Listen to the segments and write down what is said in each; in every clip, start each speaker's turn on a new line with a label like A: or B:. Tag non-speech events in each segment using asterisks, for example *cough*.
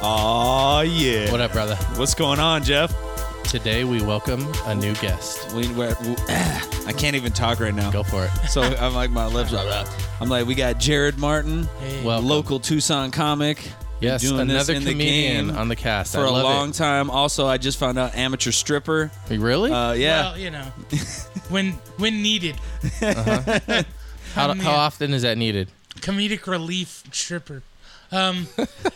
A: Aw, yeah.
B: What up, brother?
A: What's going on, Jeff?
B: Today we welcome a new guest.
A: We, we're, we- *sighs* I can't even talk right now.
B: Go for it.
A: So I'm like, my lips are I'm like, we got Jared Martin,
B: Welcome.
A: local Tucson comic. Been
B: Yes,
A: doing this
B: another
A: in
B: comedian
A: the game
B: on the cast.
A: for
B: I
A: a
B: love
A: long time. Also, I just found out amateur stripper.
B: It. Really?
A: Uh, yeah.
C: Well, you know, when when needed,
B: how,
A: Mm,
C: man.
B: how often is that needed?
C: comedic relief stripper. Um,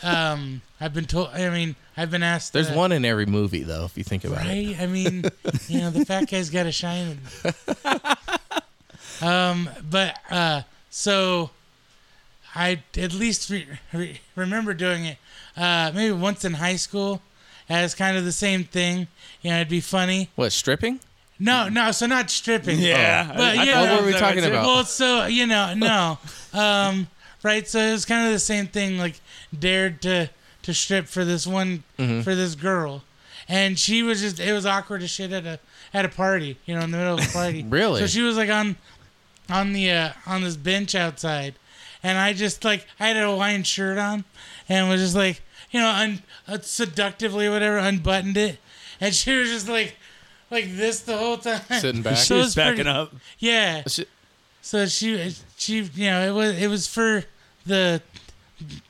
C: um, I've been told. I mean, I've been asked.
B: There's
C: uh,
B: one in every movie, though, if you think about it.
C: Right? I mean, you know, the fat guy's got to
B: *laughs*
C: shine. um, but uh, so I at least re- re- remember doing it uh, maybe once in high school as kind of the same thing. You know, it'd be funny.
B: What, stripping?
C: No,
B: Hmm.
C: no, so not
A: *laughs*
C: stripping.
A: Yeah.
C: Oh. But,
A: I- I
C: yeah.
A: thought
B: What were we
A: that
B: talking
A: was it.
B: about?
C: Well, so you know, no, um, right? So it was kind of the same thing. Like dared to to strip for this one
B: Mm-hmm.
C: for this girl, and she was just it was awkward as shit at a at a party, you know, in the middle of a party.
B: *laughs* Really?
C: So she was like on on the uh, on this bench outside, and I just like I had a Hawaiian shirt on, and was just like you know un- uh, seductively whatever unbuttoned it, and she was just like like this the whole time *laughs*
B: Sitting back.
A: She
C: it
A: was
C: was
A: backing
C: pretty-
A: up.
C: Yeah.
B: She-
C: So she she you know it was it was for the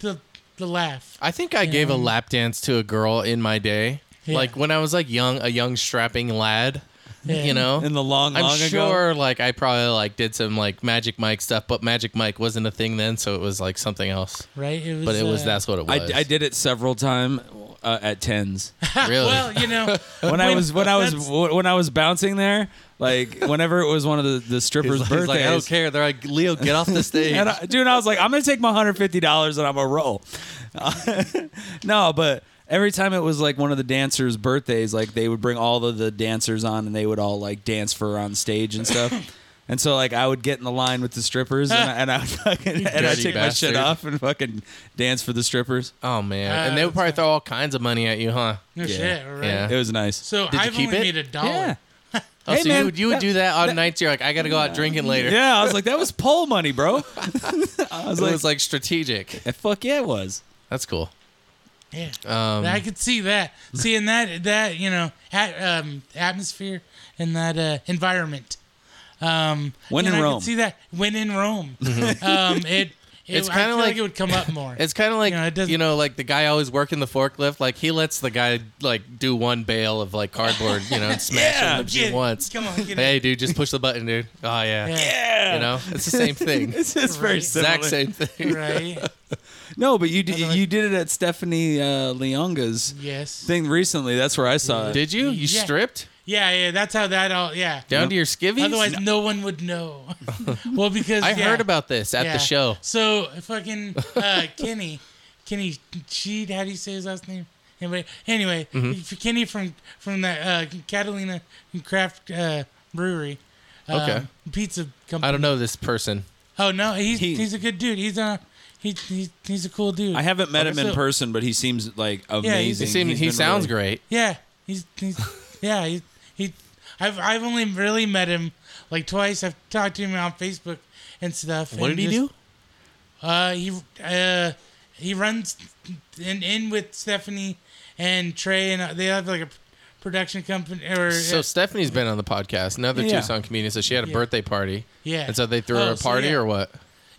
C: the the laugh.
B: I think I gave a lap dance to a girl in my day.
C: Yeah.
B: Like when I was like young, a young strapping lad, you know?
A: In the long,
B: I'm
A: long ago.
B: sure like I probably like did some like Magic Mike stuff, but Magic Mike wasn't a thing then, so it was like something else.
C: Right. It was.
B: But it was
C: uh,
B: that's what it was.
A: I, I did it several times uh, at tens.
B: really.
C: Well,
B: *laughs*
C: you know.
A: *laughs* when I
C: When-
A: was when I was
C: that's-
A: when I was bouncing there, like *laughs* whenever it was one of the, the strippers'
B: He's
A: birthdays,
B: like, I don't care. They're like, Leo, get off
A: *laughs*
B: the stage.
A: and I, dude, I was like, I'm gonna take my hundred fifty dollars and I'm gonna roll. *laughs* no, but every time it was like one of the dancers' birthdays, like they would bring all of the dancers on and they would all like dance for her on stage and
B: *laughs*
A: stuff. And so, like, I would get in the line with the strippers, and I, and
B: *laughs*
A: I would fucking and I
B: dirty
A: take my
B: bastard.
A: shit off and fucking dance for the strippers.
B: oh man,
C: Uh,
B: and they would
C: that's
B: probably throw all kinds of money at you, huh?
C: No
A: Yeah.
C: shit. Right.
B: Yeah.
A: It was nice.
C: So
B: Did you
C: I've
B: keep
C: only
B: it?
C: made a dollar.
A: Yeah,
B: Oh,
A: Hey,
B: so
A: man,
B: you would you would
A: that-
B: do that on nights you're like, I gotta go out drinking later.
A: yeah. I was like, that was pole money, bro. *laughs* I was
B: It
A: like,
B: was like strategic. *laughs*
A: fuck yeah, it was.
B: That's cool.
C: Yeah.
B: Um,
C: I could see that. Seeing that that you know at, um, atmosphere and that uh, environment. Um,
A: When
C: you
A: in
C: know, I
A: Rome.
C: could see that when in
B: *laughs*
C: Rome. um, it, it
B: Mm-hmm. It's
C: I
B: kinda
C: feel
B: like-
C: it would come up more.
B: *laughs* It's kind of like
C: You know, it doesn't-
B: you know, like the guy always working the forklift. Like he lets the guy like do one bale of like cardboard, you know,
A: *laughs*
B: and smash
A: Yeah,
B: it up
C: Get
B: she
C: it.
B: wants.
C: Come on, get
B: Hey, dude, just push the button, dude. Oh yeah,
C: Yeah.
A: Yeah,
B: you know, it's the same thing,
A: *laughs* it's, it's very
C: Right.
A: similar.
B: exact same
C: it
B: thing.
C: *laughs* right.
A: No, but you did,
C: Another-
A: you did it at Stephanie uh, Leonga's
C: Yes.
A: thing recently. That's where I saw it.
B: Did you? You
C: Yeah.
B: stripped
C: Yeah, yeah, that's how that all. Yeah.
B: down to your skivvies?
C: Otherwise, no one would know. *laughs* well, because
B: I
C: yeah,
B: heard about this at
C: yeah.
B: the show.
C: So fucking
B: *laughs*
C: uh, Kenny, Kenny, she. How do you say his last name? Anyway, anyway,
B: Mm-hmm.
C: Kenny from from the uh, Catalina Craft uh, Brewery. um,
B: Okay.
C: Pizza company.
B: I don't know this person.
C: Oh no, he's
A: He-
C: he's a good dude. He's a he, he's he's a cool dude.
A: I haven't met him in
C: So-
A: person, but he seems like amazing.
C: he's-
B: He, seemed,
A: He's
B: he
A: been
B: sounds
A: really-
B: great.
C: Yeah, he's, he's yeah he, he I've I've only really met him like twice. I've talked to him on Facebook and stuff.
B: What
C: and
B: did he do?
C: just- Uh, he uh he runs in in with Stephanie and Trey and uh, they have like a production company or uh,
B: So Stephanie's been on the podcast, another
A: Yeah.
B: Tucson comedian. So she had a
C: Yeah.
B: birthday party.
C: Yeah.
B: And so they threw
C: Oh,
B: her a
C: so
B: party
C: yeah.
B: or what?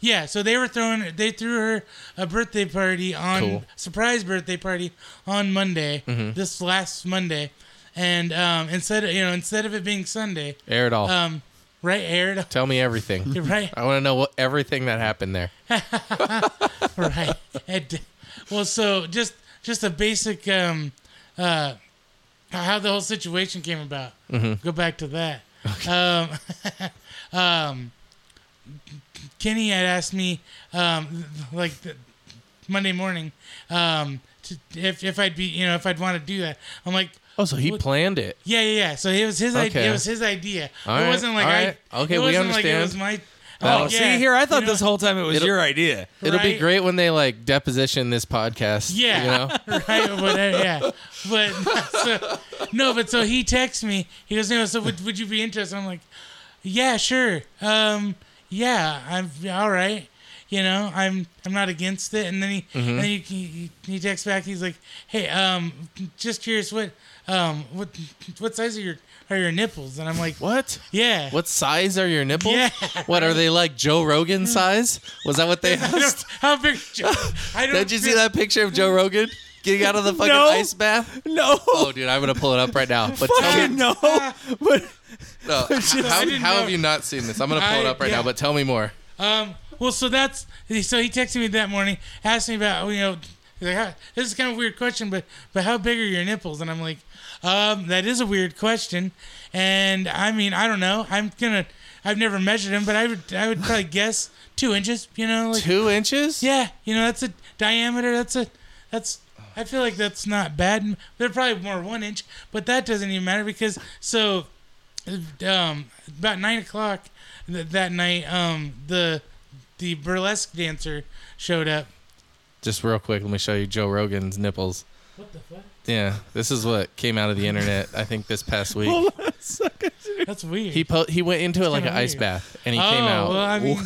C: Yeah, so they were throwing they threw her a birthday party on
B: Cool. Mm-hmm.
C: surprise birthday party on Monday, this last Monday. And um, instead of you know instead of it being Sunday,
B: Air it all.
C: um, right aired *laughs*
B: Tell me everything.
C: right
B: I want to know what everything that happened there.
C: *laughs* right. And, well, so just just a basic um, uh, how the whole situation came about.
B: Mm-hmm.
C: Go back to that. Um, *laughs* um, Kenny had asked me um, like the, Monday morning um, to, if if I'd be you know if I'd want to do that. I'm like.
B: Oh, so he
C: What-
B: planned it.
C: Yeah, yeah, yeah. So it was his
B: Okay.
C: idea. It was his idea.
B: All
C: it
B: right,
C: wasn't like
B: all
C: I.
B: right. Okay,
C: it
B: we
C: wasn't Like it
B: understand.
C: was my.
A: Oh,
C: like, yeah,
A: see here, I thought
C: you know,
A: this whole time it was
B: It'll-
A: your
B: *laughs*
A: idea.
B: It'll be
C: Right.
B: great when they like deposition this podcast.
C: Yeah.
B: You
C: *laughs*
B: know?
C: right? Or whatever. Yeah. But *laughs* so, no, but so he texts me. He goes, "No, so would, would you be interested?" I'm like, "Yeah, sure. Um, yeah, I'm all right." you know, I'm I'm not against it. And then he
B: Mm-hmm.
C: and then he, he he texts back. He's like, hey, um, just curious, what um what what size are your are your nipples? And I'm like,
B: What?
C: Yeah.
B: What size are your nipples?
C: Yeah. Mm.
B: What are they like Joe Rogan size? Was that what they
C: *laughs* *laughs* I
B: asked?
C: don't, how big? I
B: *laughs*
C: don't
B: Did you see
C: feel-
B: that picture of Joe Rogan getting out of
C: *laughs*
B: the fucking
A: No.
B: ice bath?
A: No. *laughs*
B: Oh, dude, I'm gonna pull it up right now. But tell
A: Fucking
B: me, *laughs*
A: no. But
C: *laughs*
B: no, how,
C: didn't
B: how
C: know.
B: have you not seen this? I'm gonna pull it
C: I-
B: up right
C: yeah.
B: now. But tell me more.
C: Um, well, so that's so he texted me that morning, asked me about you know, he's like, "How- this is kind of a weird question, but but how big are your nipples? And I'm like, um, that is a weird question, and I mean I don't know. I'm gonna I've never measured them, but I would I would probably guess two inches. You know, like
B: Two inches?
C: yeah, you know that's a diameter. That's a that's. I feel like that's not bad. They're probably more one inch, but that doesn't even matter because so um, about nine o'clock th- that night, um, the the burlesque dancer showed up.
B: Just real quick, let me show you Joe Rogan's nipples.
C: What the fuck?
B: Yeah, this is what came out of the internet. I think this
C: *laughs*
B: past week.
C: That's weird.
B: He po- he went into it like an
C: kinda
B: ice
C: weird.
B: bath, and he
C: oh,
B: came out.
C: well,
B: *laughs*
C: I mean,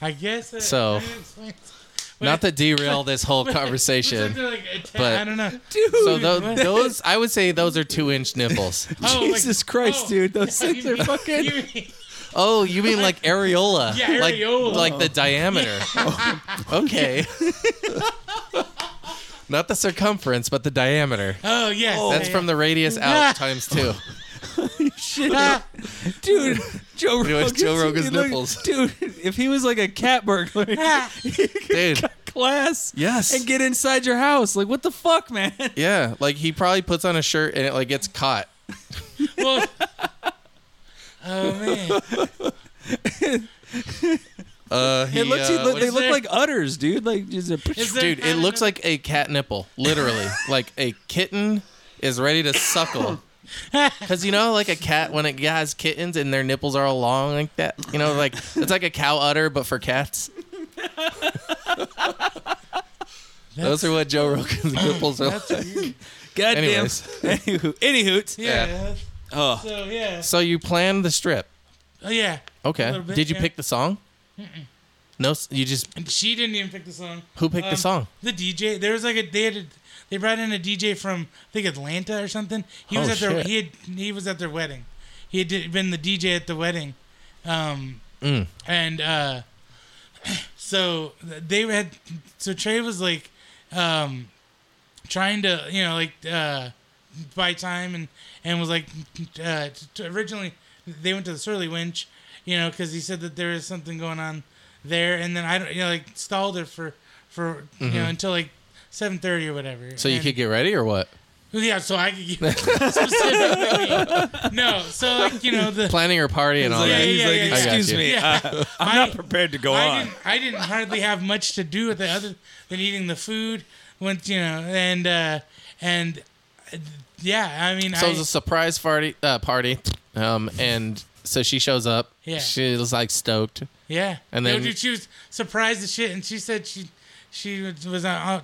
C: I guess that,
B: So-
C: that explains-
B: Not to derail this
C: *laughs*
B: whole
C: Looks
B: conversation.
C: like they're like a ta-
B: but-
C: I don't know.
A: dude.
B: So tho-
C: *laughs* what?
B: those, I would say, those are two inch nipples.
C: Oh, like-
A: Jesus Christ,
C: oh,
A: dude.
B: *laughs*
A: Those
C: *laughs* you
A: things are
C: mean-
A: fucking.
C: you mean-
B: Oh, you mean
A: *laughs*
B: like areola?
C: Yeah,
B: like,
C: areola.
B: Like the diameter. *laughs* okay. Not the circumference, but the diameter.
C: oh yes,
B: That's
C: yeah,
B: from the
A: *laughs*
B: radius out times two.
A: Shit.
B: ah.
C: yeah.
B: *laughs*
A: Dude, Joe
B: It was
A: Rogan.
B: Joe Rogan's nipples.
A: Dude, if he was like a cat burglar,
C: Ah.
A: he could
B: Dude.
A: cut *laughs* class
B: Yes.
A: and get inside your house. Like, what the fuck, man?
B: Yeah, like he probably puts on a shirt and it like gets caught.
C: Well, oh man,
B: Uh, he,
A: It looks, he
B: uh,
A: look-
B: what
A: they
B: is-
A: look
C: there-
A: like udders, dude. Like, just a,
C: Is
B: *laughs*
C: there-
B: dude, it looks like a cat nipple,
C: *laughs*
B: literally. like a kitten is ready to suckle. Cause you know, like a cat when it has kittens and their nipples are all long like that. You know, like it's like a cow udder but for
C: *laughs*
B: cats. Those are what Joe Rogan's nipples are.
C: that's weird.
A: goddamn.
B: Anyways.
A: Anywho, any hoots.
C: Yeah.
B: Yeah.
C: that's-
A: Oh,
C: So yeah.
B: So you planned the strip.
C: Oh yeah. A
B: Okay.
C: little bit,
B: Did you
C: yeah.
B: pick the song? No, s- you just
C: And she didn't even pick the song.
B: who picked the
C: Um,
B: song?
C: The DJ. There was like a they had a, they brought in a DJ from I think Atlanta or something. He was
B: Oh,
C: at their
B: shit.
C: he had he was at their wedding. He had did- been the DJ at the wedding, um,
B: Mm.
C: and uh, so they had so Trey was like um, trying to you know like uh, buy time and and was like uh, t- originally they went to the Surly Winch, you know, because he said that there was something going on there, and then I don't you know like stalled her for for you know until like seven thirty or whatever.
B: Mm-hmm. So you
C: And-
B: could get ready or what?
C: yeah, so I could get *laughs* specifically
B: *laughs*
C: no, so like you know the
B: Planning your party and all
A: He's like-
B: that.
A: he's
C: yeah,
A: like,
C: yeah, yeah.
A: excuse
B: I got you.
A: me, uh, I'm not prepared to go
C: I
A: on.
C: didn't, I didn't hardly have much to do with it other than eating the food. Once you know, and uh, and uh, yeah, I mean,
B: So
C: I,
B: it was a surprise party. Uh, party, um, and so she shows up.
C: Yeah.
B: She was like stoked. *laughs*
C: Yeah.
B: And
C: no,
B: then-
C: dude, she was surprised as shit, and she said she she was- was uh,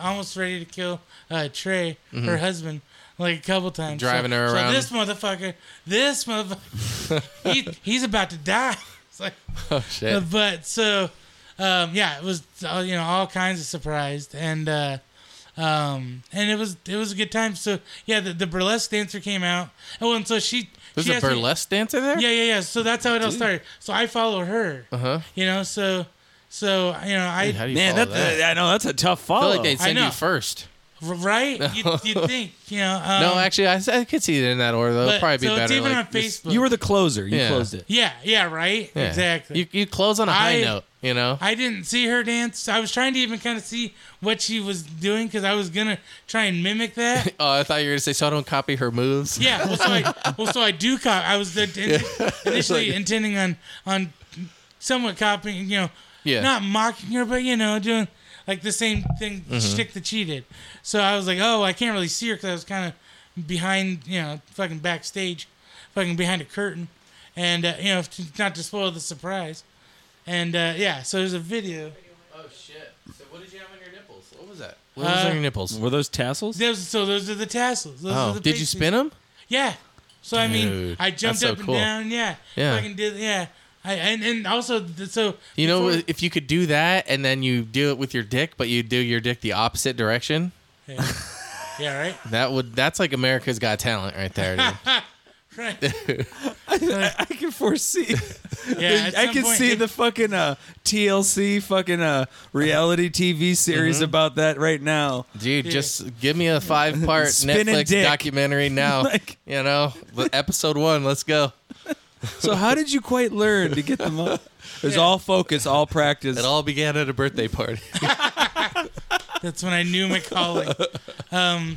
C: almost ready to kill uh, Trey, her husband, like a couple times.
B: Mm-hmm. Driving
C: So-
B: her
C: so
B: around.
C: this motherfucker, this motherfucker, *laughs* he, he's about to die. *laughs* It's like,
B: Oh shit.
C: Uh, but so, um, yeah, it was uh, you know all kinds of surprised and. Uh, um, and it was it was a good time. So yeah, the, the burlesque dancer came out. Oh, and so she
B: There's
C: she
B: a
C: asked me-
B: burlesque dancer there.
C: yeah, yeah, yeah. So that's how it all started. So I follow her. Uh
B: Uh-huh.
C: You know, so so you know I
B: Dude, how do you
A: Man,
B: follow
A: that, oh,
B: that?
A: I know that's a tough
B: I feel
A: follow.
B: like they'd
C: I
B: send you
C: know.
B: first. *laughs*
C: r- right. You you think you know? Um,
B: no, actually, I, I could see it in that order though. It'd
C: but-
B: probably be
C: so
B: better.
C: It's even
B: like
C: on
B: this-
C: Facebook.
A: you were the closer. You
B: Yeah.
A: closed it.
C: yeah, yeah, right.
B: yeah.
C: Exactly.
B: You you close on a high
C: I-
B: note. You know.
C: I didn't see her dance. I was trying to even kind of see what she was doing because I was gonna try and mimic that.
B: oh, I thought you were gonna say so. I don't copy her moves.
C: Yeah. Well, so I well, so I do cop. I was the,
B: *laughs*
C: initially intending on on somewhat copying. You know,
B: Yeah.
C: not mocking her, but you know, doing like the same thing
B: Mm-hmm.
C: shtick that she did. So I was like, oh, I can't really see her because I was kind of behind, you know, fucking backstage, fucking behind a curtain, and uh, you know, to, not to spoil the surprise. And uh, yeah, so there's a video.
B: *laughs* Oh shit. So what did you have on your nipples? What was that? What was
C: Uh,
B: on your nipples?
A: Were those
C: *laughs*
A: tassels?
C: Those, so those are the tassels. Those are
B: Oh,
C: the
B: did you
C: pastries.
B: spin them?
C: Yeah. So I mean,
B: Dude,
C: I jumped
B: that's so
C: up and
B: cool.
C: down. Yeah.
B: Yeah.
C: Fucking did. Yeah. I and, and also th- so
B: You know,
C: before-
B: if you could do that and then you do it with your dick, but you do your dick the opposite direction,
C: yeah. yeah,
B: *laughs*
C: right,
B: that would that's like America's Got Talent right there. Dude.
C: right.
A: I, I can foresee.
C: Yeah, at
A: I
C: some
A: can
C: point-
A: see the fucking uh, TLC fucking uh, reality TV series about that right now.
B: Dude, just give me a five part
A: Spinning
B: Netflix
A: dick.
B: documentary now.
A: Like-
B: you know, the episode one, let's go.
A: So how did you quite learn to get them up? It was all focus, all practice.
B: It all began at a birthday party.
C: *laughs*
B: *laughs*
C: That's when I knew my calling. um,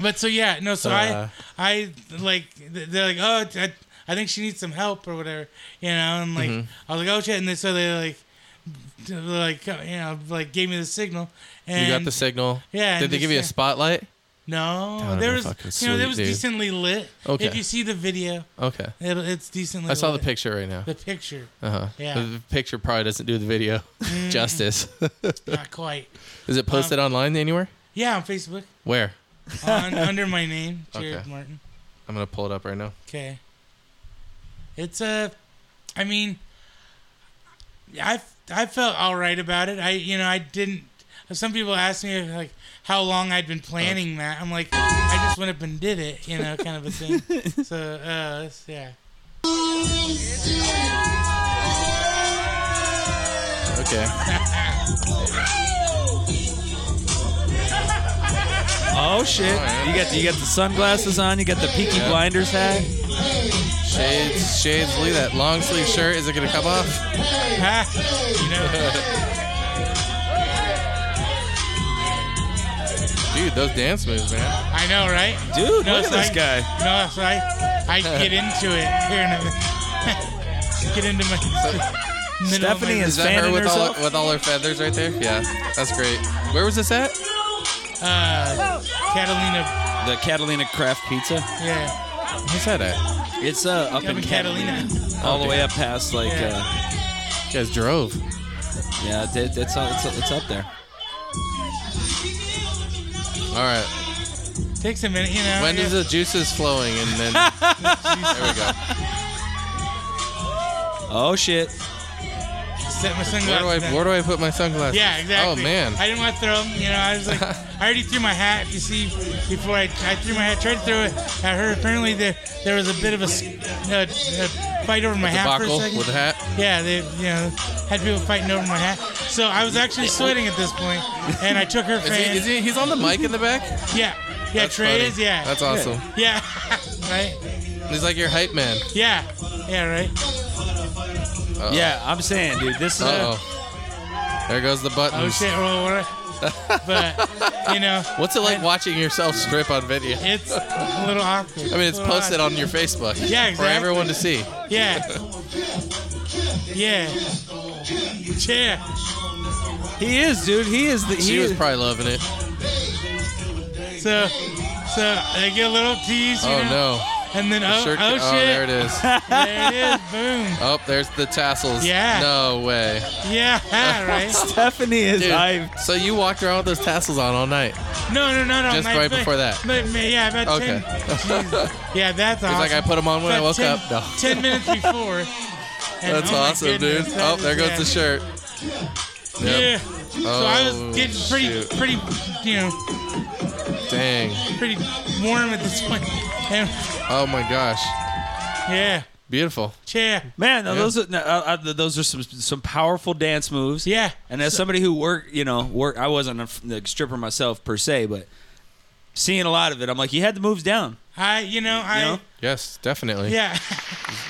C: but so yeah, no. So
B: Uh.
C: I, I like they're like, oh, I, I think she needs some help or whatever, you know. And like
B: Mm-hmm.
C: I was like, oh shit, and they so they like, they're like uh, you know, like gave me the signal. And
B: you got the signal.
C: yeah,
B: Did
C: and
B: they give
C: just-
B: you a
C: yeah.
B: spotlight?
C: No,
B: Down in
C: there
B: the
C: was
B: fucking
C: you know there
B: suite,
C: was
B: dude.
C: decently lit.
B: Okay.
C: If you see the video,
B: Okay.
C: it, it's decently.
B: I saw the
C: lit.
B: picture right now.
C: The picture,
B: Uh huh.
C: Yeah.
B: The picture probably doesn't do the video *laughs* justice.
C: not quite.
B: Is it posted online anywhere?
C: Yeah, on Facebook,
B: Where? *laughs*
C: on under my name, Jared
B: Okay.
C: Martin.
B: I'm gonna pull it up right now.
C: Okay. It's a, I mean, I I felt all right about it. I you know I didn't. Some people ask me like how long I'd been planning that. I'm like I just went up and did it, you know, kind of
B: *laughs*
C: a thing. so uh, it's- yeah.
B: Okay.
A: Oh shit! You got the, you got the sunglasses on. You got the Peaky Blinders hat.
B: Shades, shades. Look at that long sleeve shirt. Is it gonna come off?
C: Ha! You know,
B: Dude, those dance moves, man.
C: I know, right?
A: Dude,
C: No,
A: look at
C: so
A: this
C: I-
A: guy.
C: No, so I I get into it here in a minute. *laughs*
B: *laughs*
C: get into my. middle of my-
A: Stephanie is
B: Is that her
A: fanning
B: with
A: herself.
B: all with all her feathers right there? Yeah, that's great. Where was this at?
C: uh, Catalina.
A: the Catalina Craft Pizza.
C: Yeah.
B: Where's that at?
A: It's uh, up
C: Up
A: in
C: in
A: Catalina,
C: Catalina. Oh,
A: all the way up past like uh,
C: Yeah.
B: You guys drove.
A: yeah, it, it's, it's it's it's up there.
B: All right.
C: Takes a minute, you know.
B: When is
C: yeah.
B: the juices flowing? And
C: *laughs*
B: then there we go.
A: Oh shit!
C: Set my
B: Where
C: sunglasses
B: do I
C: down.
B: where do I put my sunglasses?
C: yeah, exactly.
B: Oh man.
C: I didn't want to throw them. You know,
B: *laughs*
C: I was like, I already threw my hat. You see, before I, I threw my hat, tried to throw it at her. Apparently, there there was a bit of a, s- uh, uh, fight over my hat for
B: Debacle
C: a second.
B: with a hat.
C: Yeah, they you know had people fighting over my hat. So I was actually sweating at this point, and I took
B: *laughs*
C: her
B: Is
C: fan.
B: he, is he? He's on the mic in the back.
C: yeah, yeah,
B: That's
C: Trey
B: funny.
C: is. Yeah,
B: That's awesome.
C: yeah, *laughs* right.
B: He's like your hype man.
C: Yeah, yeah, right.
A: Yeah, I'm saying, dude, this is
B: Uh oh. There goes the
C: Oh
B: buttons.
C: shit, well, we're- but you know.
B: What's it like watching yourself strip on video?
C: It's a little awkward.
B: I mean, it's
C: a little
B: posted
C: awkward.
B: on your Facebook
C: Oh, Yeah,
B: for everyone to see.
C: Yeah. Yeah. Yeah.
A: he is, dude. He is the
B: She
A: he
B: was
A: is,
B: probably loving it.
C: So, so I get a little tease. You
B: Oh
C: know?
B: no!
C: And then oh,
B: Shirt-
C: oh
B: oh, there it
C: shit, *laughs*
B: is.
C: there it is. Boom.
B: Oh, there's the tassels.
C: Yeah.
B: No way,
C: Yeah. *laughs*
A: *laughs*
C: Right.
A: Stephanie is
B: dude.
A: hyped.
B: So you walked around with those tassels on all night.
C: No, no, no, no.
B: Just
C: my-
B: right
C: but-
B: before that.
C: But, ma- yeah, about
B: Okay.
C: ten. Jeez. Yeah, that's
B: It's
C: awesome.
B: like I put them on when I
C: About
B: woke
C: 10
B: up. No.
C: *laughs* Ten minutes before. and
B: *laughs* That's
C: oh my
B: awesome,
C: goodness,
B: dude.
C: that
B: Oh,
C: is-
B: there goes
C: yeah.
B: the shirt.
C: Yeah.
B: Yep.
C: So I
B: Oh,
C: was getting pretty,
B: shoot.
C: pretty, you know,
B: Dang.
C: pretty warm at this point. *laughs* And,
B: Oh my gosh.
C: yeah.
B: Beautiful.
C: Yeah.
A: Man, now those are, now, uh, uh, those are some some powerful dance moves.
C: Yeah.
A: And as somebody who worked, you know, work, I wasn't a f- like, stripper myself per se, but seeing a lot of it, I'm like, you had the moves down.
C: I, you know, I,
A: know?
B: Yes, definitely.
C: yeah,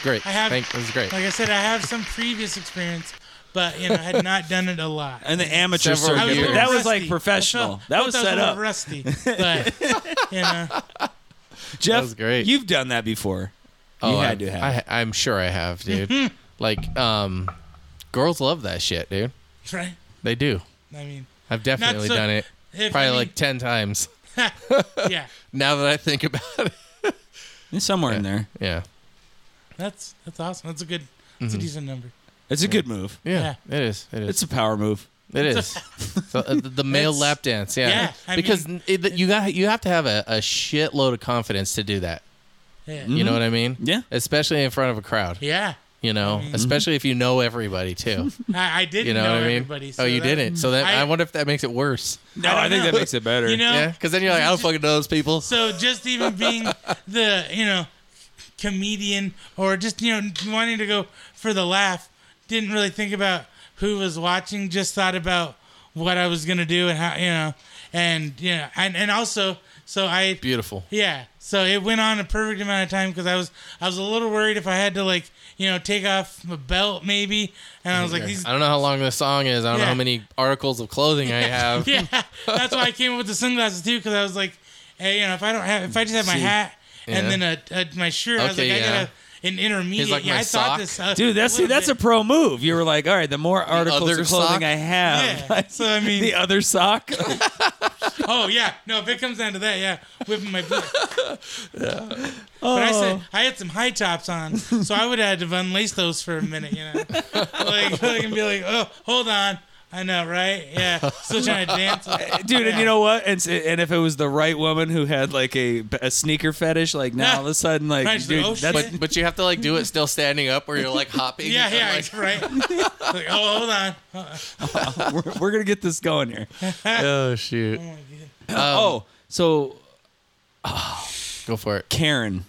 C: *laughs*
B: Great.
C: I have-
B: Thank, this is great.
C: like I said, I have some previous experience, but you know, I had not done it a lot.
A: And the amateur
B: Several
A: circuit,
C: I was a
A: but
C: little
A: that was like
C: rusty.
A: professional.
C: I felt-
A: That
C: felt
A: was
C: I
A: set
C: a little
A: up.
C: Rusty, but you know, *laughs*
A: Jeff,
B: was great.
A: you've done that before. you had to have.
B: I, I, Oh, I'm sure I have, dude.
C: Mm-hmm.
B: like, um, girls love that shit, dude.
C: right?
B: They do.
C: I mean,
B: I've definitely
C: so-
B: done it
C: if,
B: probably
C: I mean,
B: like 10 times *laughs*
C: *laughs* yeah,
B: now that I think about it.
A: It's somewhere in there.
B: Yeah.
C: that's that's awesome. That's a good, that's
B: Mm-hmm.
C: a decent number.
A: It's a good move.
B: Yeah, it is. It is.
A: It's a power move.
B: it is.
C: *laughs*
B: so, uh, the, the male
C: It's-
B: lap dance, yeah.
C: yeah, I
B: because it, you got you have to have a, a shitload of confidence to do that.
C: Yeah,
B: You know what I mean?
A: Yeah.
B: Especially in front of a crowd.
C: Mm-hmm. yeah,
B: you know, especially if you know everybody
C: *laughs*
B: too.
C: I, I didn't
B: You know,
C: know,
B: what I mean?
C: everybody. so
B: oh, you
C: that-
B: didn't. So then
C: I-
B: I, wonder if that makes it worse.
A: No,
C: I
A: I,
C: don't
A: think that
C: know.
A: makes it better.
C: You know,
B: Yeah, because then you're like, I don't fucking know those people.
C: So just
B: *laughs*
C: even being the you know comedian or just you know wanting to go for the laugh, didn't really think about who was watching. Just thought about what I was gonna do and how you know, and you know, and and also so I
B: Beautiful.
C: yeah. So it went on a perfect amount of time because I was I was a little worried if I had to like you know take off my belt maybe, and I was like these
B: I don't know how long this song is. I don't know
C: Yeah.
B: how many articles of clothing I have.
C: *laughs* yeah, that's why I came up with the sunglasses too, because I was like, hey, you know, if I don't have, if I just have my
A: See.
C: hat and
B: Yeah.
C: then a, a, my shirt, I was like,
B: Okay,
C: I
B: yeah.
C: gotta an intermediate.
B: He's like,
C: yeah,
B: my
C: I
B: sock.
C: thought this, uh,
A: Dude, that's see,
C: little
A: that's a
C: bit.
A: pro move. You were like, all right, the more articles
B: other
A: of clothing
B: sock?
A: I *laughs* have,
C: Yeah. So I mean,
A: the other sock.
C: oh yeah, no, if it comes down to that, yeah, whipping
A: *laughs*
C: my butt. But I said
A: Oh.
C: I had some high tops on, so I would have had to unlace those for a minute, you
A: *laughs*
C: know, like, like and be like, oh, hold on. I know, right? Yeah, still trying
A: *laughs*
C: to dance.
A: dude. And
C: Yeah.
A: you know what? And s- and if it was the right woman who had like a, a sneaker fetish, like now
C: Yeah.
A: all of a sudden, like
C: Right, she's
A: dude,
C: like, oh,
A: that's
B: But but you have to like do it still standing up where you're like hopping.
C: Yeah,
B: and,
C: yeah,
B: like-
C: *laughs* right. like, oh, hold on. Oh,
A: *laughs* we're, we're gonna get this going here.
B: *laughs* oh shoot.
C: my God.
A: oh, so
B: Go for it.
A: Karen,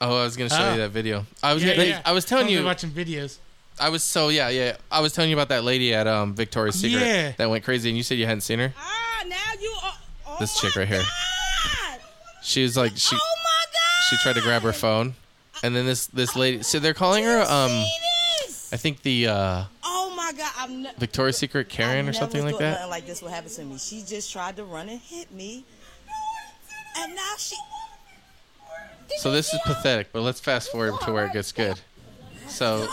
B: Oh, I was gonna show
C: Ah.
B: you that video. I was
C: Yeah,
B: gonna,
C: yeah.
B: I was telling
C: Don't be
B: you
C: watching videos.
B: I was so yeah, yeah. I was telling you about that lady at um Victoria's Secret
C: Yeah.
B: that went crazy, and you said you hadn't seen her.
D: Ah, now you are. Oh
B: This
D: my
B: chick right here.
D: God.
B: She was like she
D: oh my God.
B: she tried to grab her phone, and then this this lady. So they're calling her um
D: See this?
B: I think the uh
D: Oh my God. I'm ne-
B: Victoria's Secret Karen
D: I
B: or something
D: never
B: like
D: thought
B: that.
D: Nothing like this would happen to me. She just tried to run and hit me. And now she.
B: So this is pathetic, but let's fast forward to where it gets good. So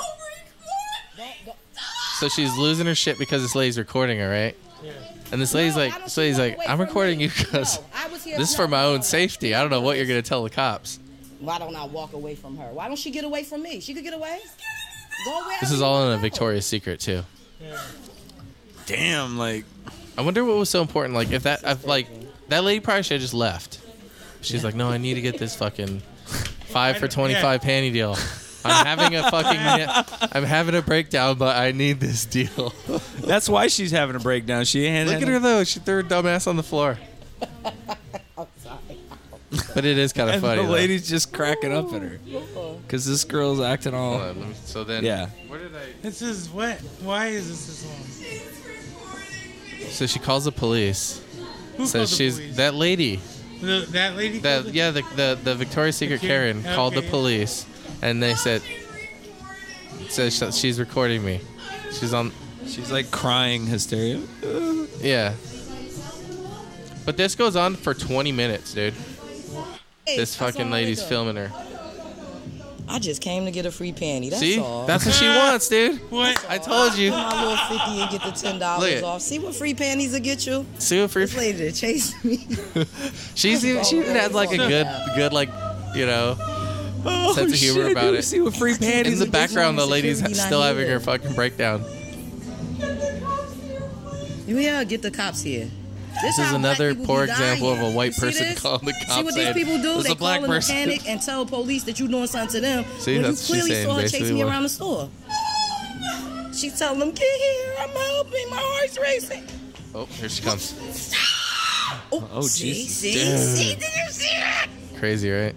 B: so she's losing her shit because this lady's recording her, right? And this lady's like, this lady's like, I'm recording you because this is for my own safety. I don't know what you're gonna tell the cops.
D: Why don't I walk away from her? Why don't she get away from me? She could get away. Go away.
B: This is all in a Victoria's Secret too.
A: damn, like
B: I wonder what was so important. Like if that, if, like that lady probably should have just left. She's like, no, I need to get this fucking five for twenty five panty deal. I'm having a fucking, I'm having a breakdown, but I need this deal. Look
A: that's why she's having a breakdown. She ain't
B: at her though; she threw her dumbass on the floor. But it is kind of
A: and
B: funny.
A: the
B: though.
A: lady's just cracking up at her because this girl's acting all.
B: Hold on, let me- So then,
A: Yeah.
B: Where did I?
C: This is what? Why is this this long?
B: So she calls the police.
C: Who
B: So
C: called the
B: she's
C: police?
B: that lady.
C: The- that lady.
B: That
C: called
B: yeah, the the, the Victoria's Secret
C: Okay.
B: Karen called the
C: Okay.
B: police, and they said, says sh- she's recording me. She's on.
A: She's like crying hysteria.
B: Yeah. But this goes on for 20 minutes, dude. This fucking lady's filming her.
D: I just came to get a free panty. That's
B: See?
D: all.
B: That's what she wants, dude.
C: it? *laughs* What?
B: I told you.
D: my little 50 and get the $10
B: Look at-
D: off. See what free panties will get you?
B: See what free.
D: This lady that chased *laughs* me.
B: She's even, she even has like a good good like, you know.
A: Oh,
B: Sense of humor about
A: you
B: it.
A: See what free
B: In
A: panties.
B: the
D: a bitch
B: background, the
D: on
B: lady's
D: security, not
B: still having
D: needed.
B: her fucking breakdown.
D: Yeah, get the cops here.
B: This is
D: how black
B: another
D: people
B: poor
D: be dying.
B: example of a white
D: You see
B: person
D: this?
B: calling the cops
D: See what these
B: and,
D: people do?
B: "This is
D: They
B: a black
D: call in a
B: person."
D: panic and tell police that you're doing something to them
B: See,
D: when you
B: that's what she's
D: clearly
B: saying,
D: saw her chasing
B: basically,
D: me
B: what-
D: around the store. She's telling them, get here, I'm helping, my heart's racing.
B: Oh, here she comes.
D: Oh,
A: Oh,
D: see,
A: Jesus.
D: see, see, did you see that?
B: Crazy, right?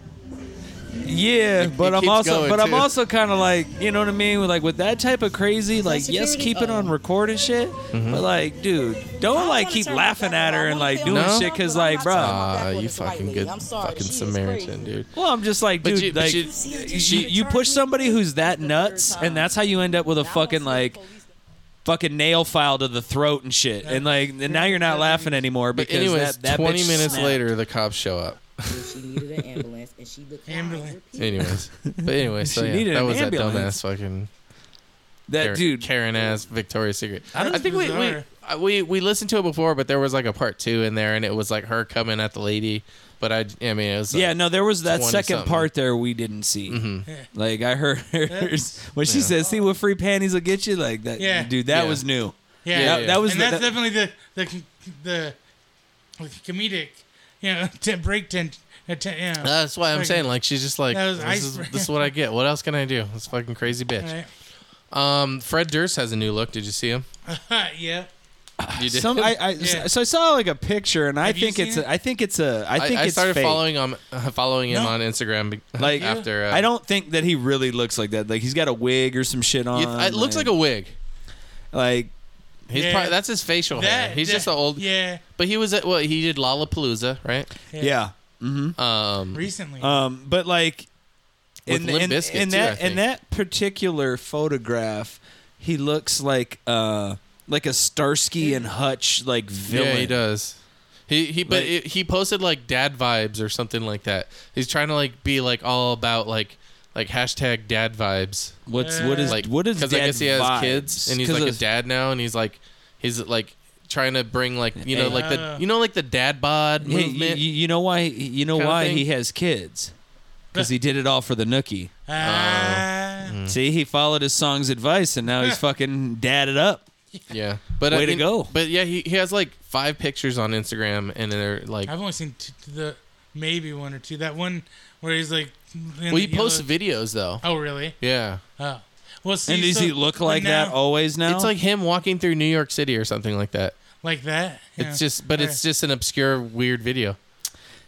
A: Yeah, but I'm
B: keeps
A: also
B: going,
A: but I'm
B: too.
A: also kind of like you know what I mean. Like with that type of crazy, like yes,
D: security?
A: keep it
D: Oh.
A: on record and shit.
B: Mm-hmm.
A: But like, dude, don't
D: I
A: like
D: wanna
A: keep
D: turn my
A: laughing
D: back
A: at her
D: on.
A: and
D: I
A: like
D: wanna
A: doing
B: feel
A: shit because
D: like
A: like,
D: I'm not
A: bro.
D: turning Oh, back
B: Ah,
D: on
B: you
D: this white
B: fucking
D: lady.
B: good
D: I'm sorry,
B: fucking
D: she is
B: Samaritan,
D: crazy.
B: dude.
A: Well, I'm just like,
B: But
A: dude,
B: you- but
A: like
B: you-
A: you, you push somebody who's that nuts, and that's how you end up with a fucking like fucking nail file to the throat and shit, and like and now you're not laughing anymore
B: But
A: because
B: anyways,
A: that, that
B: 20
A: bitch
B: minutes
A: snapped.
B: later, the cops show up.
D: She needed an ambulance, and she declined
C: Ambulance.
D: repeatedly.
B: Anyways, but anyway,
A: *laughs*
B: so
A: She
B: yeah,
A: needed
B: that
A: an
B: was that
A: ambulance.
B: dumbass fucking
A: that
B: Karen,
A: dude.
B: Karen ass Victoria's Secret. I,
C: That is
B: think we, we
C: bizarre.
B: I- we we listened to it before, but there was like a part two in there, and it was like her coming at the lady. But I, I mean, it was like,
A: yeah, no, there was that
B: 20
A: second
B: something.
A: part there we didn't see.
B: Mm-hmm.
A: *laughs* Like I heard hers when she says, "See what free panties will get you." Like that,
C: Yeah.
A: dude. That
B: Yeah.
A: was new.
C: yeah,
B: Yeah,
A: That, that was
C: and
A: the-
C: that's
A: that-
C: definitely the the com- the, the comedic, you know, *laughs* t- break tent. Uh, t- you know.
B: That's why I'm saying like she's just like
C: That was
B: this is,
C: ice-
B: this is what I get. What else can I do? This fucking crazy bitch.
C: Right.
B: Um, Fred Durst has a new look. Did you see him?
C: *laughs* yeah.
B: You did.
A: Uh, Some, I, I,
C: Yeah.
A: So I saw like a picture, and I
C: Have you
A: think
C: seen
A: it's
C: it?
A: a, I think it's a I
B: *laughs* I,
A: think
B: I
A: it's
B: started
A: fake.
B: following um uh, following him *laughs*
C: No.
B: on Instagram. be- *laughs*
A: Like
B: after uh,
A: I don't think that he really looks like that. Like he's got a wig or some shit on.
B: You- it looks like a wig.
A: a like.
B: He's
C: Yeah.
B: probably, that's his facial hair. He's just an old.
C: Yeah.
B: But he was at well, he did Lollapalooza, right?
A: Yeah.
B: Um,
C: Recently.
A: Um, but like,
B: With Limp
A: in,
B: Bizkit,
A: in
B: too, I
A: that in
B: think.
A: that particular photograph, he looks like uh like a Starsky and Hutch like villain.
B: yeah, he does. He he, but
A: Like-
B: it, he posted like dad vibes or something like that. He's trying to like be like all about like like hashtag dad vibes.
A: What's what is
B: like
A: what is?
B: because I
A: dad
B: guess he has
A: vibes?
B: kids and he's
A: 'Cause
B: like a
A: of-
B: dad now and he's like he's like trying to bring like you know like the
C: Ah.
B: you know like the dad bod
A: Hey, you,
B: movement.
A: you- you know why? You know
B: Kinda
A: why
B: thing.
A: he has kids? Because he did it all for the nookie.
C: Ah.
B: mm. Hmm.
A: See, he followed his song's advice, and now he's fucking dadded up.
B: yeah, but I
A: Way to
B: mean-
A: go.
B: But yeah, he, he has like five pictures on Instagram and they're like
C: I've only seen t- t- the maybe one or two. That one where he's like. in
B: well, he
C: the yellow-
B: posts videos though.
C: Oh really?
B: Yeah,
C: Oh. Well, see,
A: And does
C: so-
A: he look
C: but
A: like that
C: now-
A: always now?
B: it's like him walking through New York City or something like that.
C: like that. Yeah.
B: It's just, but it's just an obscure, weird video.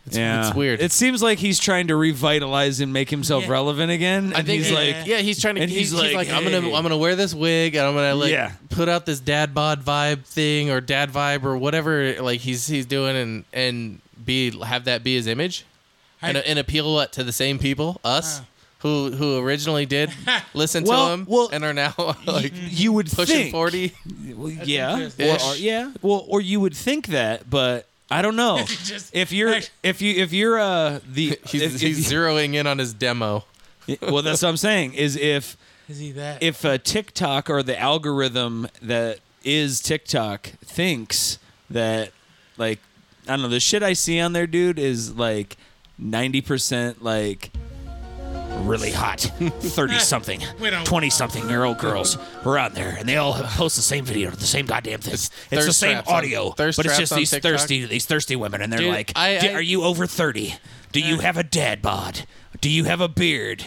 B: It's,
A: yeah.
B: it's weird.
A: It seems like he's trying to revitalize and make himself
C: Yeah.
A: relevant again. And
B: I think
A: he's
C: yeah.
A: like,
B: yeah, he's trying to.
A: and he's
B: he's, he's
A: like,
B: like, I'm gonna,
A: "Hey."
B: I'm gonna wear this wig, and I'm gonna like
A: Yeah.
B: put out this dad bod vibe thing or dad vibe or whatever like he's he's doing, and and be have that be his image,
C: I-
B: and, and appeal what to the same people, us.
C: Uh.
B: who, who originally
C: *laughs*
B: did listen
A: Well,
B: to him
A: well,
B: and are now *laughs* like
A: you would
B: pushing
A: think, *laughs*
B: 40
A: Well, yeah,
C: interesting.
A: or,
B: Ish.
A: or- yeah. Well, or you would think that, but I don't
B: *laughs*
A: know.
C: Just-
A: if you're, if you, if you're uh the,
B: he's,
A: if- if
B: he's zeroing in on his demo
A: you- *laughs* well, that's what I'm saying. Is if
C: Is he that?
A: if uh, TikTok or the algorithm that is TikTok thinks that, like, I don't know, the shit I see on there, dude, is like 90% like really
B: *laughs*
A: hot 30 something
C: We don't-
A: 20 something year old girls who are on there and they all post the same video the same goddamn thing it's, the
B: thirst
A: same
B: traps on-
A: audio but
B: thirst
A: it's
B: traps
A: just
B: on
A: these
B: TikTok.
A: thirsty these thirsty women and they're
B: Dude,
A: like
B: I-
A: "D-
B: I-
A: are you over 30 do you have a dad bod do you have a beard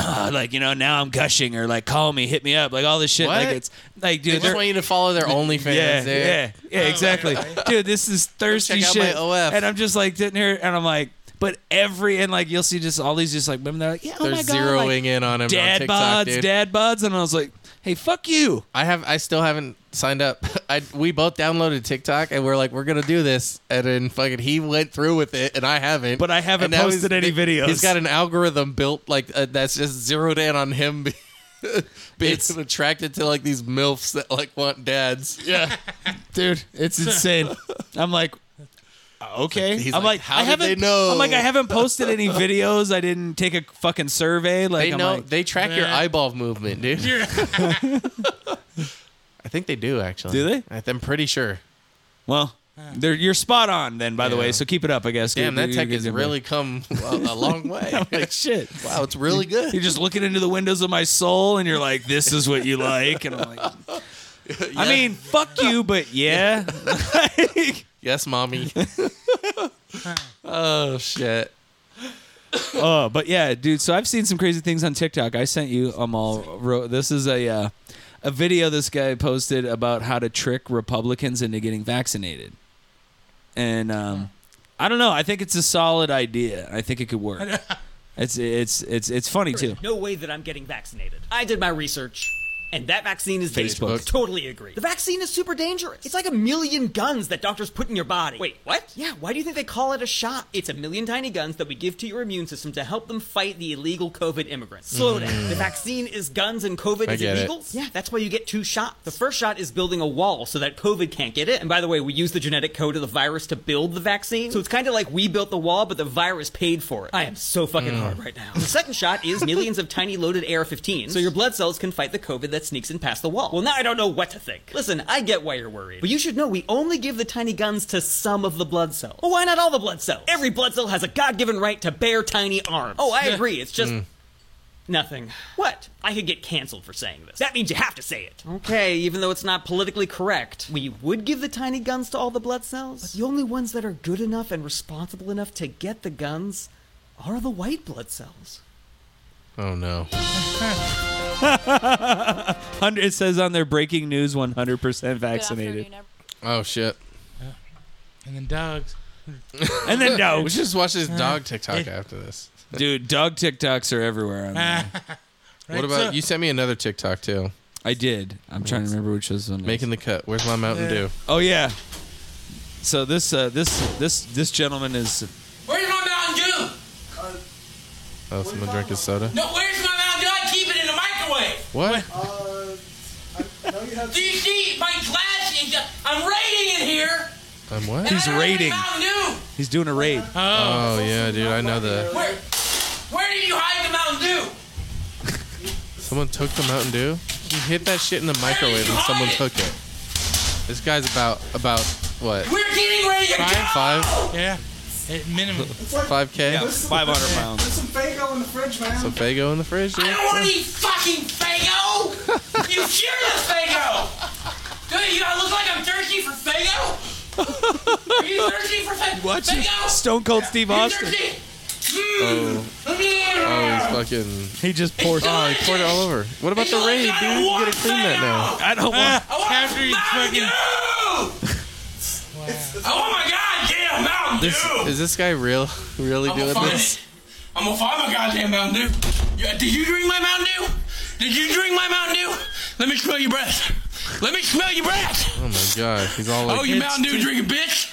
A: uh, like you know now i'm gushing or like call me hit me up like all this shit like
B: What?
A: it's like
B: they
A: dude
B: just
A: they're,
B: want you to follow their OnlyFans.
A: yeah,
B: dude.
A: yeah, yeah, exactly,
C: okay.
A: dude. This is thirsty
B: Check out
A: shit,
B: my OF.
A: and I'm just like sitting here, and I'm like, but every and like you'll see just all these just like women that are like, yeah, oh
B: They're
A: my god,
B: zeroing
A: like,
B: in on him on
A: dad
B: TikTok,
A: bods,
B: dude.
A: dad bods, and I was like, hey, fuck you.
B: I have. I still haven't signed up. *laughs* I we both downloaded TikTok and we're like, we're gonna do this, and then fucking he went through with it, and I haven't.
A: But I haven't
B: And now
A: posted
B: he's-
A: any videos.
B: He's got an algorithm built like uh, that's just zeroed in on him. Be- *laughs* being
A: It's-
B: attracted to like these milfs that like want dads.
A: *laughs* Yeah, dude,
B: *laughs*
A: it's insane. I'm like. Okay,
B: Uh, he's
A: I'm
B: like,
A: like,
B: "How
A: I
B: did
A: haven't.
B: they know?"
A: I'm like, I haven't posted any *laughs* videos. I didn't take a fucking survey. Like,
B: *laughs* They
A: I'm
B: know
A: like,
B: they track your
C: Yeah.
B: eyeball
A: *laughs*
B: movement, dude. *laughs*
C: You're-
B: I think they do actually.
A: Do they?
B: I- I'm pretty sure.
A: well, they're, you're spot on. Then, by the way,
B: Yeah.
A: so keep it up. I guess.
B: Damn,
A: You're-
B: that
A: you're
B: tech has
A: good.
B: really come a, a long way. *laughs*
A: like shit.
B: wow, it's really
A: *laughs*
B: good.
A: You're just looking into the windows of my soul, and you're like, "This is what
B: *laughs*
A: you like," and I'm like, "I mean, fuck you,
B: *laughs*
A: but yeah." *laughs*
B: Yes, mommy. *laughs* oh shit.
A: Oh, but yeah, dude. So I've seen some crazy things on TikTok. I sent you. I'm all. Wrote, this is a uh, a video this guy posted about how to trick Republicans into getting vaccinated, and um, I don't know. I think it's a solid idea. I think it could work. It's it's it's it's funny too.
E: No way that I'm getting vaccinated. I did my research. And that vaccine is
A: Facebook.
E: dangerous. Totally agree. The vaccine is super dangerous. It's like a million guns that doctors put in your body. Wait, what? Yeah, why do you think they call it a shot? It's a million tiny guns that we give to your immune system to help them fight the illegal COVID immigrants. Slow down. The vaccine is guns and COVID
B: I
E: is
B: get it.
E: illegals? Yeah, that's why you get two shots. The first shot is building a wall so that COVID can't get it. And by the way, we use the genetic code of the virus to build the vaccine. So it's kind of like we built the wall, but the virus paid for it. I am so fucking
B: Mm.
E: hard right now. The second shot is millions of tiny loaded AR-15s, so your blood cells can fight the COVID that sneaks in past the wall. Well, now I don't know what to think. Listen, I get why you're worried, but you should know we only give the tiny guns to some of the blood cells. Well, why not all the blood cells? Every blood cell has a God-given right to bear tiny arms. Oh, I agree. It's
B: Mm.
E: just. Nothing. What? I could get canceled for saying this. That means you have to say it. Okay, even though it's not politically correct. We would give the tiny guns to all the blood cells, but the only ones that are good enough and responsible enough to get the guns are the white blood cells.
B: Oh no.
A: Hundred- It says on their breaking news 100% vaccinated.
B: Oh shit!
C: And then dogs.
A: And then
B: We
A: dogs.
B: should just watch this dog TikTok
C: it-
B: after this.
A: *laughs* Dude, dog TikToks are everywhere. On there.
C: Right,
B: What about
C: so-
B: you? Sent me another TikTok too.
A: I did. I'm trying to remember which was one. it was.
B: Making the cut. Where's my Mountain Dew?
A: Oh yeah. So this uh, this this this gentleman is
F: Where's my Mountain Dew?
B: Oh, someone drank his soda.
F: No, where's my Mountain Dew? I keep it in the microwave.
B: What?
F: Do you see my glass? Is, I'm raiding in here.
B: I'm what?
F: and I don't have any
A: raiding.
F: Mountain Dew.
A: he's doing a raid.
B: Oh yeah, dude. I know that.
F: Where, where did you hide the Mountain Dew?
B: Someone took the Mountain Dew. You hit that shit in the microwave and someone took it. This guy's about about what?
F: We're getting ready to go.
B: Five?
C: Yeah. At
B: *laughs*
C: minimum.
B: Five k?
A: Yeah, 500 pounds.
G: Some Fago in the fridge, man.
B: Some Fago in the fridge.
F: I
B: Dude.
F: don't want to eat fucking
B: *laughs*
F: Fago. you sure it's Fago? Dude, you, I look like I'm thirsty for Fago? Are you thirsty for Fago?
A: Watch it.
F: Fago? Hmm.
A: Stone Cold Steve
F: Are you
A: Austin.
F: thirsty?
B: Oh, oh, he's fucking.
A: He just poured.
B: Oh, he poured it all over. What about the raid, dude? You gotta clean that now.
A: I don't *laughs* want.
F: I want
C: After you
F: Mountain Dew! Oh my god, damn Mountain
B: This,
F: Dew!
B: is this guy real? *laughs* Really
F: I'm
B: doing
F: gonna find
B: this?
F: it. I'm gonna find my goddamn Mountain Dew. Yeah, Did you drink my Mountain Dew? Did you drink my Mountain Dew? Let me smell your breath. Let me smell your breath.
B: Oh my god, he's all like,
F: Oh, you Mountain Dew drinking bitch!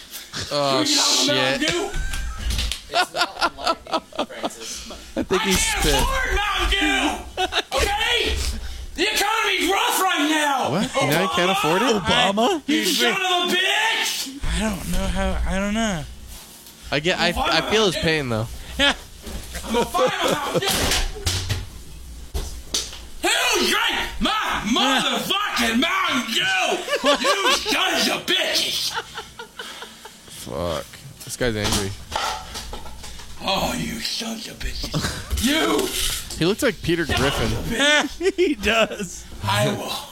B: oh
F: You know what Mountain
B: shit.
F: Dew?
B: I think
F: I
B: he
F: can't
B: spit.
F: afford Mountain
B: *laughs*
F: Dew! Okay? The economy's rough right now! Oh,
B: What? You know he can't afford it?
A: Obama.
F: You son of a bitch!
C: I don't know how. I don't know.
B: I get, I, I feel his pain though.
F: I'm gonna find a Mountain Dew! Who drank my motherfucking Mountain Dew? You sons of bitches!
B: Fuck. This guy's angry.
F: Oh, you sons of bitches. You!
B: He looks like Peter Griffin.
A: he does.
F: I will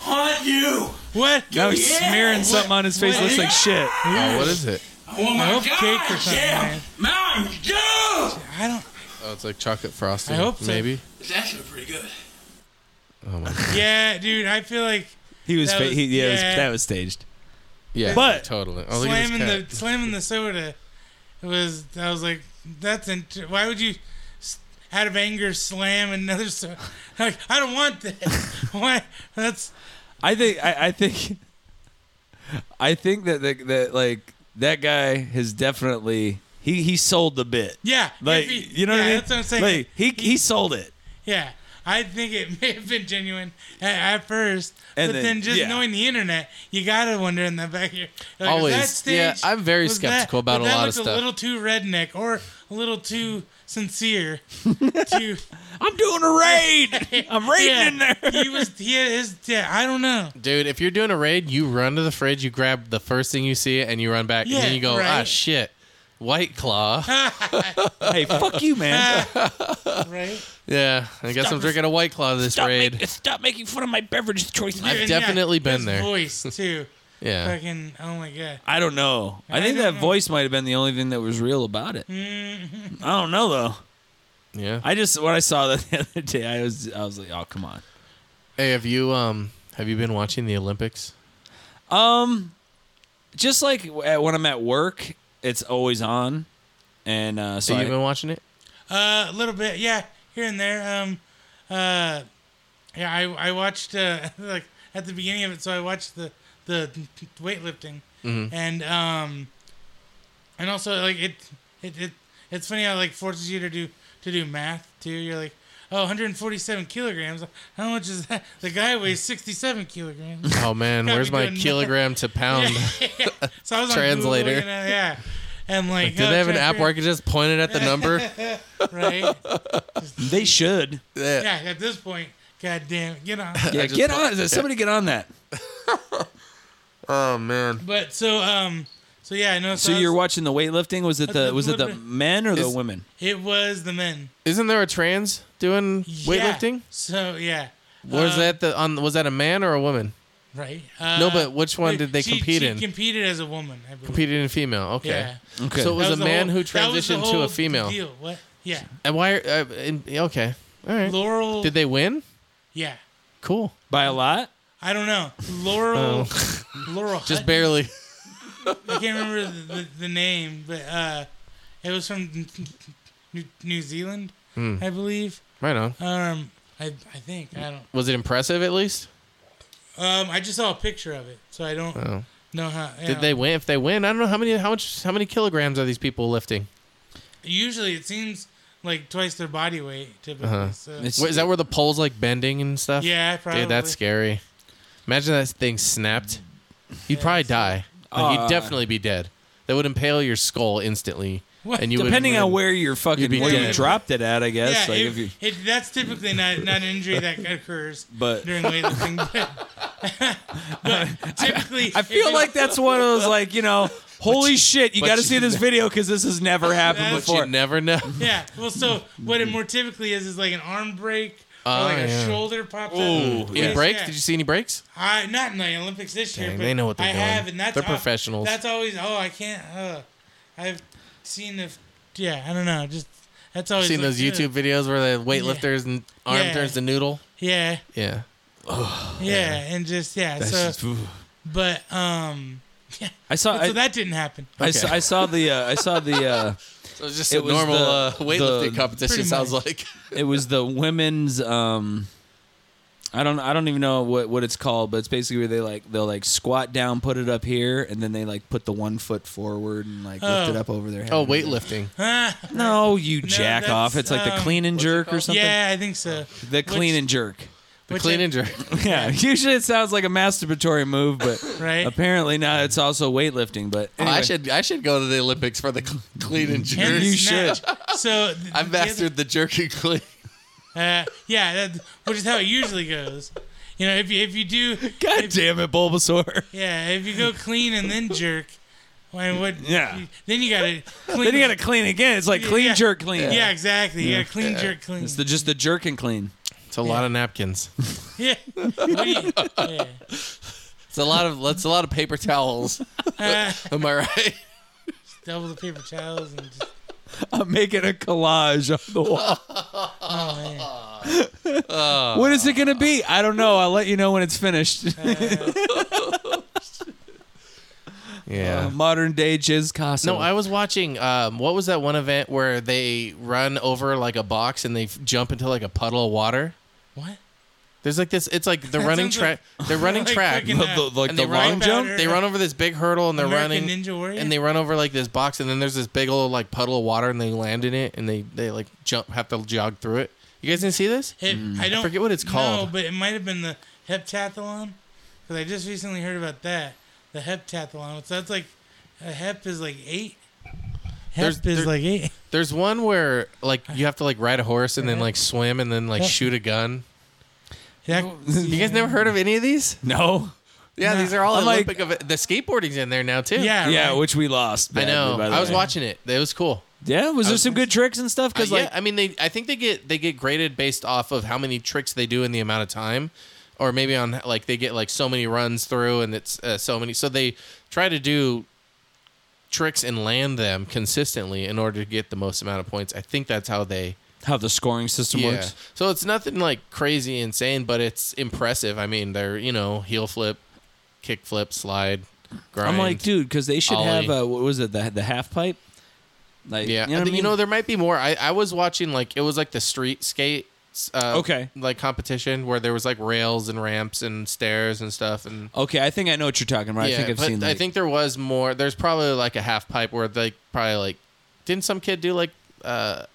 F: haunt you!
C: What?
A: Now
F: Yeah.
A: he's smearing something on his face. Looks like shit.
B: Oh, what is it?
F: Oh my
C: I hope
F: god!
C: cake or something,
F: damn
C: man.
F: Mountain Dew!
C: I don't.
B: Oh, it's like chocolate frosting.
C: I hope so.
B: Maybe.
F: It's actually pretty good.
B: Oh my god.
C: Yeah, dude. I feel like
A: He was.
C: That
A: Fa-
C: was-
A: he, yeah, it was-
C: yeah.
A: that was staged.
B: Yeah.
A: But-
B: totally. Oh, look at
C: slamming
B: this
C: the
B: cat.
C: slamming the soda. It was. I was like, that's. Int- why would you, s- out of anger, slam another soda? *laughs* Like, I don't want that. *laughs* why? That's.
A: I think. I, I think. *laughs* I think that that that like that guy has definitely he he sold the bit.
C: Yeah.
A: Like
C: if
A: you know
C: yeah,
A: what I mean?
C: That's what I'm saying.
A: Like he he sold it.
C: Yeah, I think it *laughs* may have been genuine at, at first,
A: And
C: but
A: then-
C: then, just
A: yeah.
C: knowing the internet, you gotta wonder in the back here. Like, was
B: Always.
C: that staged?
B: Yeah, I'm very
C: Was that-
B: skeptical about
C: was
B: a
C: that
B: lot of
C: looked
B: stuff.
C: A little too redneck or a little too
B: *laughs*
C: sincere. to
A: I'm doing a *laughs* raid. I'm raiding
C: yeah,
A: in there.
C: he was. He had his. Yeah, I don't know.
B: Dude, if you're doing a raid, you run to the fridge, you grab the first thing you see, and you run back, and
C: Yeah,
B: then you go, ah,
C: right.
B: shit. White Claw.
A: hey, fuck you, man.
C: Right?
B: yeah, I guess I'm drinking a White Claw this raid.
A: *laughs* Stop making fun of my beverage choices.
B: I've
C: And yeah,
B: definitely been
C: his
B: there. *laughs*
C: Voice too.
B: Yeah.
C: Fucking. Oh my god.
A: I don't know. I, think
C: don't
A: that
C: know.
A: voice might have been the only thing that was real about it.
C: Mm-hmm.
A: I don't know though.
B: Yeah.
A: I just when I saw that *laughs* the other day, I was I was like, oh come on.
B: Hey, have you um have you been watching the Olympics?
A: Just like w- when I'm at work, it's always on, and uh, so
B: Have
A: I,
B: you been watching it?
C: Uh, a little bit, yeah, here and there. Um, uh, yeah, I I watched uh, *laughs* like at the beginning of it, so I watched the the weightlifting,
B: Mm-hmm.
C: and um, and also like it it, it it's funny how like forces you to do to do math too. You're like. Oh, 147 kilograms. How much is that? The guy weighs 67 kilograms.
B: Oh man,
C: Gotta
B: where's
C: be
B: my
C: doing
B: kilogram to pound?
C: *laughs* So I was on Google
B: Translator.
C: looking at- yeah, and like,
B: Do
C: oh,
B: they have an
C: try-
B: app where I can just point it at the
C: *laughs*
B: number? *laughs*
C: Right?
A: they should.
C: Yeah. At this point, goddamn, get on.
A: Yeah,
B: just
A: get
B: put-
A: on. Somebody get on that.
B: Oh man.
C: But so um so yeah, no.
A: So
C: I was-
A: you're watching the weightlifting? Was it the
C: the
A: was it the
C: little-
A: men or the
B: Is-
A: women?
C: It was the men
B: Isn't there a trans doing
C: Yeah.
B: weightlifting?
C: So yeah.
B: Was
C: Uh,
B: that the on was that a man or a woman?
C: right? Uh,
B: No, but which one did they
C: she-
B: compete
C: she
B: in?
C: Competed as a woman. I believe.
B: Competed in female. Okay.
C: Yeah.
A: Okay.
B: So it was,
C: That
B: a
C: the
B: man
C: whole-
B: who
C: that was the
B: transitioned to
C: whole
B: a female.
C: Deal. What? Yeah.
B: And why? are- Uh, in, okay. All right.
C: Laurel.
B: Did they win?
C: Yeah.
B: Cool.
A: By a lot?
C: I don't know. Laurel. *laughs* Laurel.
B: Oh. *laughs* Just
C: Hutton?
B: barely.
C: I can't remember the, the, the name, but uh, it was from New, New Zealand,
B: Hmm.
C: I believe.
B: Right on.
C: Um, I, I think I don't.
B: Was it impressive at least?
C: Um, I just saw a picture of it, so I don't
B: Oh.
C: know how. you
B: Did
C: know.
B: they win? If they win, I don't know how many how much how many kilograms are these people lifting?
C: Usually, it seems like twice their body weight typically.
B: Uh-huh.
C: So.
A: It's-
B: Wait, is that where the pole's like bending and stuff?
C: Yeah,
B: Dude, that's
C: probably.
B: scary. Imagine that thing snapped. You'd probably die. Like, you'd definitely be dead. That would impale your skull instantly.
C: What?
B: And you would-
A: Depending on where you're fucking
B: You'd be
A: where you
B: dead.
A: dropped it at, I
C: yeah,
A: guess. like
C: it-
A: if you
C: it, that's typically not, not an
A: *laughs*
C: injury that occurs
A: But-
C: during weightlifting. But,
A: *laughs*
C: but typically,
A: I
C: if
A: feel
C: you-
A: like that's one of those like, you *laughs* know, holy shit, you
B: but
A: gotta
B: you-
A: see *laughs* this video because this has never happened
C: That's-
B: But you
A: before.
B: never
C: *laughs*
B: know.
C: yeah. Well, so what it more typically is is like an arm break or
B: Ah,
C: like a
B: yeah.
C: shoulder pop.
B: Any breaks? Did you see any breaks?
C: I not in the Olympics this year.
B: Dang,
C: but
B: they know what they're
C: I
B: doing.
C: have, and that's
B: They're
C: al-
B: professionals.
C: That's always. Oh, I can't. Uh, I've seen if. Yeah, I don't know. Just that's always
B: Seen those
C: like, uh,
B: YouTube
C: ugh.
B: videos where the weightlifters and arm
C: Yeah.
B: turns to noodle?
C: Yeah,
B: Yeah.
C: yeah, and just yeah. so, but um,
A: I saw Uh, I,
C: so that didn't happen.
A: I saw I saw the uh, I saw the *laughs* uh,
B: So it's just
A: It
B: a
A: was
B: normal
A: the-
B: uh, weightlifting
A: the-
B: competition
C: Pretty
B: sounds
C: much.
B: like. *laughs*
A: it was the women's um I don't I don't even know what, what it's called, but it's basically where they like they'll like squat down, put it up here, and then they like put the one foot forward and like lift it up over their head.
B: Oh, weightlifting.
C: Ah,
A: No, you jack off. It's
C: that's,
A: like the
C: um,
A: clean and jerk or something.
C: yeah, I think so.
A: The clean
C: Which-
A: and jerk.
B: The
C: Which
B: clean
C: I-
B: and jerk.
A: *laughs* Yeah. *laughs* Usually it sounds like a masturbatory move, but *laughs*
C: Right.
A: apparently now it's also weightlifting. But
B: Oh, I
A: anyway.
B: should I should go to the Olympics for the cl- clean
C: *laughs*
B: and *laughs*
C: And
B: jerk.
A: You
C: snatch. So th-
B: I've
C: the other-
B: mastered the jerk and clean.
C: Uh, yeah, that, which is how it usually goes. You know, if you if you do,
A: God damn it, Bulbasaur.
B: *laughs*
C: yeah, if you go clean and then jerk, when what?
A: Yeah.
C: you- then you gotta clean.
A: then you gotta clean again. It's like clean,
C: Yeah.
A: jerk, clean.
C: Yeah, exactly. You gotta clean, jerk, clean.
A: It's the, just the jerk and clean.
B: It's a lot of napkins.
C: *laughs* yeah. What do you- yeah.
B: It's a lot of that's a lot of paper towels.
C: Uh,
B: *laughs* Am I right?
C: double the paper towels and just,
A: *laughs* I'm making a collage on the wall.
C: oh, man.
A: *laughs*
B: *laughs*
A: what is it gonna be? I don't know. I'll let you know when it's finished.
B: Yeah.
A: *laughs*
C: Um,
A: Modern day jizz Casa.
B: no, I was watching. Um, what was that one event where they run over like a box and they f- jump into like a puddle of water?
C: what?
B: There's like this. It's like the running
C: sounds
B: track. *laughs*
C: like-
B: They're running
C: *laughs* like
B: track.
C: freaking, uh,
A: The- the- like
B: and
A: the
B: they run
A: long
B: over-
A: jump.
C: powder.
B: They run over this big hurdle and they're
C: American
B: running
C: Ninja Warrior?
B: and they run over like this box and then there's this big old like puddle of water and they land in it and they they like jump have to jog through it. You guys didn't see this?
C: It, I don't
B: Mm. forget what it's called.
C: No, but it might have been the heptathlon because I just recently heard about that. The heptathlon. So that's like a hep is like eight. Hep
B: There's-
C: is
B: there- *laughs*
C: like eight.
B: There's one where like you have to like ride a horse and then like swim and then like shoot a gun.
C: That,
B: You guys never heard of any of these?
A: no.
B: Yeah, these are all
A: I'm like-
B: Olympic. ev- the skateboarding's in there now too.
C: yeah,
A: Yeah,
C: right.
A: which we lost.
B: I
A: badly,
B: know.
A: by the
B: I was
A: way.
B: watching it. It was cool.
A: Yeah, was there some good tricks and stuff?
B: Because
A: Because like
B: yeah, I mean, they I think they get they get graded based off of how many tricks they do in the amount of time, or maybe on like they get like so many runs through and it's uh, so many. So they try to do tricks and land them consistently in order to get the most amount of points. I think that's how they
A: how the scoring system works.
B: So it's nothing like crazy insane, but it's impressive. I mean, they're you know heel flip, kick flip, slide, grind.
A: I'm like, dude, because they should
B: Ollie.
A: have uh, what was it the the half pipe? Like,
B: Yeah,
A: you know, what I mean?
B: there might be more. I, I was watching like it was like the street skate, uh,
A: Okay.
B: like competition where there was like rails and ramps and stairs and stuff. And
A: Okay, I think I know what you're talking about. I
B: Yeah,
A: think I've
B: but
A: seen that.
B: I think there was more. There's probably like a half pipe where they probably like didn't some kid do like uh,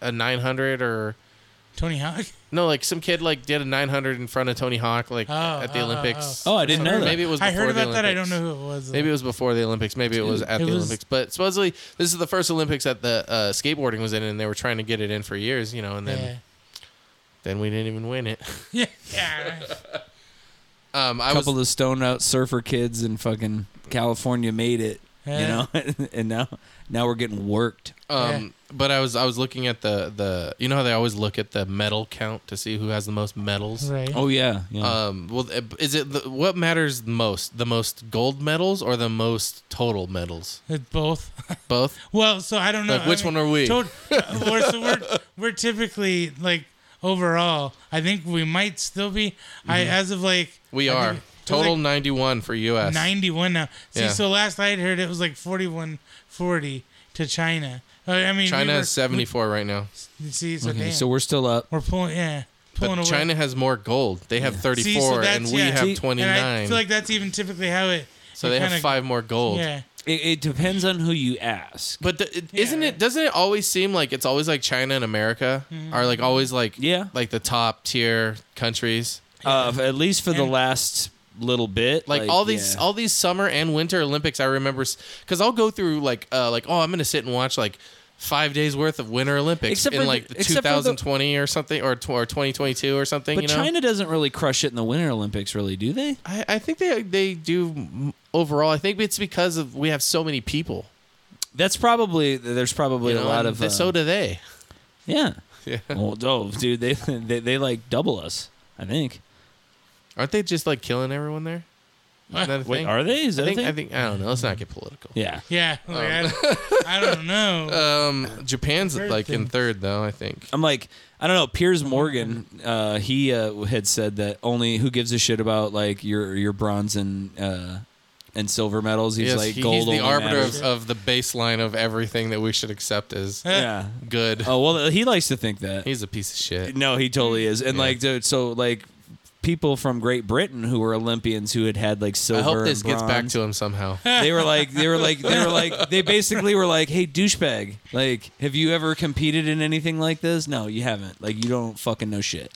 B: a 900 or
C: Tony Hawk.
B: no like some kid like did a 900 in front of Tony Hawk like
C: Oh,
B: at the
C: oh, oh,
B: Olympics.
A: oh, I didn't know that.
B: Maybe it was.
C: *laughs* I heard
B: before the
C: about that. I
B: Olympics.
C: don't know who it was.
B: Maybe it was before the Olympics. Maybe it was at
C: It
B: the
C: was-
B: Olympics. But supposedly this is the first Olympics that the uh, skateboarding was in, and they were trying to get it in for years, you know. And
C: though.
B: then
C: Yeah.
B: then we didn't even win it. *laughs*
C: Yeah. *laughs* yeah.
B: Um, I
A: a couple
B: was
A: of stone out surfer kids in fucking California made it, you
C: Yeah.
A: know, *laughs* and now now we're getting worked.
B: um,
C: Yeah.
B: but I was I was looking at the the you know how they always look at the medal count to see who has the most medals.
C: Right.
A: Oh yeah, yeah.
B: Um, well, is it the, what matters most? The most gold medals or the most total medals?
C: It's both. *laughs*
B: Both.
C: Well, so I don't know.
B: Like, which *laughs*
C: I mean,
B: one are we?
C: tot- we're, so we're, we're typically like overall. I think we might still be. I as of like
B: Mm-hmm. We
C: I
B: are
C: think it was,
B: total
C: like,
B: 91 for US.
C: 91 now. See,
B: Yeah.
C: so last I had heard it was like 4140 to China. Uh, I mean, we
B: China
C: were-
B: is 74 right now.
C: we- See, so
A: Okay,
C: damn.
A: so we're still up.
C: we're pulling, yeah, pulling
B: But
C: away.
B: China has more gold. They have 34
C: See, so
B: and
C: that's-
B: we
C: yeah.
B: have
C: See, And I
B: 29.
C: feel like that's even typically how it.
B: so
C: it
B: they have
C: kinda-
B: 5 more gold.
C: Yeah.
A: It, it depends on who you ask.
B: But the, it, isn't it? Doesn't it always seem like it's always like China and America
C: Mm-hmm.
B: are like always like
A: Yeah.
B: like the top tier countries.
A: Uh, at least for the
C: And-
A: last little bit,
B: Like, all these
A: yeah.
B: all these summer and winter Olympics, I remember because I'll go through like uh like oh I'm gonna sit and watch like five days worth of Winter Olympics
A: Except
B: in
A: for
B: like
A: the-
B: the
A: except for the-
B: 2020 or something or tw- or 2022 or something.
A: but
B: you know?
A: China doesn't really crush it in the Winter Olympics, really, do they?
B: I, I think they they do m- overall. I think it's because of we have so many people.
A: That's probably there's probably
B: You know,
A: a lot
B: and
A: of
B: th-
A: uh,
B: so do they.
A: yeah.
B: Yeah.
A: *laughs* Well, dove, dude, they, they they like double us. I think.
B: Aren't they just like killing everyone there? Isn't that a
A: Wait,
B: thing?
A: are they? Is that
B: I
A: a
B: think,
A: thing?
B: I think I don't know. Let's not get political.
A: yeah.
C: Yeah. Like,
B: *laughs*
C: I, don't- I don't know.
B: Um, Japan's
C: Third
B: like in
C: thing.
B: third though. I think.
A: I'm like, I don't know. Piers Morgan, uh, he uh, had said that only who gives a shit about like your your bronze and uh, and silver medals. He's
B: Yes,
A: like
B: he-
A: gold.
B: he's the
A: only
B: arbiter
A: matters.
B: of, of the baseline of everything that we should accept as
A: *laughs* yeah.
B: good.
A: Oh well, he likes to think that.
B: He's a piece of shit.
A: No, he totally is. And
B: Yeah.
A: like, dude, so like people from Great Britain who were Olympians who had had like silver.
B: I hope this
A: and
B: gets back
A: bronze,
B: to him somehow.
A: They were like, they were like, they were like, they basically were like, "Hey, douchebag! Like, have you ever competed in anything like this? No, you haven't. Like, you don't fucking know shit."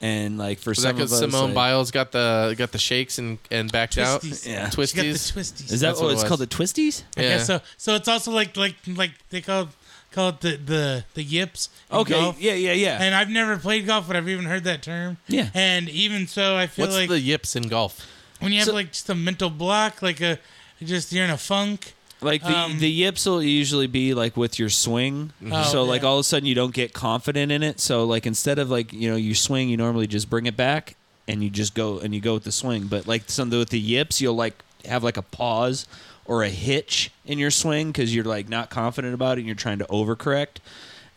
A: And like for
B: Was that
A: some of
B: because
A: us,
B: Simone
A: like-
B: Biles got the got the shakes and and backed
C: Twisties.
B: out?
A: Yeah.
C: She got the
B: Twisties.
C: twisties.
A: is that
B: That's
A: what,
B: what it
A: it's
B: was.
A: called? The twisties?
C: I
B: Yeah.
C: guess so. So it's also like like like they call call it the the the yips. in
A: Okay.
C: golf.
A: Yeah, yeah, yeah.
C: And I've never played golf, but I've even heard that term.
A: Yeah.
C: And even so, I feel
B: What's
C: like
B: the yips in golf?
C: when you have
A: So-
C: like just a mental block, like a just you're in a funk.
A: like the
C: um,
A: the yips will usually be like with your swing.
C: Oh,
A: so like
C: yeah.
A: all of a sudden you don't get confident in it. So like instead of like you know you swing, you normally just bring it back and you just go and you go with the swing. But like something with the yips, you'll like have like a pause or a hitch in your swing because you're like not confident about it and you're trying to overcorrect,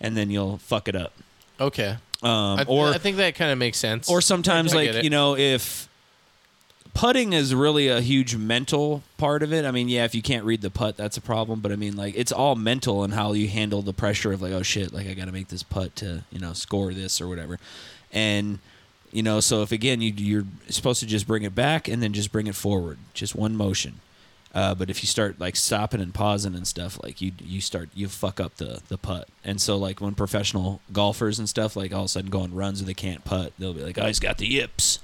A: and then you'll fuck it up.
B: Okay.
A: Um,
B: I,
A: or
B: I think that kind of makes sense.
A: or sometimes
B: I
A: like
B: get it.
A: you know if putting is really a huge mental part of it i mean yeah if you can't read the putt that's a problem but i mean like it's all mental and how you handle the pressure of like oh shit like i gotta make this putt to you know score this or whatever and you know so if again you, you're supposed to just bring it back and then just bring it forward just one motion uh, but if you start like stopping and pausing and stuff, like you you start you fuck up the the putt. And so like when professional golfers and stuff like all of a sudden go on runs and they can't putt, they'll be like, "Oh, he's got the yips."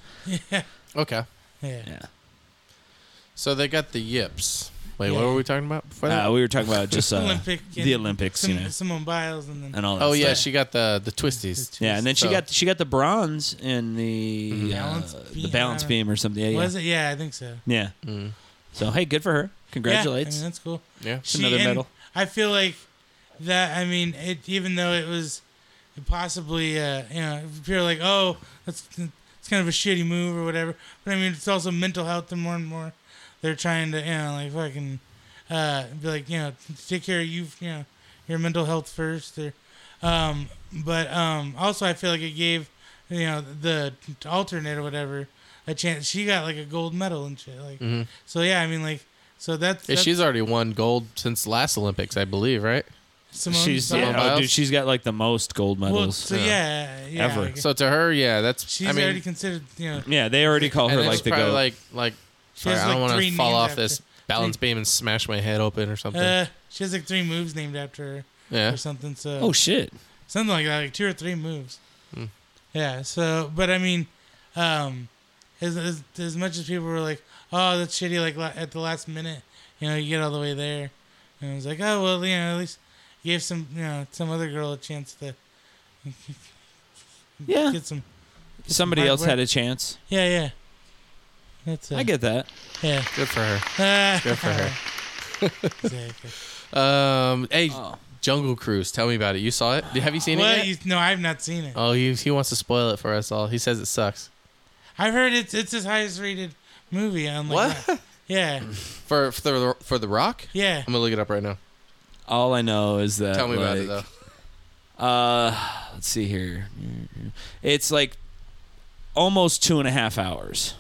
A: Uh,
B: okay.
C: Yeah.
A: Yeah.
B: So they got the yips. Wait, what
C: Yeah.
B: were we talking about before that?
A: Uh, we were talking about just uh,
C: *laughs* Olympic. and
A: the Olympics,
C: some,
A: you know,
C: Simone Biles and then
A: and all that.
B: oh yeah,
A: stuff.
B: she got the the twisties.
A: yeah, and then she
B: so-
A: got she got the bronze in the uh,
C: Mm-hmm. Balance
A: the
C: beam,
A: balance
C: I don't-
A: beam or something. Yeah, yeah.
C: was it? Yeah, I think so.
A: Yeah.
B: Mm.
A: So hey, good for her. Congratulates.
C: Yeah, I mean, that's cool.
B: Yeah.
A: It's another
C: and
A: medal.
C: I feel like that. I mean, it, even though it was possibly, uh, you know, if you're like, oh, that's it's kind of a shitty move or whatever. But I mean, it's also mental health, and more and more they're trying to, you know, like fucking uh, be like, you know, take care of you, you know, your mental health first. Or, um, but um, also, I feel like it gave, you know, the alternate or whatever a chance. She got like a gold medal and shit. Like,
A: Mm-hmm.
C: so yeah, I mean, like. So that's,
B: Yeah,
C: that's
B: she's already won gold since last Olympics, I believe, right?
C: Simone
A: she's
C: Biles.
A: yeah, oh,
B: Biles?
A: dude, she's got like the most gold medals.
C: Well, so yeah, yeah,
A: Ever.
C: I guess.
B: So to her, yeah, that's.
C: she's
B: I mean,
C: already considered, you
B: *laughs*
C: know,
A: yeah, they already call her
B: and then
A: like
B: she's
A: the
B: probably
A: goat.
B: like like. Sorry,
C: has,
B: I don't
C: like,
B: want
C: three
B: to fall
C: names
B: off
C: after-
B: this balance beam and smash my head open or something.
C: uh, she has like three moves named after her
B: yeah.
C: or something. So
A: oh shit.
C: something like that, like two or three moves.
B: Hmm.
C: Yeah. So, but I mean, um, as, as as much as people were like, "Oh, that's shitty," like la- at the last minute, you know, you get all the way there, and it was like, "Oh well, you know, at least gave some, you know, some other girl a chance to
A: Yeah.
C: get some."
A: Somebody
C: hard
A: else
C: work.
A: had a chance.
C: Yeah, yeah. That's it.
A: I get that.
C: Yeah.
B: Good for her.
C: Uh,
B: *laughs* Good for her. *laughs*
C: *laughs* exactly.
B: Um, hey,
A: Oh.
B: Jungle Cruise, tell me about it. You saw it? Have you seen
C: Well,
B: it? Yet?
C: you, no, I've not seen it.
B: oh, he, he wants to spoil it for us all. He says it sucks.
C: I've heard it's it's his highest rated movie. On like
B: What?
C: that. Yeah,
B: For for the for the Rock?
C: yeah.
B: I'm gonna look it up right now.
A: All I know is that
B: Tell me about it
A: Uh, like,
B: though.
A: Uh, let's see here. Mm-hmm. It's like almost two and a half hours.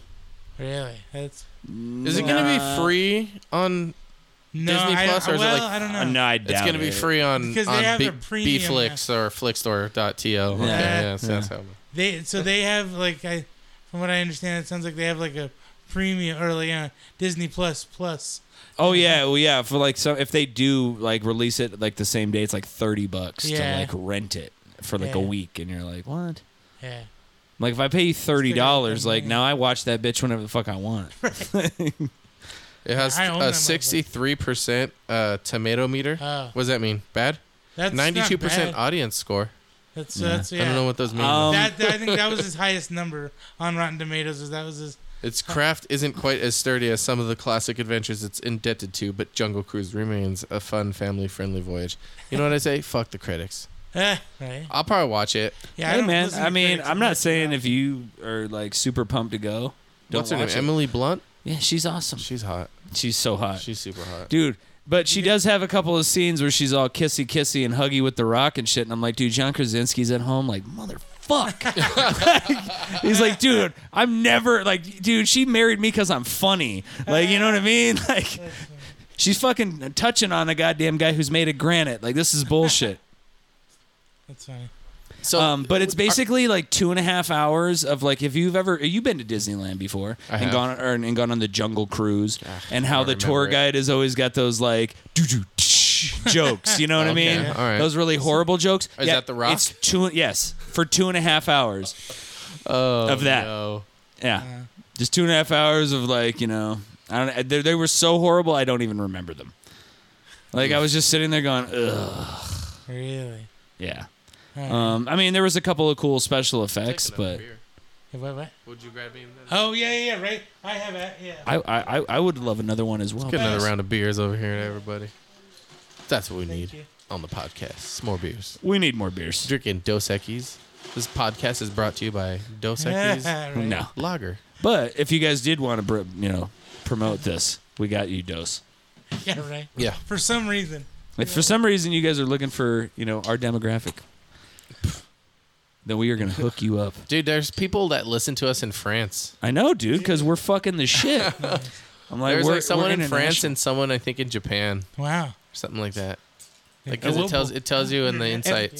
C: Really? That's
B: Is it going to be free on?
C: no,
B: Disney
C: I,
B: Plus or is it
C: well,
B: like-
C: I don't know.
A: Uh, no, I doubt
B: It's going to be
A: it.
B: free on
C: Because they
B: on
C: have
B: B,
C: their premium
B: Bflix or Flickstore.to. Yeah, okay,
A: Yeah.
B: yeah, so that's how.
C: They so they have like I, from what I understand, it sounds like they have like a premium or like a Disney Plus Plus.
A: Oh yeah, well yeah. For like so, if they do like release it like the same day, it's like thirty bucks
C: Yeah.
A: to like rent it for like a
C: Yeah.
A: week, and you're like, what?
C: Yeah.
A: Like if I pay you thirty dollars,
C: Still got that
A: like
C: money.
A: now I watch that bitch whenever the fuck I
C: *laughs*
A: want.
B: It has
C: I own
B: a
C: that motherfucker.
B: sixty-three percent uh, tomato meter.
C: Oh.
B: what does that mean? Bad.
C: That's not
B: Ninety-two percent
C: bad.
B: audience score.
C: That's that's yeah.
B: I don't know what those mean.
A: Um,
C: that, that- I think
B: *laughs*
C: that was his highest number on Rotten Tomatoes. Is that was his? *laughs*
B: Its craft isn't quite as sturdy as some of the classic adventures it's indebted to, but Jungle Cruise remains a fun, family-friendly voyage. You know what I say? Fuck the critics.
C: Eh, right.
B: I'll probably watch it.
C: Yeah.
A: hey
C: don't
A: man,
C: listen to
A: I mean,
C: critics
A: I'm not
C: much.
A: saying if you are like super pumped to go, don't
B: What's her name?
A: watch it.
B: Emily Blunt.
A: Yeah, she's awesome.
B: She's hot.
A: She's so hot,
B: She's super hot.
A: dude. But she does have a couple of scenes where she's all kissy kissy and huggy with the rock and shit, and I'm like, dude, John Krasinski's at home, like motherfuck. He's like, dude, I'm never like, dude, she married me because I'm funny, like, you know what I mean? *laughs* Like, she's fucking touching on a goddamn guy who's made of granite. Like, this is bullshit.
C: That's funny.
B: So,
A: Um, but it's basically like two and a half hours of like if you've ever you've been to Disneyland before
B: I
A: and
B: have.
A: gone or, and gone on the Jungle Cruise and how
B: don't
A: the tour
B: remember it.
A: guide has always got those like doo doo tsh
B: *laughs*
A: jokes. You know what
B: Okay,
A: I mean?
B: all right.
A: Those really horrible jokes.
B: Is that The Rock?
A: It's two yes for two and a half hours
B: oh,
A: of that.
B: no.
A: Yeah, just two and a half hours of like you know I don't they, they were so horrible I don't even remember them. Like I was just sitting there going ugh
C: Really.
A: yeah.
C: All right.
A: Um, I mean there was a couple of cool special effects, but.
C: Hey, what, what?
B: would you grab me
C: Oh yeah, yeah, yeah, right. I have a yeah.
A: I, I, I- I would love another one as well.
B: Get another round of beers over here to everybody. That's what we need
C: you.
B: on the podcast. Some More beers.
A: We need more beers.
B: Drinking Dos Equis. This podcast is brought to you by
A: *laughs*
B: Dos Equis
C: *laughs* Right.
A: No,
B: Lager.
A: but if you guys did want to, br- you know, promote this, we got you dose.
C: Yeah, right.
B: Yeah.
C: For some reason.
A: If for some reason you guys are looking for, you know, our demographic, then we are gonna hook you up.
B: Dude, there's people that listen to us in France.
A: I know, dude, because we're fucking the *laughs* shit. I'm like,
B: There's
A: we're,
B: like someone
A: we're
B: in France
A: international.
B: and someone I think in Japan,
C: Wow.
B: something like that. Like
A: And
B: 'cause it
A: we'll-
B: tells it tells you in the insights.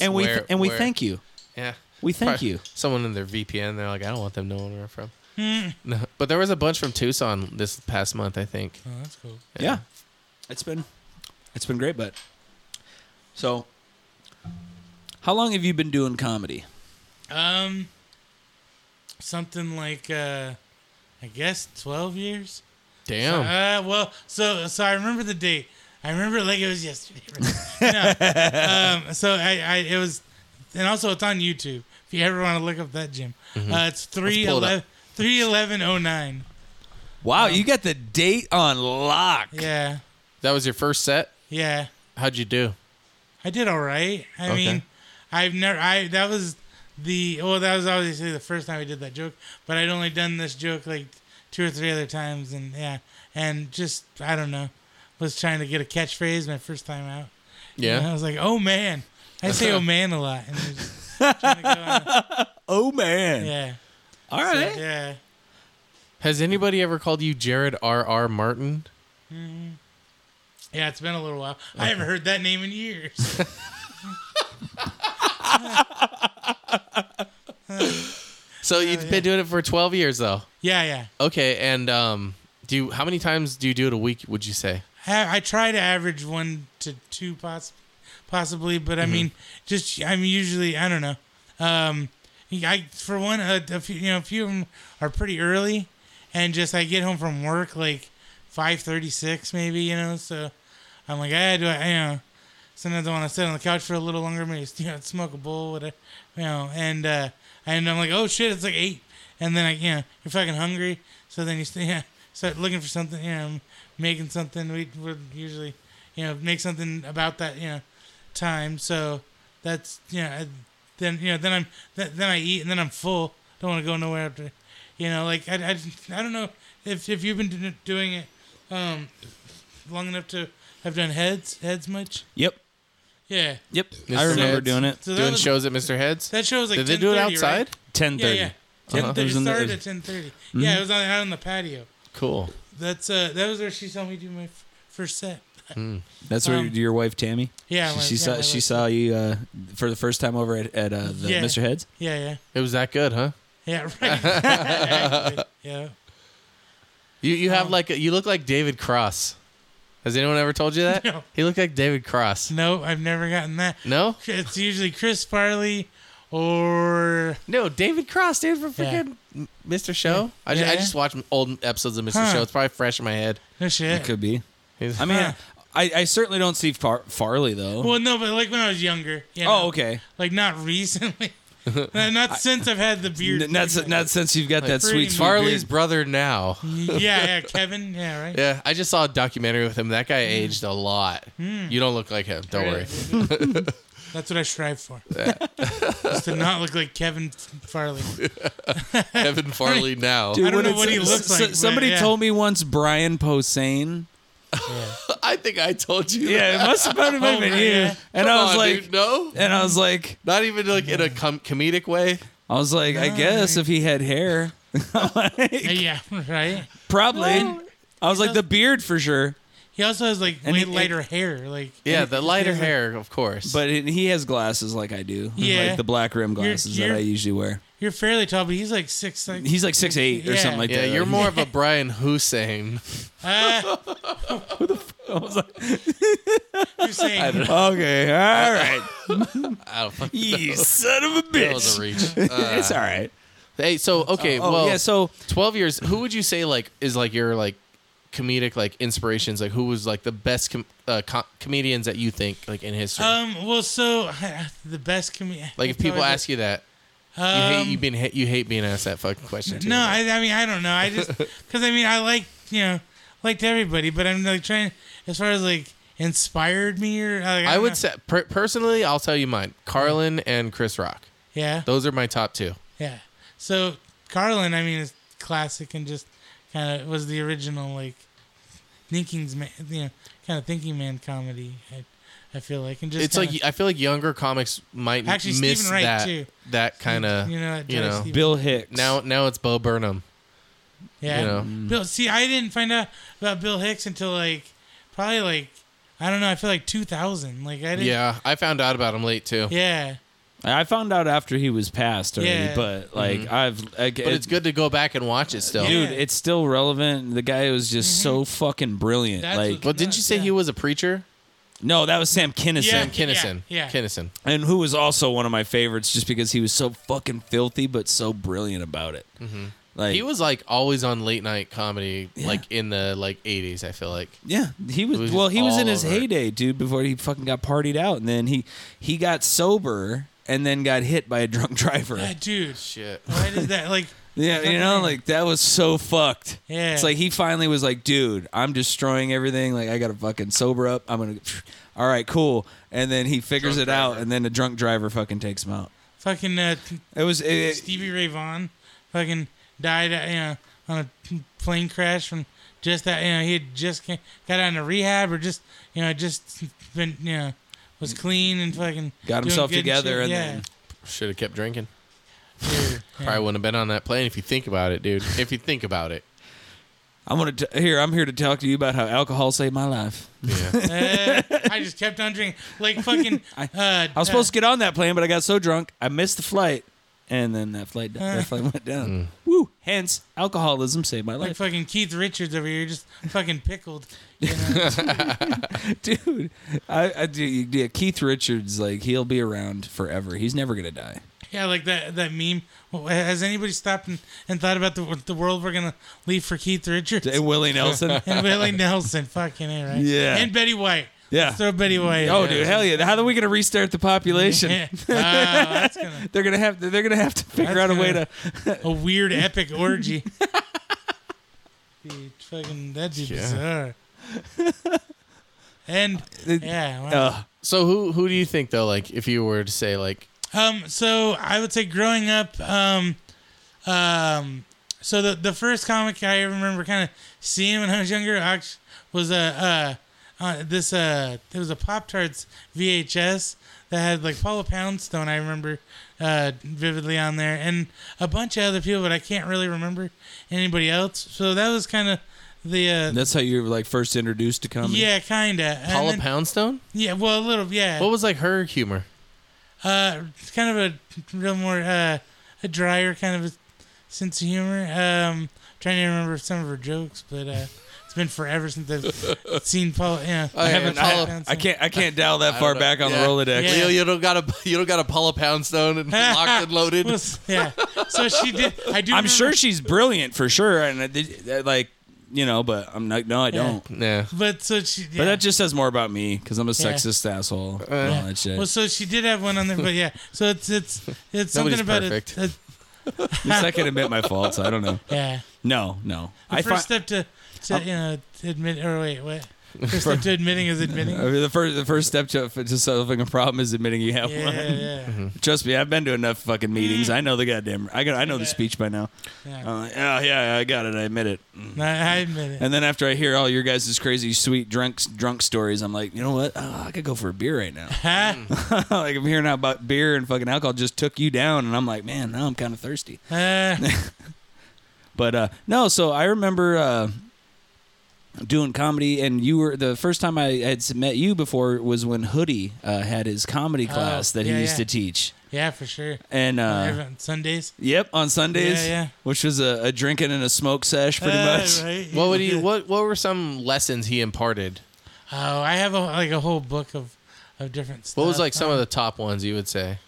A: *laughs* and we th-
B: where-
A: and we
B: where-
A: thank you.
B: Yeah.
A: We thank
B: Probably
A: you.
B: Someone in their VPN, they're like, I don't want them knowing where I'm from.
C: Hmm.
B: No, *laughs* but there was a bunch from Tucson this past month, I think.
C: Oh, that's cool.
A: Yeah. it's been it's been great, but so how long have you been doing comedy?
C: Um, something like uh, I guess twelve years.
A: Oh.
B: Damn.
C: Uh, well, so so I remember the date. I remember it like it was yesterday. *laughs* no, um, so I, I it was, and also it's on YouTube. If you ever want to look up that gym,
A: Mm-hmm.
C: uh, it's three
B: pull it
C: eleven
B: up.
C: three eleven oh nine. Um,
A: Wow, you got the date on lock.
C: Yeah,
B: that was your first set?
C: yeah.
B: How'd you do?
C: I did all right. I
B: Okay.
C: mean, I've never. I that was the well, that was obviously the first time we did that joke, but I'd only done this joke like two or three other times, and yeah, and just I don't know, was trying to get a catchphrase my first time out.
B: Yeah.
C: And I was like, oh man, I say oh man a lot. And it was just trying to go on.
A: Oh man.
C: Yeah,
A: All right.
C: yeah.
B: Has anybody ever called you Jared R. R. Martin?
C: Yeah, it's been a little while. I haven't heard that name in years. *laughs*
B: So you've been doing it for 12 years, though.
C: yeah, yeah.
B: Okay, and um, do you, how many times do you do it a week? Would you say?
C: I, I try to average one to two poss- possibly, but I mean, just I'm usually I don't know. Um, I for one, a, a few you know, a few of them are pretty early, and just I get home from work like five thirty six maybe you know, so I'm like, ah, do I you know. Sometimes I want to sit on the couch for a little longer, maybe you know, smoke a bowl, whatever, you know. And uh, and I'm like, oh shit, it's like eight, and then I, you know, you're fucking hungry, so then you st- *laughs* yeah, start looking for something, you know, making something. We would usually, you know, make something about that, you know, time. So that's you know, I, then you know, then I'm th- then I eat and then I'm full. Don't want to go nowhere after, you know, like I, I, I don't know if if you've been do- doing it um, long enough to have done heads heads much.
A: Yep.
C: Yeah.
A: Yep,
B: Mr.
A: I remember
B: Ned's.
A: doing it.
C: So that
B: Doing
C: was-
B: shows at Mr. Head's.
C: That show was Uh,
B: Did
C: like
B: they do it
C: 10:30,
B: outside?
C: right?
A: Ten
C: Yeah,
A: thirty.
C: yeah.
A: Uh-huh.
C: 10:30
A: There's an-
C: started at
A: there's-
C: 10:30.
A: Mm-hmm.
C: Yeah, it was on, out on the patio.
B: Cool.
C: That's uh, that was where she saw me do my f- first set.
A: That's where
C: Um,
A: your wife Tammy.
C: yeah,
A: she,
C: my-
A: she
C: yeah,
A: saw
C: my
A: she
C: wife.
A: saw you uh, for the first time over at, at uh, the
C: Yeah.
A: Mr. Heads.
C: Yeah, yeah,
B: It was that good, huh?
C: yeah,
A: *laughs*
C: right. Actually, yeah.
B: You you have like a, you look like David Cross. Has anyone ever told you that?
C: *laughs* No.
B: He looked like David Cross.
C: No, I've never gotten that.
B: No.
C: It's usually Chris Farley or
B: No, David Cross, dude, for
C: Yeah.
B: freaking Mr. Show. I, ju-
C: Yeah,
B: I
C: yeah.
B: just watched old episodes of Mr.
C: Huh.
B: Show. It's probably fresh in my head.
C: no shit.
A: It could be.
B: He's-
A: I mean,
C: Huh.
A: I, I certainly don't see Far- Farley though.
C: Well, no, but like when I was younger. You know,
A: oh, okay.
C: Like not
A: *laughs*
C: recently. Uh, not since I've had the beard.
A: N- not, s- not since you've got that
C: pretty
A: sweet,
C: much.
A: sweet
B: Farley's
A: beard.
B: brother now.
C: yeah, yeah, Kevin. Yeah, right.
B: Yeah, I just saw a documentary with him. That guy
A: Hmm.
B: aged a lot. You don't look like him. Don't worry.
C: That's what I strive for. Just to not look like Kevin
B: *laughs*
C: Farley.
B: *laughs*
C: Uh,
B: Kevin
A: *laughs*
B: Farley now.
A: Dude,
C: I don't
A: when
C: know
A: it's-
C: what he
A: s-
C: looks
A: s-
C: like, but
A: somebody
C: yeah.
A: told me once Brian Posehn.
B: I think I told you.
A: Yeah, it must have been, it might have been
C: Oh,
A: you.
C: yeah.
A: And I was like, eh,
B: no,
A: and I was like,
B: not even like in a com- comedic way.
A: I was like, I guess if he had hair, *laughs*
C: Uh, yeah, right.
A: probably. I was like the beard for sure,
C: He also has like
A: And
C: way
A: he-
C: lighter hair. Like
B: Yeah, the lighter
C: Yeah.
B: hair, of course.
A: but it, he has glasses like I do,
C: Yeah.
A: like the black rim glasses
C: you're-
A: that I usually wear.
C: you're fairly tall, but he's like six. Like,
A: He's like six eight or
C: Yeah.
A: something like
B: yeah,
A: that.
B: you're
A: *laughs*
B: more of a Brian Hussein. *laughs*
C: uh, *laughs* you're saying
A: okay.
B: *laughs*
A: All right,
B: I
A: *laughs*
B: don't fucking
A: you son of a
B: that
A: bitch.
B: was a reach.
A: *laughs*
B: Uh,
A: it's all right.
B: hey, so okay,
A: Oh
B: well,
A: yeah, so
B: twelve years. Who would you say like is like your like comedic like inspirations? Like who was like the best com- uh, co- comedians that you think like in history?
C: Um. Well, so *laughs* the best comedian.
B: like if people ask you that, you hate you being hate, you hate being asked that fucking question. too.
C: Um, No, I, I mean I don't know.
B: *laughs*
C: I just because I mean I like you know liked everybody, but I'm like trying as far as like inspired me or like,
B: I
C: don't
B: would
C: know.
B: say per- personally, I'll tell you mine. Carlin and Chris Rock.
C: yeah
B: Those are my top two.
C: yeah. So Carlin, I mean, is classic and just kind of was the original like thinking's man, you know, kind of thinking man comedy. I, I feel like and just
B: it's
C: kinda-
B: like I feel like younger comics might
C: Actually, Stephen
B: miss
C: Wright,
B: that
C: too.
B: that kind of
C: You
B: you
C: know,
B: know,
C: that Dry Stephen-
A: Bill Hicks.
B: now now it's Bo Burnham.
C: Yeah.
B: You know?
C: Bill, see, I didn't find out about Bill Hicks until like probably like I don't know. I feel like 2000. Like I didn't.
B: Yeah, I found out about him late too.
C: Yeah.
A: I found out after he was passed already,
C: Yeah.
A: but like I've, I,
B: Mm-hmm. But it's good to go back and watch it still.
C: Yeah. Mm-hmm.
A: dude. It's still relevant. The guy was just so fucking brilliant.
C: That's
A: like,
C: what-
B: Well, didn't you say
C: Yeah.
B: he was a preacher?
A: no, that was Sam Kinison,
C: Yeah.
B: Sam Kinison.
C: yeah.
B: Kinison.
A: and who was also one of my favorites, just because he was so fucking filthy but so brilliant about it.
B: Mm-hmm.
A: Like,
B: He was like always on late night comedy, like in the like eighties. I feel like.
A: Yeah, he was.
B: It was
A: well,
B: just
A: he was in
B: all
A: his
B: over it.
A: heyday, dude. Before he fucking got partied out, and then he he got sober, and then got hit by a drunk *laughs* driver.
C: Ah, dude,
B: Shit.
C: why did that? Like,
A: Yeah, you know, like that was so fucked.
C: Yeah.
A: It's like he finally was like, dude, I'm destroying everything. Like I gotta fucking sober up. I'm gonna *sighs* all right, cool. And then he figures
B: Drunk
A: it out
B: driver.
A: and then the drunk driver fucking takes him out.
C: fucking uh,
A: It was it, it-
C: Stevie Ray Vaughan, fucking died. uh, You know, on a plane crash from just that. You know, he had just came, got out of rehab or just you know just been you know was clean and fucking
A: Got
C: doing
A: himself
C: good
A: together
C: shit.
A: and
C: yeah.
A: then-
B: Should have kept drinking.
C: Dude, yeah.
B: Probably wouldn't have been on that plane if you think about it, dude. If you think about it.
A: I'm gonna t- here, I'm here to talk to you about how alcohol saved my life.
B: Yeah.
C: Uh, I just kept on drinking like fucking. Uh, I
A: *laughs* I was supposed to get on that plane, but I got so drunk I missed the flight. And then that flight that *laughs* flight went down. Woo. Hence, alcoholism saved my
C: uh, Like
A: life.
C: fucking Keith Richards over here, just fucking pickled. You know?
A: *laughs* Dude, I, I do yeah, Keith Richards like he'll be around forever. He's never going to die.
C: yeah, like that that meme. Well, Has anybody stopped and, and thought about the the world we're gonna leave for Keith Richards
A: And Willie *laughs* Nelson.
C: *laughs* and Willie Nelson? Fucking it, right?
A: Yeah.
C: and Betty White.
A: Yeah.
C: Let's throw Betty White.
A: Oh,
C: in.
A: dude, hell yeah! How are we gonna restart the population?
C: *laughs* Yeah. Oh, that's gonna
A: They're gonna have to, they're gonna have to figure
C: That's
A: out a way
C: gonna-
A: to.
C: a weird epic orgy. *laughs* Dude, fucking that'd
A: *laughs*
C: be bizarre. And yeah, wow.
A: Uh,
B: So who who do you think though? Like if you were to say like
C: Um, so I would say growing up, um, um, so the the first comic I remember kind of seeing when I was younger act- was a uh, this uh, there was a Pop Tarts VHS that had like Paula Poundstone. I remember uh, vividly on there, and a bunch of other people, but I can't really remember anybody else. So that was kind of the uh,
A: That's how you were like first introduced to comedy.
C: yeah, kind of
B: Paula Poundstone?
C: Yeah, well, a little yeah.
B: What was like her humor?
C: Uh, it's kind of a real more uh, a drier kind of a sense of humor. Um, trying to remember some of her jokes, but uh, it's been forever
A: *laughs*
C: since I've seen Paul. Yeah,
B: I haven't- I-
A: Oh, I can't. I can't dial that
B: I
A: far
B: don't know.
A: back on
B: Yeah.
A: the Rolodex.
C: Yeah.
B: Leo, you don't got a *laughs* you don't got a Paula Poundstone
C: *laughs*
B: and locked and loaded.
C: Was- yeah, so she did. I
A: *laughs*
C: do.
A: I'm
C: remember-
A: sure she's brilliant for sure, and I did- I, like you know, but I'm like, no, I don't.
B: Yeah.
C: But so she. Yeah.
A: But that just says more about me because I'm a
C: Yeah. Uh,
A: sexist asshole. and all that shit.
C: well, so she did have one on there, but yeah. So it's it's it's
B: Nobody's
C: something about it.
B: perfect.
C: it-
A: At least I can admit my faults. I don't know.
C: yeah.
A: No, no.
C: The
A: I
C: first
A: fi-
C: step to, to you know to admit or wait what first step
A: *laughs*
C: to admitting is admitting.
A: I mean, the first the first step to, to solving a problem is admitting you have
C: Yeah,
A: one.
C: yeah.
A: Trust me, I've been to enough fucking meetings. I know the goddamn. I got. I know the speech by now.
C: Mm. Yeah.
A: I'm like, oh yeah, I got it. I admit it.
C: No, I admit it.
A: And then after I hear all your guys' crazy, sweet drunk drunk stories, I'm like, you know what? Oh, I could go for a beer right now. *laughs*
C: Huh?
A: like I'm hearing about beer and fucking alcohol just took you down, and I'm like, man, now I'm kind of thirsty. *laughs*
C: Uh,
A: But uh, no, so I remember uh, doing comedy, and you were the first time I had met you before was when Hoodie uh, had his comedy class that
C: Oh, yeah,
A: he used
C: yeah.
A: to teach,
C: yeah, for sure.
A: and uh,
C: Everyone- Sundays.
A: yep, on Sundays,
C: Yeah, yeah.
A: which was a, a drinking and a smoke sesh, pretty
C: Uh,
A: much.
C: right?
B: *laughs* What would he? What What were some lessons he imparted?
C: Oh, I have a, like a whole book of, of different stuff.
B: What was like some of the top ones you would say?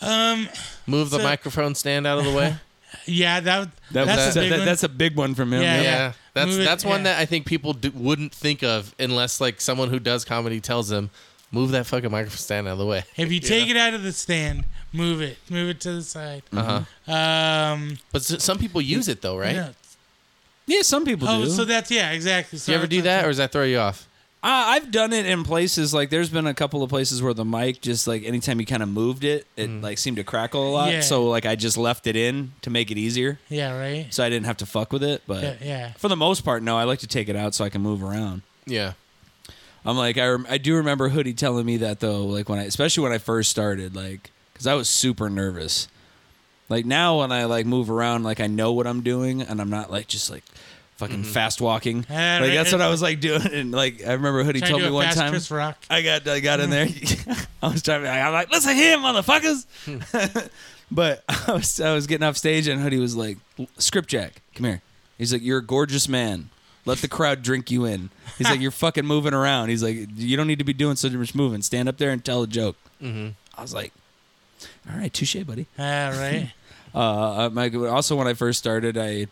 C: Um,
B: Move the
C: So-
B: microphone stand out of the way.
C: yeah, that,
A: That
C: that's
A: was
C: a big
A: that-
C: one.
A: that's a big one from him.
C: *laughs* Yeah,
A: yep.
C: yeah.
B: Yeah, that's
C: Move it-
B: that's one
C: yeah.
B: that I think people do, wouldn't think of unless like someone who does comedy tells them, move that fucking microphone stand out of the way. *laughs*
C: if you take it out of the stand, move it, move it to the side.
B: Uh-huh.
C: Um,
B: But s- some people use it though, right?
C: yeah.
A: Yeah, some people
C: Oh,
A: do.
C: so that's yeah, exactly. So
B: Do you ever do that, or does that throw you off?
A: Uh, I've done it in places like there's been a couple of places where the mic just like anytime you kind of moved it, it like seemed to crackle a lot.
C: Mm. Yeah.
A: So like I just left it in to make it easier,
C: Yeah, right.
A: so I didn't have to fuck with it. But
C: Yeah, yeah.
A: for the most part, no, I like to take it out so I can move around.
B: Yeah.
A: I'm like I rem- I do remember Hoodie telling me that though, like when I especially when I first started, like because I was super nervous. Like now when I like move around, like I know what I'm doing and I'm not like just like fucking
C: Mm-hmm.
A: fast walking.
C: Ah,
A: like
C: right.
A: that's what I was like doing. And like I remember Hoodie
C: Try
A: told
C: to do
A: me
C: a
A: one
C: fast
A: time.
B: *laughs*
C: Chris Rock.
A: I got I got in there. *laughs* I was driving. I'm like, listen here, motherfuckers. *laughs* but I was I was getting off stage and Hoodie was like, script jack, come here. He's like, you're a gorgeous man. Let the crowd drink you in. He's like, you're fucking moving around. He's like, you don't need to be doing so much moving. Stand up there and tell a joke. I was like, all right, touche, buddy.
C: Ah, right.
A: Uh, uh, my, also, when I first started, I a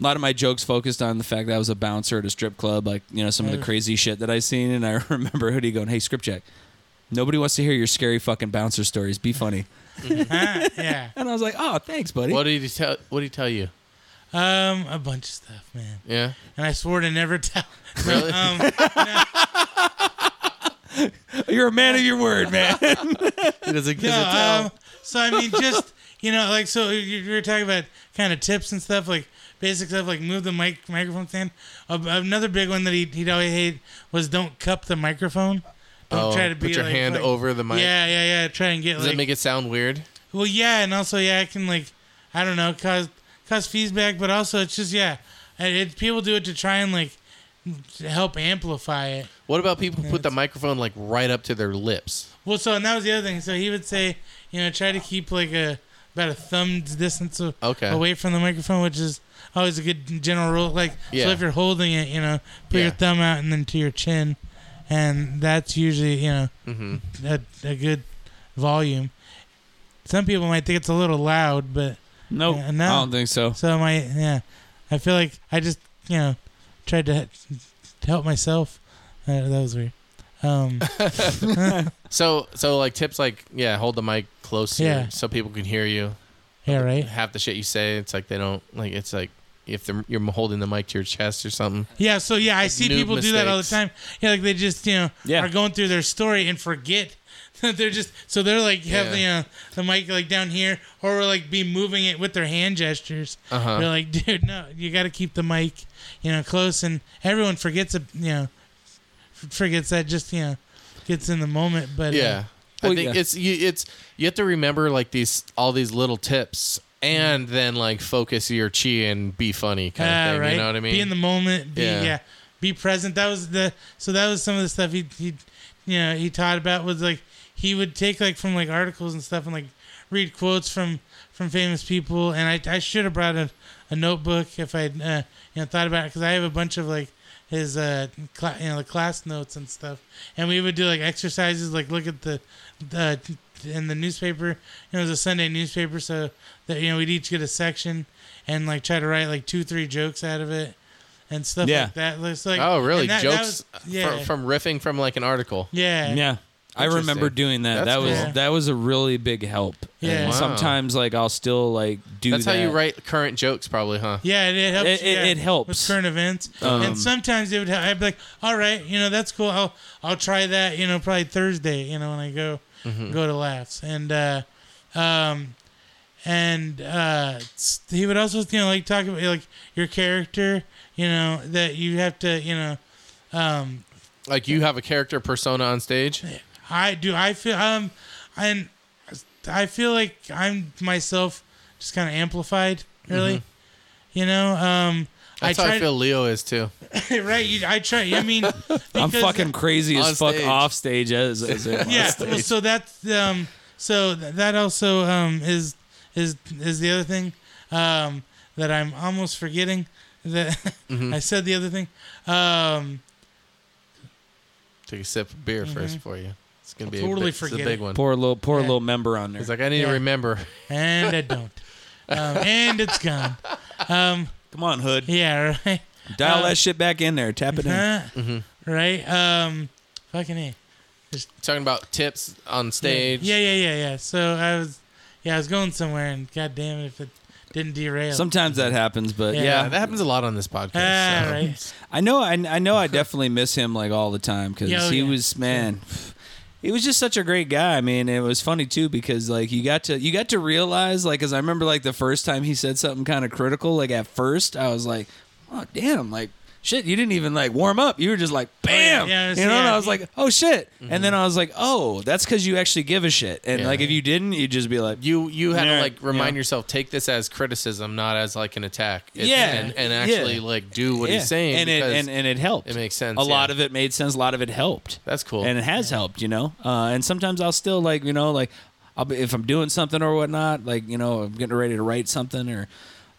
A: lot of my jokes focused on the fact that I was a bouncer at a strip club, like you know some
B: Mm.
A: of the crazy shit that I seen. And I *laughs* remember Hoodie going, "Hey, script check, nobody wants to hear your scary fucking bouncer stories. Be
B: *laughs*
A: funny."
C: Ah, yeah.
A: And I was like, "Oh, thanks, buddy."
B: What did he tell? What did he tell you?
C: Um, a bunch of stuff, man.
B: Yeah.
C: And I swore to never tell. *laughs* Um,
B: Really?
A: You're a man of your
B: *laughs*
A: word, man.
B: he doesn't give
C: No,
B: a tell.
C: um, so I mean, just *laughs* you know, like so you, you were talking about kind of tips and stuff, like basic stuff, like move the mic microphone stand. A- another big one that he he'd always hate was don't cup the microphone.
B: Oh,
C: Don't try to be
B: put your
C: like,
B: hand
C: like-
B: over the mic.
C: Yeah, yeah, yeah. Try and get
B: Does
C: like
B: it make it sound weird?
C: well, yeah, and also yeah, it can like I don't know cause cause feedback, but also it's just yeah, it, it, people do it to try and like to help amplify it.
B: What about people who put the microphone like right up to their lips?
C: Well, so and that was the other thing. So he would say, you know, try to keep like a about a thumb's distance of,
B: Okay.
C: away from the microphone, which is always a good general rule. Like,
B: Yeah.
C: so if you're holding it, you know, put
B: Yeah.
C: your thumb out and then to your chin, and that's usually you know
B: Mm-hmm.
C: a, a good volume. Some people might think it's a little loud, but
A: nope,
C: Yeah, no.
A: I don't think so.
C: so my yeah, I feel like I just you know tried to, to help myself. Uh, that was weird. Um, *laughs*
B: So, so like tips like yeah, hold the mic closer
C: Yeah.
B: so people can hear you.
C: yeah, right.
B: Half the shit you say, it's like they don't like. It's like if they're, you're holding the mic to your chest or something.
C: Yeah, so yeah, I see
B: noob
C: people do that all the
B: mistakes.
C: time. Yeah, like they just you know
A: Yeah.
C: are going through their story and forget *laughs* that they're just so they're like have the uh, the mic like down here or like be moving it with their hand gestures.
B: Uh-huh.
C: They're like, *laughs* dude, no, you got to keep the mic, you know, close, and everyone forgets, uh, you know, forgets that. Just you know, gets in the moment. But uh,
B: Yeah. I
A: Well,
B: think
A: yeah.
B: it's you it's you have to remember like these all these little tips and then like focus your chi and be funny kind
C: Ah,
B: of thing.
C: right.
B: You know what I mean?
C: Be in the moment. Be,
B: Yeah.
C: yeah. Be present. That was the so that was some of the stuff he he you know he taught about was like he would take like from like articles and stuff and like read quotes from from famous people and I I should have brought a, a notebook if I would uh, you know thought about it because I have a bunch of like his uh cla- you know the class notes and stuff and we would do like exercises like look at the the in the newspaper you know it was a Sunday newspaper so that you know we'd each get a section and like try to write like two three jokes out of it and stuff
A: Yeah.
C: like that It's like
B: oh really?
C: and that- that
B: Jokes
C: was-
B: fr-
C: yeah
B: from, riffing from like an article.
C: yeah
A: Yeah. I
B: Interesting.
A: remember doing that.
B: That's
A: that was
C: cool.
A: that was a really big help.
C: Yeah.
A: And
C: Wow.
A: Sometimes like I'll still like do
B: That's
A: that.
B: how you write current jokes probably, huh?
C: Yeah, it, it helps.
A: It- it-
C: yeah,
A: it helps.
C: with current events,
A: Um,
C: and sometimes it would. Help. I'd be like, "All right, you know, that's cool. I'll I'll try that. You know, probably Thursday. You know, when I go
A: Mm-hmm.
C: go to laughs and uh, um, and uh, s- he would also you know like talk about like your character. You know that you have to. You know, um,
B: Like you have a character persona on stage.
C: I do. I feel um, and I feel like I'm myself, just kind of amplified. Really,
A: Mm-hmm.
C: you know. Um,
B: That's
C: I
B: how
C: try
B: I feel Leo is too.
C: *laughs* right. You, I try. I
A: *laughs*
C: mean,
A: I'm
C: because-
A: fucking crazy
B: On
A: as fuck
B: stage.
A: off stage as, as
B: *laughs*
A: it was.
C: *laughs* Yeah. Well, so that's um. So th- that also um is is is the other thing um that I'm almost forgetting that
B: Mm-hmm.
C: *laughs* I said the other thing um
B: Take a sip of beer first for you. It's gonna be a
C: Mm-hmm. totally
B: big- it's a,
C: forget
B: big
C: it.
B: one.
A: Poor little poor little member on there.
B: He's like, I need
C: Yeah.
B: to remember.
C: and I don't um, and
B: *laughs*
C: it's gone Um,
A: Come on, Hood.
C: yeah right
A: Dial
C: Uh,
A: that shit back in there. Tap it in.
C: Huh?
B: Mm-hmm.
C: right um fucking a.
B: Talking about tips on stage.
C: yeah yeah yeah yeah so I was yeah I was going somewhere and god damn it if it didn't derail
A: Sometimes that happens, but yeah,
C: Yeah.
B: Yeah, that happens a lot on this podcast.
C: ah,
B: so.
C: right
A: I know. I, I know. I definitely miss him like all the time because
C: Yeah, oh,
A: he
C: yeah.
A: was man. He was just such a great guy. I mean, it was funny too because like you got to you got to realize like because I remember like the first time he said something kind of critical. Like at first, I was like, oh damn, like. Shit, you didn't even like warm up. You were just like, bam.
C: yeah, it was-
A: you know, and
C: yeah.
A: I was like, oh shit. And then I was like, oh, that's because you actually give a shit. And
B: Yeah.
A: like, if you didn't, you'd just be like,
B: you you had to
A: Yeah,
B: like remind
A: yeah.
B: yourself take this as criticism not as like an attack It's-
A: Yeah,
B: and, and
A: yeah.
B: actually like do what
A: Yeah.
B: he's saying
A: and it
B: because
A: and, and it helped.
B: it makes sense,
A: A lot
B: yeah.
A: of it made sense. A lot of it helped.
B: That's cool.
A: and it has helped. You know, uh, and sometimes I'll still like you know like I'll be, if I'm doing something or whatnot, like you know I'm getting ready to write something or.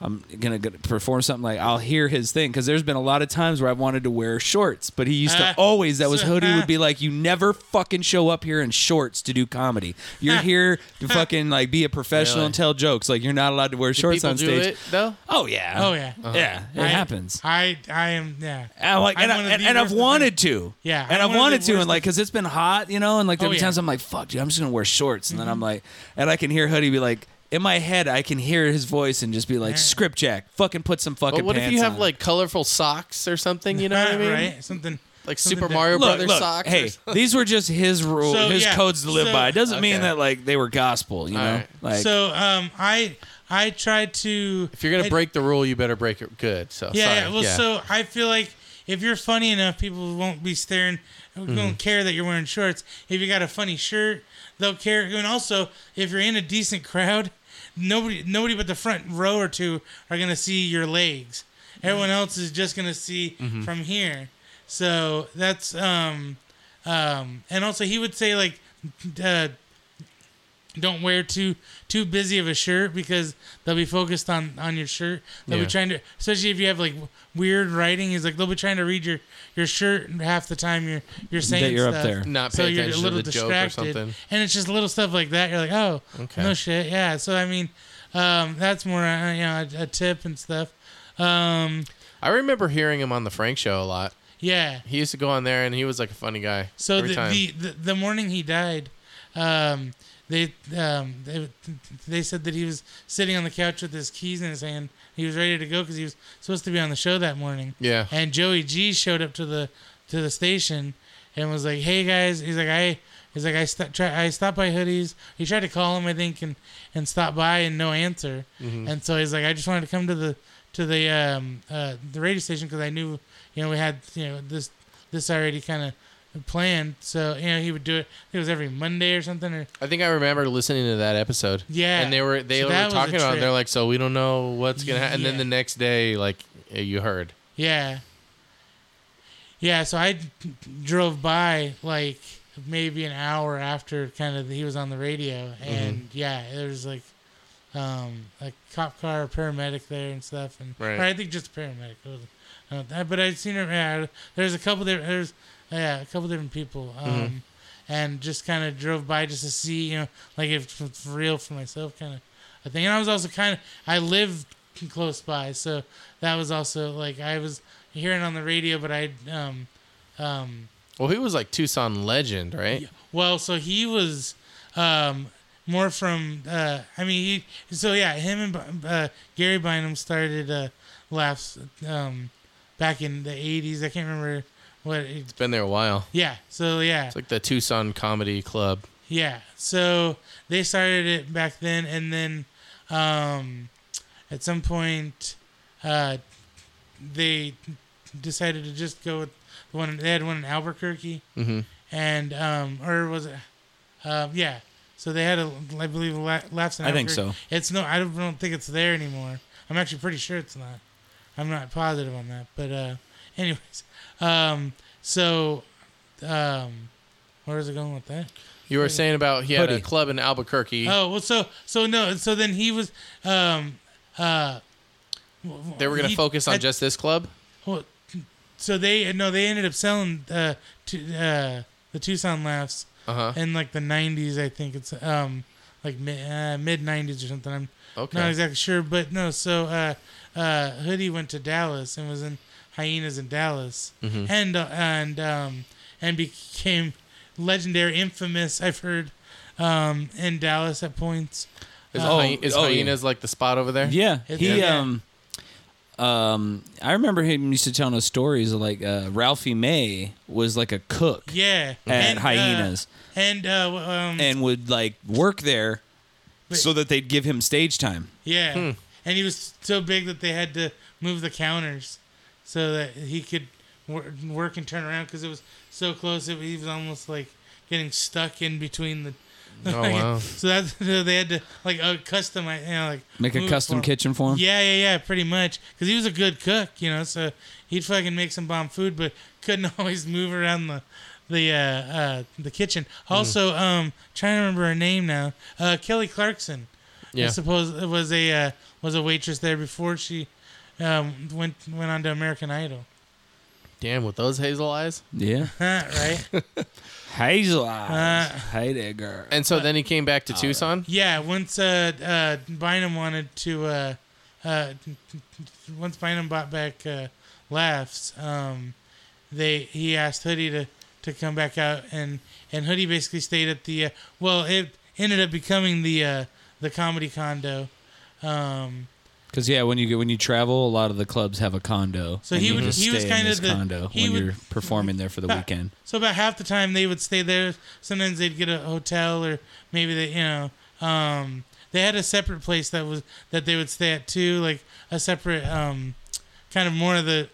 A: I'm gonna get, perform something like I'll hear his thing because there's been a lot of times where I've wanted to wear shorts, but he used
C: Ah.
A: to always that
B: *laughs*
A: was hoodie would be like, "You never fucking show up here in shorts to do comedy.
B: *laughs*
A: You're here to fucking like be a professional
B: Really?
A: and tell jokes. Like you're not allowed to wear shorts
B: people
A: on
B: do
A: stage."
B: it Uh-huh. though
A: Oh yeah,
C: oh yeah
A: yeah, it
C: I-
A: happens.
C: I I am yeah
A: And I'm like,
C: I'm
A: and,
C: one
A: I,
C: of
A: and,
C: the
A: and I've
C: worst
A: wanted to.
C: Yeah,
A: And
C: I'm
A: I've
C: one of
A: wanted
C: the
A: to. And
C: worst
A: like, because it's been hot, you know, and like, there
C: Oh,
A: be
C: yeah. Mm-hmm.
A: times I'm like, fuck, dude, I'm just going to wear shorts. And then I'm like, and I can hear Hoodie be like, in my head, I can hear his voice and just be like, script jack, fucking put some fucking
B: but what if
A: pants
B: you have
A: on." Ah,
B: like colorful socks or something you know what i mean
C: Ah, right something
B: like
C: something
B: super
C: that-
B: mario
A: look,
B: brothers
A: look,
B: socks or
A: hey,
B: something.
A: these were just
B: *laughs*
A: his rules,
C: So,
A: his
C: yeah,
A: codes to live
C: so-
A: by. It doesn't mean
B: Okay.
A: that like they were gospel, you
B: All
A: know?
B: right.
A: Like,
C: so um, I I tried to.
B: if you're gonna
C: I-
B: break the rule you better break it good so
C: yeah,
B: sorry.
C: yeah. Well, so I feel like if you're funny enough, people won't be staring. Don't care that you're wearing shorts. If you got a funny shirt, they'll care. And also, if you're in a decent crowd, nobody nobody but the front row or two are gonna see your legs. Everyone else is just gonna see from here. So that's um um and also he would say like uh don't wear too too busy of a shirt because they'll be focused on on your shirt. They'll
B: Yeah.
C: be trying to, especially if you have like w- weird writing. He's like they'll be trying to read your your shirt half the time you're you're saying
A: you're up
C: stuff.
A: there.
B: Not paying attention to the joke or something.
C: and it's just little stuff like that. You're like, oh,
B: Okay.
C: no shit, yeah. So I mean, um, that's more uh, you know a, a tip and stuff. Um,
B: i remember hearing him on the frank show a lot
C: yeah.
B: he used to go on there and he was like a funny guy
C: So
B: every
C: the,
B: time.
C: the, the the morning he died, um, they um, they they said that he was sitting on the couch with his keys in his hand. He was ready to go because he was supposed to be on the show that morning.
B: Yeah.
C: And Joey G showed up to the to the station and was like, "Hey guys," he's like, "I." He's like I st- try, I stopped by hoodies. He tried to call him, I think, and and stop by and no answer. And so he's like, I just wanted to come to the to the um, uh, the radio station because I knew, you know, we had you know this this already kind of planned. So you know he would do it. It was every Monday or something. Or
B: I think I remember listening to that episode.
C: Yeah.
B: and they were they
C: So that
B: were
C: was
B: talking
C: a
B: about. it.
C: trip.
B: They're like, so we don't know what's gonna happen. And then
C: Yeah.
B: the next day, like eh, you heard.
C: yeah, yeah. So I d- drove by like maybe an hour after kind of he was on the radio, and yeah, there was like um a cop car, a paramedic there and stuff, and
B: Right.
C: or I think just a paramedic. It wasn't- I don't- I- but I'd seen her. Yeah, there's a couple different. There's yeah, a couple different people. Um, and just kind of drove by just to see, you know, like if it's real for myself, kind of a thing. And I was also kind of I lived close by, so that was also like I was hearing on the radio, but I um um
B: Well, he was like Tucson legend, right?
C: well, so he was um, more from. Uh, I mean, he, so yeah, him and uh, Gary Bynum started uh, laughs um, back in the '80s. I can't remember what. It,
B: Been there a while.
C: yeah, so yeah,
B: It's like the Tucson Comedy Club.
C: yeah. So they started it back then, and then um, at some point uh, they decided to just go with the one. They had one in Albuquerque,
A: Mm-hmm.
C: and um, or was it? Uh, yeah. So they had a, I believe, la- laughs in
A: I think
C: Albuquerque.
A: so.
C: It's no, I don't, don't think it's there anymore. I'm actually pretty sure it's not. I'm not positive on that, but uh, anyways, um, so um, where is it going with that?
B: You were saying about he had a
A: Hoodie.
B: club in Albuquerque.
C: Oh well, so so no, so then he was. Um, uh,
B: they were gonna
C: he-
B: focus on
C: I-
B: just this club.
C: well, so they no, they ended up selling uh, to, uh, the Tucson laughs
B: Uh huh.
C: in like the '90s, I think it's um like mid uh, mid '90s or something. I'm
B: Okay.
C: not exactly sure, but no. So uh, uh, Hoodie went to Dallas and was in Hyenas in Dallas, and uh, and um and became legendary, infamous. I've heard um in Dallas at points.
B: Is,
A: Oh,
B: hy- is
A: oh, yeah.
B: hyenas like the spot over there?
A: Yeah,
C: It's-
A: he
C: Yeah.
A: um um I remember him used to telling us stories of like uh, Ralphie May was like a cook
C: Yeah,
A: at
C: uh,
A: Hyenas
C: and uh, w- um,
A: and would like work there so that they'd give him stage time.
C: yeah,
B: Hmm.
C: and he was so big that they had to move the counters so that he could wor- work and turn around because it was so close. It, he was almost like getting stuck in between the. *laughs*
B: Oh, wow.
C: So that so they had to like uh, customize, you know, like
A: Make a
C: move it
A: custom
C: for him.
A: kitchen for him.
C: Yeah, yeah, yeah, pretty much. Because he was a good cook, you know, so he'd fucking make some bomb food, but couldn't *laughs* always move around the the uh, uh, the kitchen.
B: Hmm.
C: Also, um, trying to remember her name now. Uh, Kelly Clarkson,
B: Yeah.
C: I suppose was a uh, was a waitress there before she um, went went on to American Idol.
B: Damn, with those hazel eyes.
A: Yeah.
C: Huh, right?
A: Hazel eyes.
C: Uh,
A: Heidegger.
B: And so then he came back
A: Oh.
B: to Tucson.
C: Yeah, once uh, uh, Bynum wanted to, uh, uh, once Bynum bought back uh, laughs, um, they he asked Hoodie to, to come back out, and, and Hoodie basically stayed at the uh, well, it ended up becoming the uh, the comedy condo. Um,
A: Because yeah, when you get when you travel, a lot of the clubs have a condo.
C: So
A: and
C: he
A: you
C: would-
A: just
C: he was
A: stay in
C: kinda
A: this
C: the-
A: condo
C: he
A: when
C: would-
A: you're performing there for
C: *laughs*
A: the
C: About-
A: weekend.
C: So about half the time they would stay there. Sometimes they'd get a hotel or maybe they, you know, um, they had a separate place that was that they would stay at too, like a separate um, kind of more of the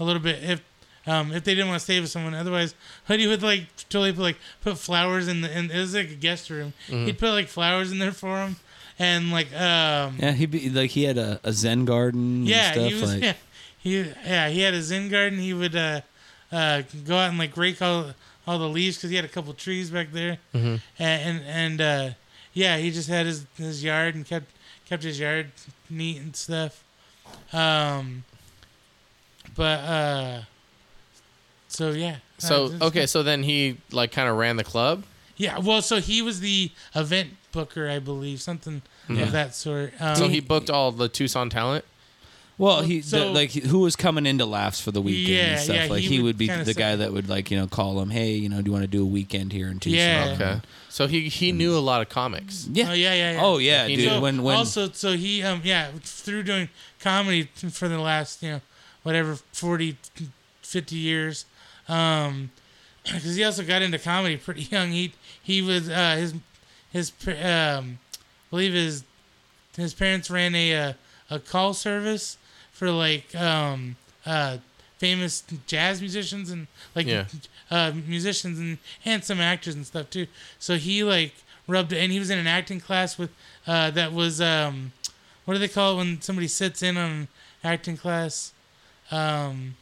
C: a little bit if um, if they didn't want to stay with someone. Otherwise, Hoodie would like totally put, like put flowers in the in, it was like a guest room. He'd put like flowers in there for him and like um,
A: Yeah, he be like he had a, a Zen garden.
C: yeah,
A: and stuff,
C: he was.
A: like,
C: yeah, *laughs* he yeah he had a zen garden. He would uh, uh, go out and like rake all all the leaves because he had a couple trees back there, mm-hmm. and and, and uh, yeah, he just had his his yard and kept kept his yard neat and stuff. Um, but uh, so yeah. Uh,
B: So
C: just-
B: okay, so then he like kind of ran the club.
C: Yeah, well, so he was the event booker, I believe, something of that sort. Um,
B: So he booked all the Tucson talent.
A: Well, he the-
C: so-
A: like who was coming into laughs for the weekend
C: Yeah,
A: and stuff.
C: yeah,
A: like
C: he
A: he,
C: would
A: would, be
C: kinda
A: the
C: say-
A: guy that would like you know call him, hey, you know, do you want to do a weekend here in Tucson?
C: Yeah.
B: Okay. So he he knew a lot of comics.
A: Yeah.
C: Oh, yeah, yeah, yeah.
A: Oh yeah,
B: He
A: dude.
B: knew.
A: when when
C: also so he um yeah through doing comedy for the last you know whatever 40 50 years um *clears throat* because he also got into comedy pretty *laughs* young he he was uh his his pa- um I believe his his parents ran a uh, a call service for like um uh famous jazz musicians and like
B: Yeah.
C: uh, musicians and, and some actors and stuff too. So he like rubbed and he was in an acting class with uh, that was um, what do they call it when somebody sits in on an acting class? Um,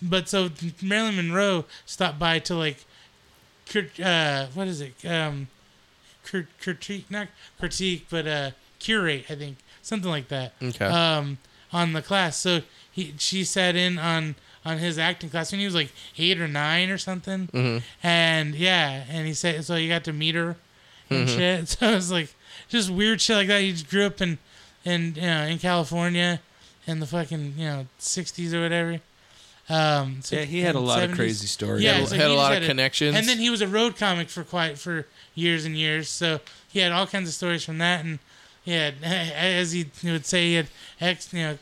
C: but so Marilyn Monroe stopped by to like crit- uh, what is it? Um, crit- critique, not critique, but uh, curate, I think, something like that.
B: Okay.
C: Um, on the class, so he she sat in on on his acting class when he was like eight or nine or something, and yeah, and he said so he got to meet her and shit. *laughs* So it was like just weird shit like that. He just grew up in in you know in California in the fucking you know sixties or whatever. Um, so
A: Yeah, he had a lot of
C: 70s.
A: crazy stories.
C: Yeah,
B: Had a-
C: so
B: had a
C: he just
B: lot of connections.
C: And then he was a road comic for quite for years and years, so he had all kinds of stories from that. And he had, *laughs* as he would say, he had ex, you know,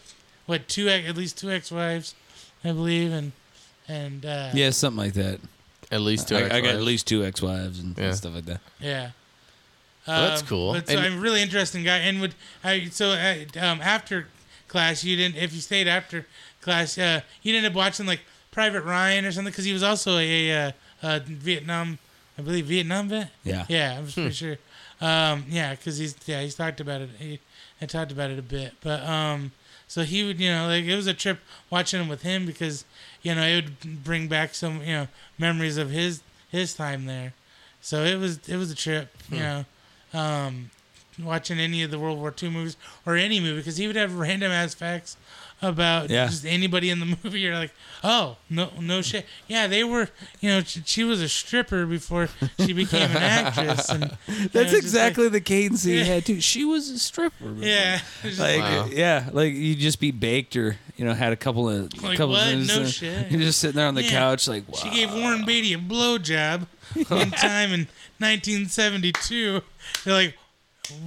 C: what two ex- at least two ex-wives, I believe, and and uh,
A: yeah, something like that.
B: at least two.
A: I, I got at
B: ex-wives.
A: least two ex-wives and
B: Yeah.
A: stuff like that.
C: Yeah.
B: that's
C: Um,
B: cool.
C: But so
B: And-
C: I'm a really interesting guy, and would I? So uh, um, after class, you didn't. If you stayed after class, uh, you'd end up watching like Private Ryan or something because he was also a, uh uh Vietnam, I believe Vietnam vet.
A: Yeah.
C: Yeah, I'm pretty sure. Um, yeah, because he's yeah he's talked about it. He I talked about it a bit, but um, so he would you know like it was a trip watching him with him because you know it would bring back some you know memories of his his time there. So it was it was a trip, you know, um, watching any of the World War II movies or any movie because he would have random ass facts about
A: Yeah.
C: just anybody in the *laughs* movie. You're like, oh no, no shit. Yeah, they were. You know, she, she was a stripper before she became an actress. And you know,
A: *laughs* That's
C: just like-
A: exactly the cadence he had too. She was a stripper. before.
C: yeah. it's just
A: Like
B: Wow.
C: like-
A: yeah, like you just be baked or you know had a couple of
C: Like,
A: couple
C: what?
A: of minutes.
C: No
A: and
C: shit.
A: You're just sitting there on the
C: Yeah.
A: couch like wow.
C: she gave Warren Beatty a blowjob
A: *laughs*
C: one time in 1972. They're like,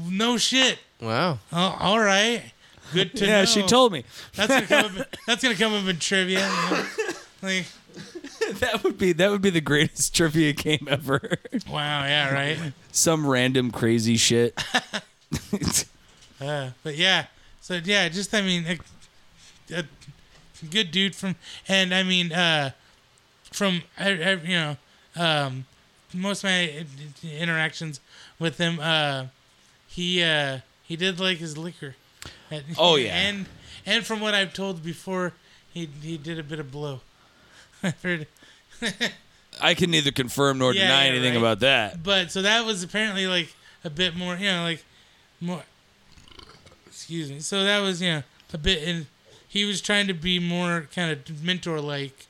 C: no shit.
B: Wow.
C: Oh, all right. Good to know.
A: yeah, she told me *laughs*
C: That's gonna come up. That's gonna come up in trivia. you know? Like,
A: that would be that would be the greatest *laughs* trivia game ever. *laughs*
C: wow, yeah, right.
A: Some random crazy *laughs* shit.
C: Uh, but yeah, so yeah, just I mean, a, a good dude from, and I mean, uh, from I, I, you know, um, most of my uh, interactions with him, uh, he uh, he did like his liquor.
A: Oh, yeah.
C: and and from what I've told before, he he did a bit of blow. *laughs* I've heard.
A: I can neither confirm nor
C: Yeah,
A: deny
C: yeah,
A: anything
C: right.
A: about that.
C: But so that was apparently like a bit more, you know, like more. Excuse me. So that was you know a bit, and he was trying to be more kind of mentor like.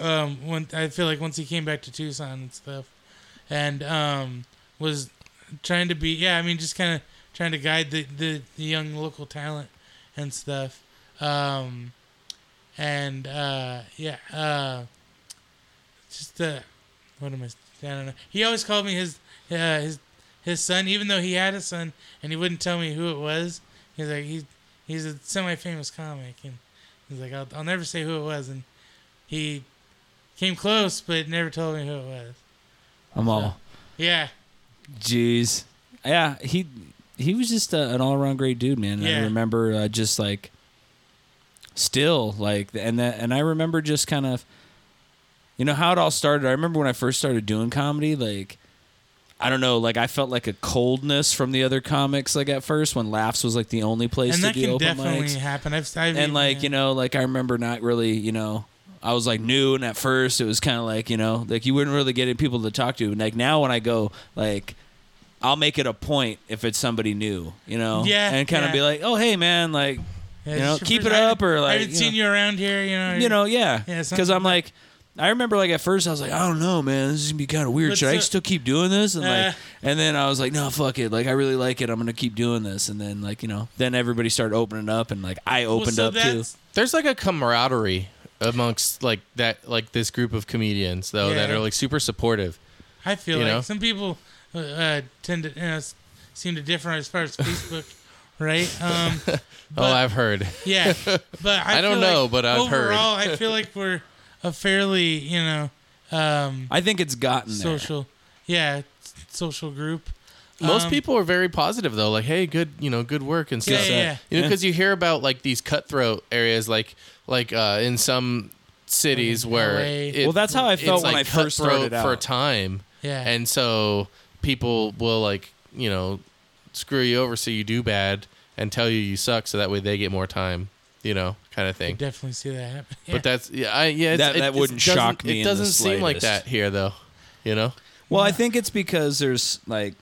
C: Um, when I feel like once he came back to Tucson and stuff, and um, was trying to be yeah, I mean just kind of trying to guide the, the the young local talent and stuff. Um, and uh, yeah, uh, just uh, what am I? I don't know. He always called me his uh, his his son, even though he had a son, and he wouldn't tell me who it was. He's like he he's a semi-famous comic, and he's like I'll, I'll never say who it was, and he came close but never told me who it was.
A: I'm all
C: Yeah,
A: jeez. Yeah, he he was just a, an all around great dude, man.
C: Yeah.
A: I remember uh, just like still like and that and I remember just kind of you know how it all started. I remember when I first started doing comedy, like I don't know, like I felt like a coldness from the other comics. Like at first, when Laughs was like the only place
C: and
A: to
C: that
A: do
C: can
A: open
C: definitely
A: mics.
C: happen. I've, I've uh,
A: and like you know like i remember not really you know i was like new and at first it was kind of like you know like you wouldn't really get any people to talk to and like now when i go like i'll make it a point if it's somebody new you know
C: Yeah,
A: and kind of
C: yeah.
A: be like oh hey man like you know keep it up or like
C: I haven't
A: you
C: seen
A: know
C: you around here, you know.
A: you know, yeah.
C: Yeah,
A: Because
C: something
A: I'm like, I remember like at first I was like, I don't know, man, this is gonna be kind of weird.
C: But
A: Should I
C: so-
A: still keep doing this? And
C: Uh.
A: like, and then I was like, no, fuck it. Like I really like it. I'm gonna keep doing this. And then like you know, then everybody started opening up, and like I
C: Well,
A: opened
C: so
A: up too.
C: that's-
B: There's like a camaraderie amongst like that like this group of comedians though that
C: Yeah.
B: are like super supportive.
C: I feel
B: You
C: like
B: know?
C: some people uh, uh, tend to you know, s- seem to differ as far
A: *laughs*
C: as Facebook, right? Um,
B: oh,
C: but-
B: I've heard.
C: yeah, but
B: *laughs*
C: I,
B: I don't
C: feel
B: know,
C: like
B: but I've heard.
C: overall, I feel like we're a fairly you know um,
A: I think it's gotten there.
C: social, yeah, s- social group.
B: Most people are very positive though, like, "Hey, good, you know, good work and stuff."
C: Um, Yeah, yeah, yeah.
B: You know, because you hear about like these cutthroat areas, like like uh, in some cities where
C: LA.
A: Well, that's how I felt
B: it's,
A: when
B: like,
A: I first
B: cutthroat
A: started out.
B: for a time.
C: Yeah.
B: and so people will like you know screw you over so you do bad and tell you you suck so that way they get more time. You know, kind of thing.
C: Definitely see that happen. Yeah.
B: But that's yeah, I, yeah. It's,
A: That-
B: it-
A: that
B: it
A: wouldn't
B: doesn't-
A: shock me
B: It
A: in the
B: doesn't seem like
A: slightest.
B: that here though. You know,
A: Well, I think it's because there's like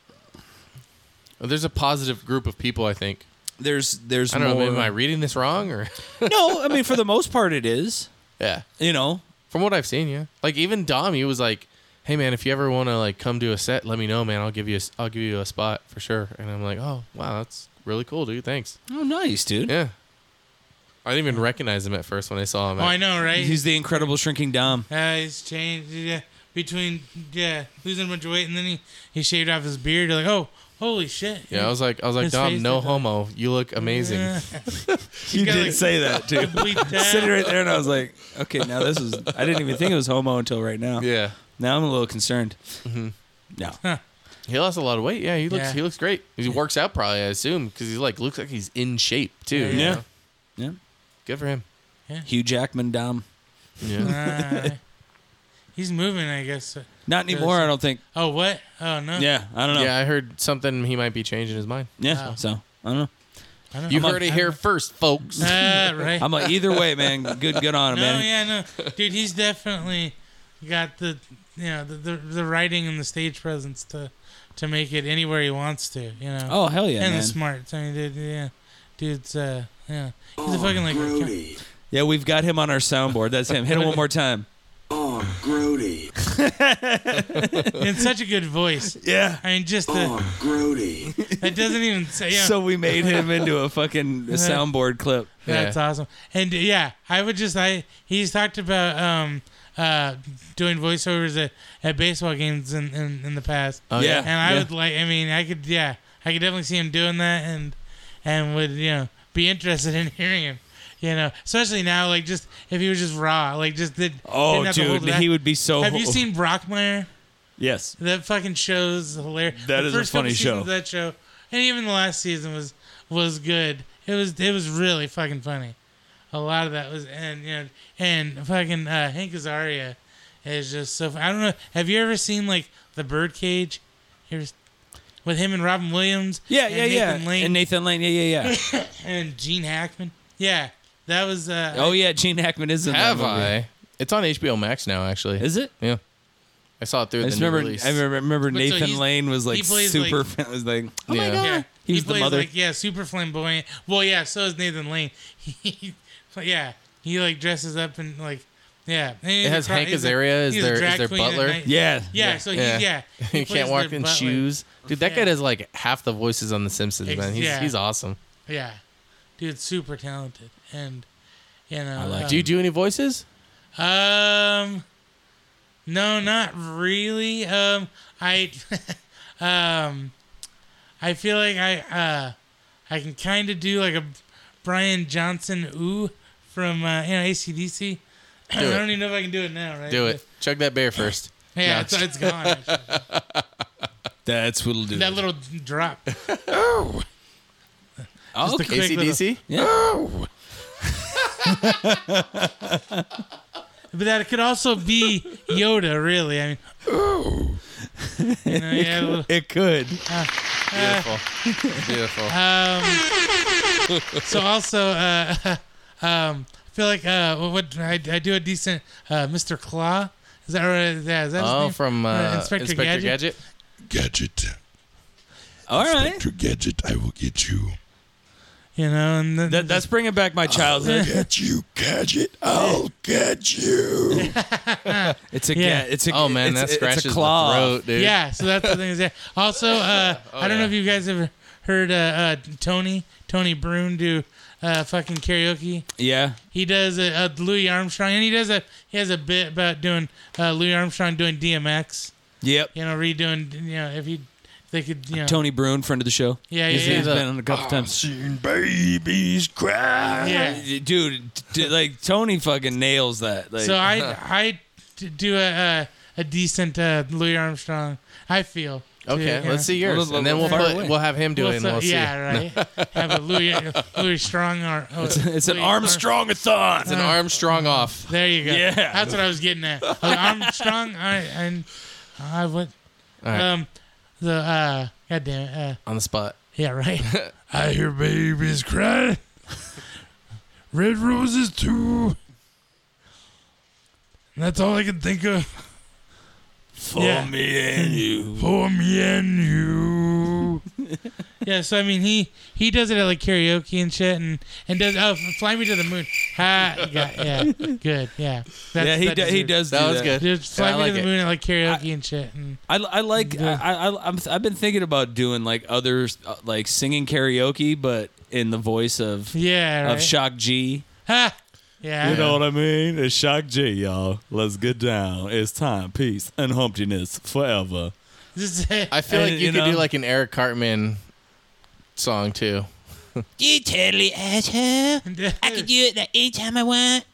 B: there's a positive group of people. I think.
A: there's there's
B: I don't know.
A: more.
B: Maybe am I reading this wrong or? *laughs*
A: no, I mean for the most part it is.
B: yeah.
A: You know,
B: From what I've seen, yeah. Like even Dommy was like, "Hey man, if you ever want to like come do a set, let me know, man. I'll give you a, s- I'll give you a spot for sure." And I'm like, "Oh wow, that's really cool, dude. Thanks."
A: oh nice dude.
B: Yeah. I didn't even recognize him at first when I saw him.
C: oh,
B: at-
C: I know, right?
A: He's the incredible shrinking dom.
C: Uh, he's changed yeah, between yeah losing a bunch of weight and then he, he shaved off his beard. You're like, oh, holy shit!
B: yeah, I was like, I was like,
C: His
B: Dom,
C: face
B: no
C: did that.
B: homo. You look amazing.
A: *laughs* you
C: got,
A: did
C: like,
A: say that too. *laughs*
C: Bleeped out.
A: Sitting right there, and I was like, okay, now this is. I didn't even think it was homo until right now.
B: *laughs* Yeah, Mm-hmm.
A: Now I'm a little concerned. No,
B: he lost a lot of weight. Yeah, he looks
C: Yeah.
B: he looks great. He works out probably, I assume, because he's like looks like he's in shape too. you
A: Yeah.
B: know?
A: yeah.
B: good for him.
A: Hugh Jackman dom.
B: Yeah,
C: Uh, he's moving, I guess.
A: Not anymore. I don't think.
C: Oh, what? Oh no.
A: Yeah, I don't know.
B: yeah. I heard something. He might be changing his mind.
A: Yeah,
C: Wow.
A: so I don't know.
C: I don't
B: You
C: know.
B: heard it here first, folks.
C: Uh,
B: *laughs*
C: right.
A: I'm like either way, man. Good, good on him,
C: no,
A: man.
C: yeah, no, dude, he's definitely got the you know the, the the writing and the stage presence to to make it anywhere he wants to. You know.
A: Oh hell yeah,
C: and
A: man.
C: the smarts. I mean, dude, yeah, dude's uh, yeah, he's a fucking like. *laughs*
A: yeah, we've got him on our soundboard. That's him. Hit him one more time.
G: Grody,
C: in such a good voice.
A: Yeah.
C: I mean, just
G: Oh.
C: the,
G: Grody,
C: that doesn't even say. Yeah,
A: *laughs* So we made him into a fucking soundboard clip.
C: that's
B: Yeah.
C: awesome. And uh, yeah, I would just I he's talked about um uh doing voiceovers at, at baseball games in, in in the past.
B: Oh, yeah.
C: and I
A: yeah.
C: would like. I mean, I could yeah, I could definitely see him doing that, and and would you know be interested *laughs* in hearing him. You know, especially now, like just if he was just raw, like just did.
A: Oh,
C: didn't have to hold
A: dude,
C: it back.
A: he would be so.
C: Have you seen Brockmeyer?
A: Yes.
C: That fucking show's hilarious.
A: That
C: the
A: is a
C: first couple
A: funny
C: seasons
A: show.
C: of That show, and even the last season was was good. It was it was really fucking funny. A lot of that was and you know and fucking uh, Hank Azaria is just so. I don't know. Have you ever seen like the Birdcage? Here's with him and Robin Williams.
A: Yeah,
C: and
A: yeah,
C: Nathan
A: yeah.
C: Lane
A: And
C: and,
A: Nathan Lane. Yeah, yeah, yeah.
C: Gene Hackman. Yeah, that was. Uh,
A: oh yeah, Gene Hackman is in that
B: Have
A: movie.
B: I? It's on HBO Max now, actually.
A: Is it?
B: Yeah, I saw it through
A: I
B: the
A: just
B: new
A: remember.
B: release.
A: I remember, remember
C: But so
A: Nathan
C: he's-
A: Lane was like
C: he plays,
A: super.
C: like-
A: fan- *laughs* was like,
B: Oh my Yeah. God.
C: Yeah,
A: He was the
C: Eh, plays
A: mother.
C: Like, yeah, super flamboyant. Well, yeah, so is Nathan Lane. *laughs* He, yeah, he like dresses up and like, yeah.
B: It has Hank Azaria as their- as their butler.
C: Yeah,
A: yeah,
C: yeah. So he,
B: Yeah.
C: yeah,
B: *laughs*
C: he
B: you
C: plays
B: can't walk
C: their
B: in
C: butler.
B: shoes, dude. That guy
C: Yeah.
B: does like half the voices on The Simpsons,
C: Ex-
B: man. He's
C: yeah.
B: he's awesome.
C: Yeah, dude's super talented, and you know, uh, I
A: like
B: Do you do any voices?
C: Um, no, not really. Um, I, *laughs* um, I feel like I, uh, I can kind of do like a Brian Johnson ooh from uh, you know ACDC. *clears throat* I
B: it.
C: don't even know if I can do it now, right?
B: Do it. Chug that bear first.
C: Yeah, it's, it's gone. actually.
A: *laughs* That's what'll do.
C: that little drop.
A: oh,
C: the-
A: okay.
C: Quick little-
B: ACDC?
C: But that could also be Yoda, really. I mean, ooh. You know, yeah, a little-
A: It could.
B: Beautiful. Beautiful.
C: so also uh, *laughs* um, I feel like uh, what, what I, I do a decent uh, Mr. Claw. Is that right? Yeah, is that his
B: Oh,
C: name?
B: from uh, Inspector, Gadget.
G: Gadget,
A: All right.
G: Mr. Gadget, I will get you.
C: You know, and then
A: That, that's bringing back my childhood.
G: Get you, Gadget, I'll get you.
A: *laughs* It's a
C: Yeah.
A: yeah. It's a
B: Oh man,
A: it's,
B: that scratches
A: it's a claw.
B: the throat, dude.
C: yeah. So that's the thing. Is that also?
B: *laughs*
C: Uh, I don't know
B: Oh, yeah.
C: if you guys ever heard uh, uh, Tony Tony Brune do uh, fucking karaoke.
A: Yeah,
C: He does a, a Louis Armstrong, and he does a he has a bit about doing uh, Louis Armstrong doing DMX.
A: yep.
C: You know, redoing. You know, if he if they could. You know,
A: Tony Bruin, friend of the show.
C: Yeah,
A: he's,
C: yeah,
A: he's
B: yeah.
A: been on a couple times.
G: Seen babies cry.
C: yeah.
A: dude, d- like Tony fucking nails that. Like,
B: *laughs*
C: So I I d- do a a, a decent uh, Louis Armstrong. I feel
B: Okay,
C: Yeah.
B: let's see yours,
A: Well,
B: and then we'll
A: far
B: put,
A: away.
B: we'll have him do it, and
C: so-
B: we'll see.
C: yeah,
B: *laughs*
C: right. Have a Louis, Louis Strong or oh,
A: It's, *laughs* it's an
C: Louis
A: Armstrongathon.
B: An arm strong off.
C: There you go.
A: Yeah.
C: that's what I was getting
B: *laughs*
C: at. An Armstrong. I and I would.
B: right.
C: Um, the uh, God damn it. Uh,
B: on the spot.
C: yeah, right.
H: *laughs* I hear babies cry. *laughs* Red roses too. And that's all I can think of
G: For
C: Yeah.
G: me and you.
H: *laughs* for me and you.
C: *laughs* Yeah, so I mean, he he does it at like karaoke and shit, and and does oh, fly me to the moon. Ha, yeah, yeah, good, yeah. That's,
A: yeah, *laughs* he,
C: that
A: do, he
C: deserves-
A: does.
B: That
A: do
B: was good.
C: Just fly
B: Yeah, I
C: me
B: like
C: to the
B: it.
C: moon at like karaoke and shit. And
A: I, I like. I, I I'm, I've been thinking about doing like other uh, like singing karaoke, but in the voice of
C: yeah,
A: of
C: right.
A: Shock G.
C: ha, yeah.
A: You know what I mean? It's Shock G, y'all. Let's get down. It's time, peace, and humptiness forever.
C: Just-
B: I feel
A: And,
B: like you,
A: you
B: could
A: know-
B: do like an Eric Cartman song too.
F: You totally asshole. I can do it like anytime I want.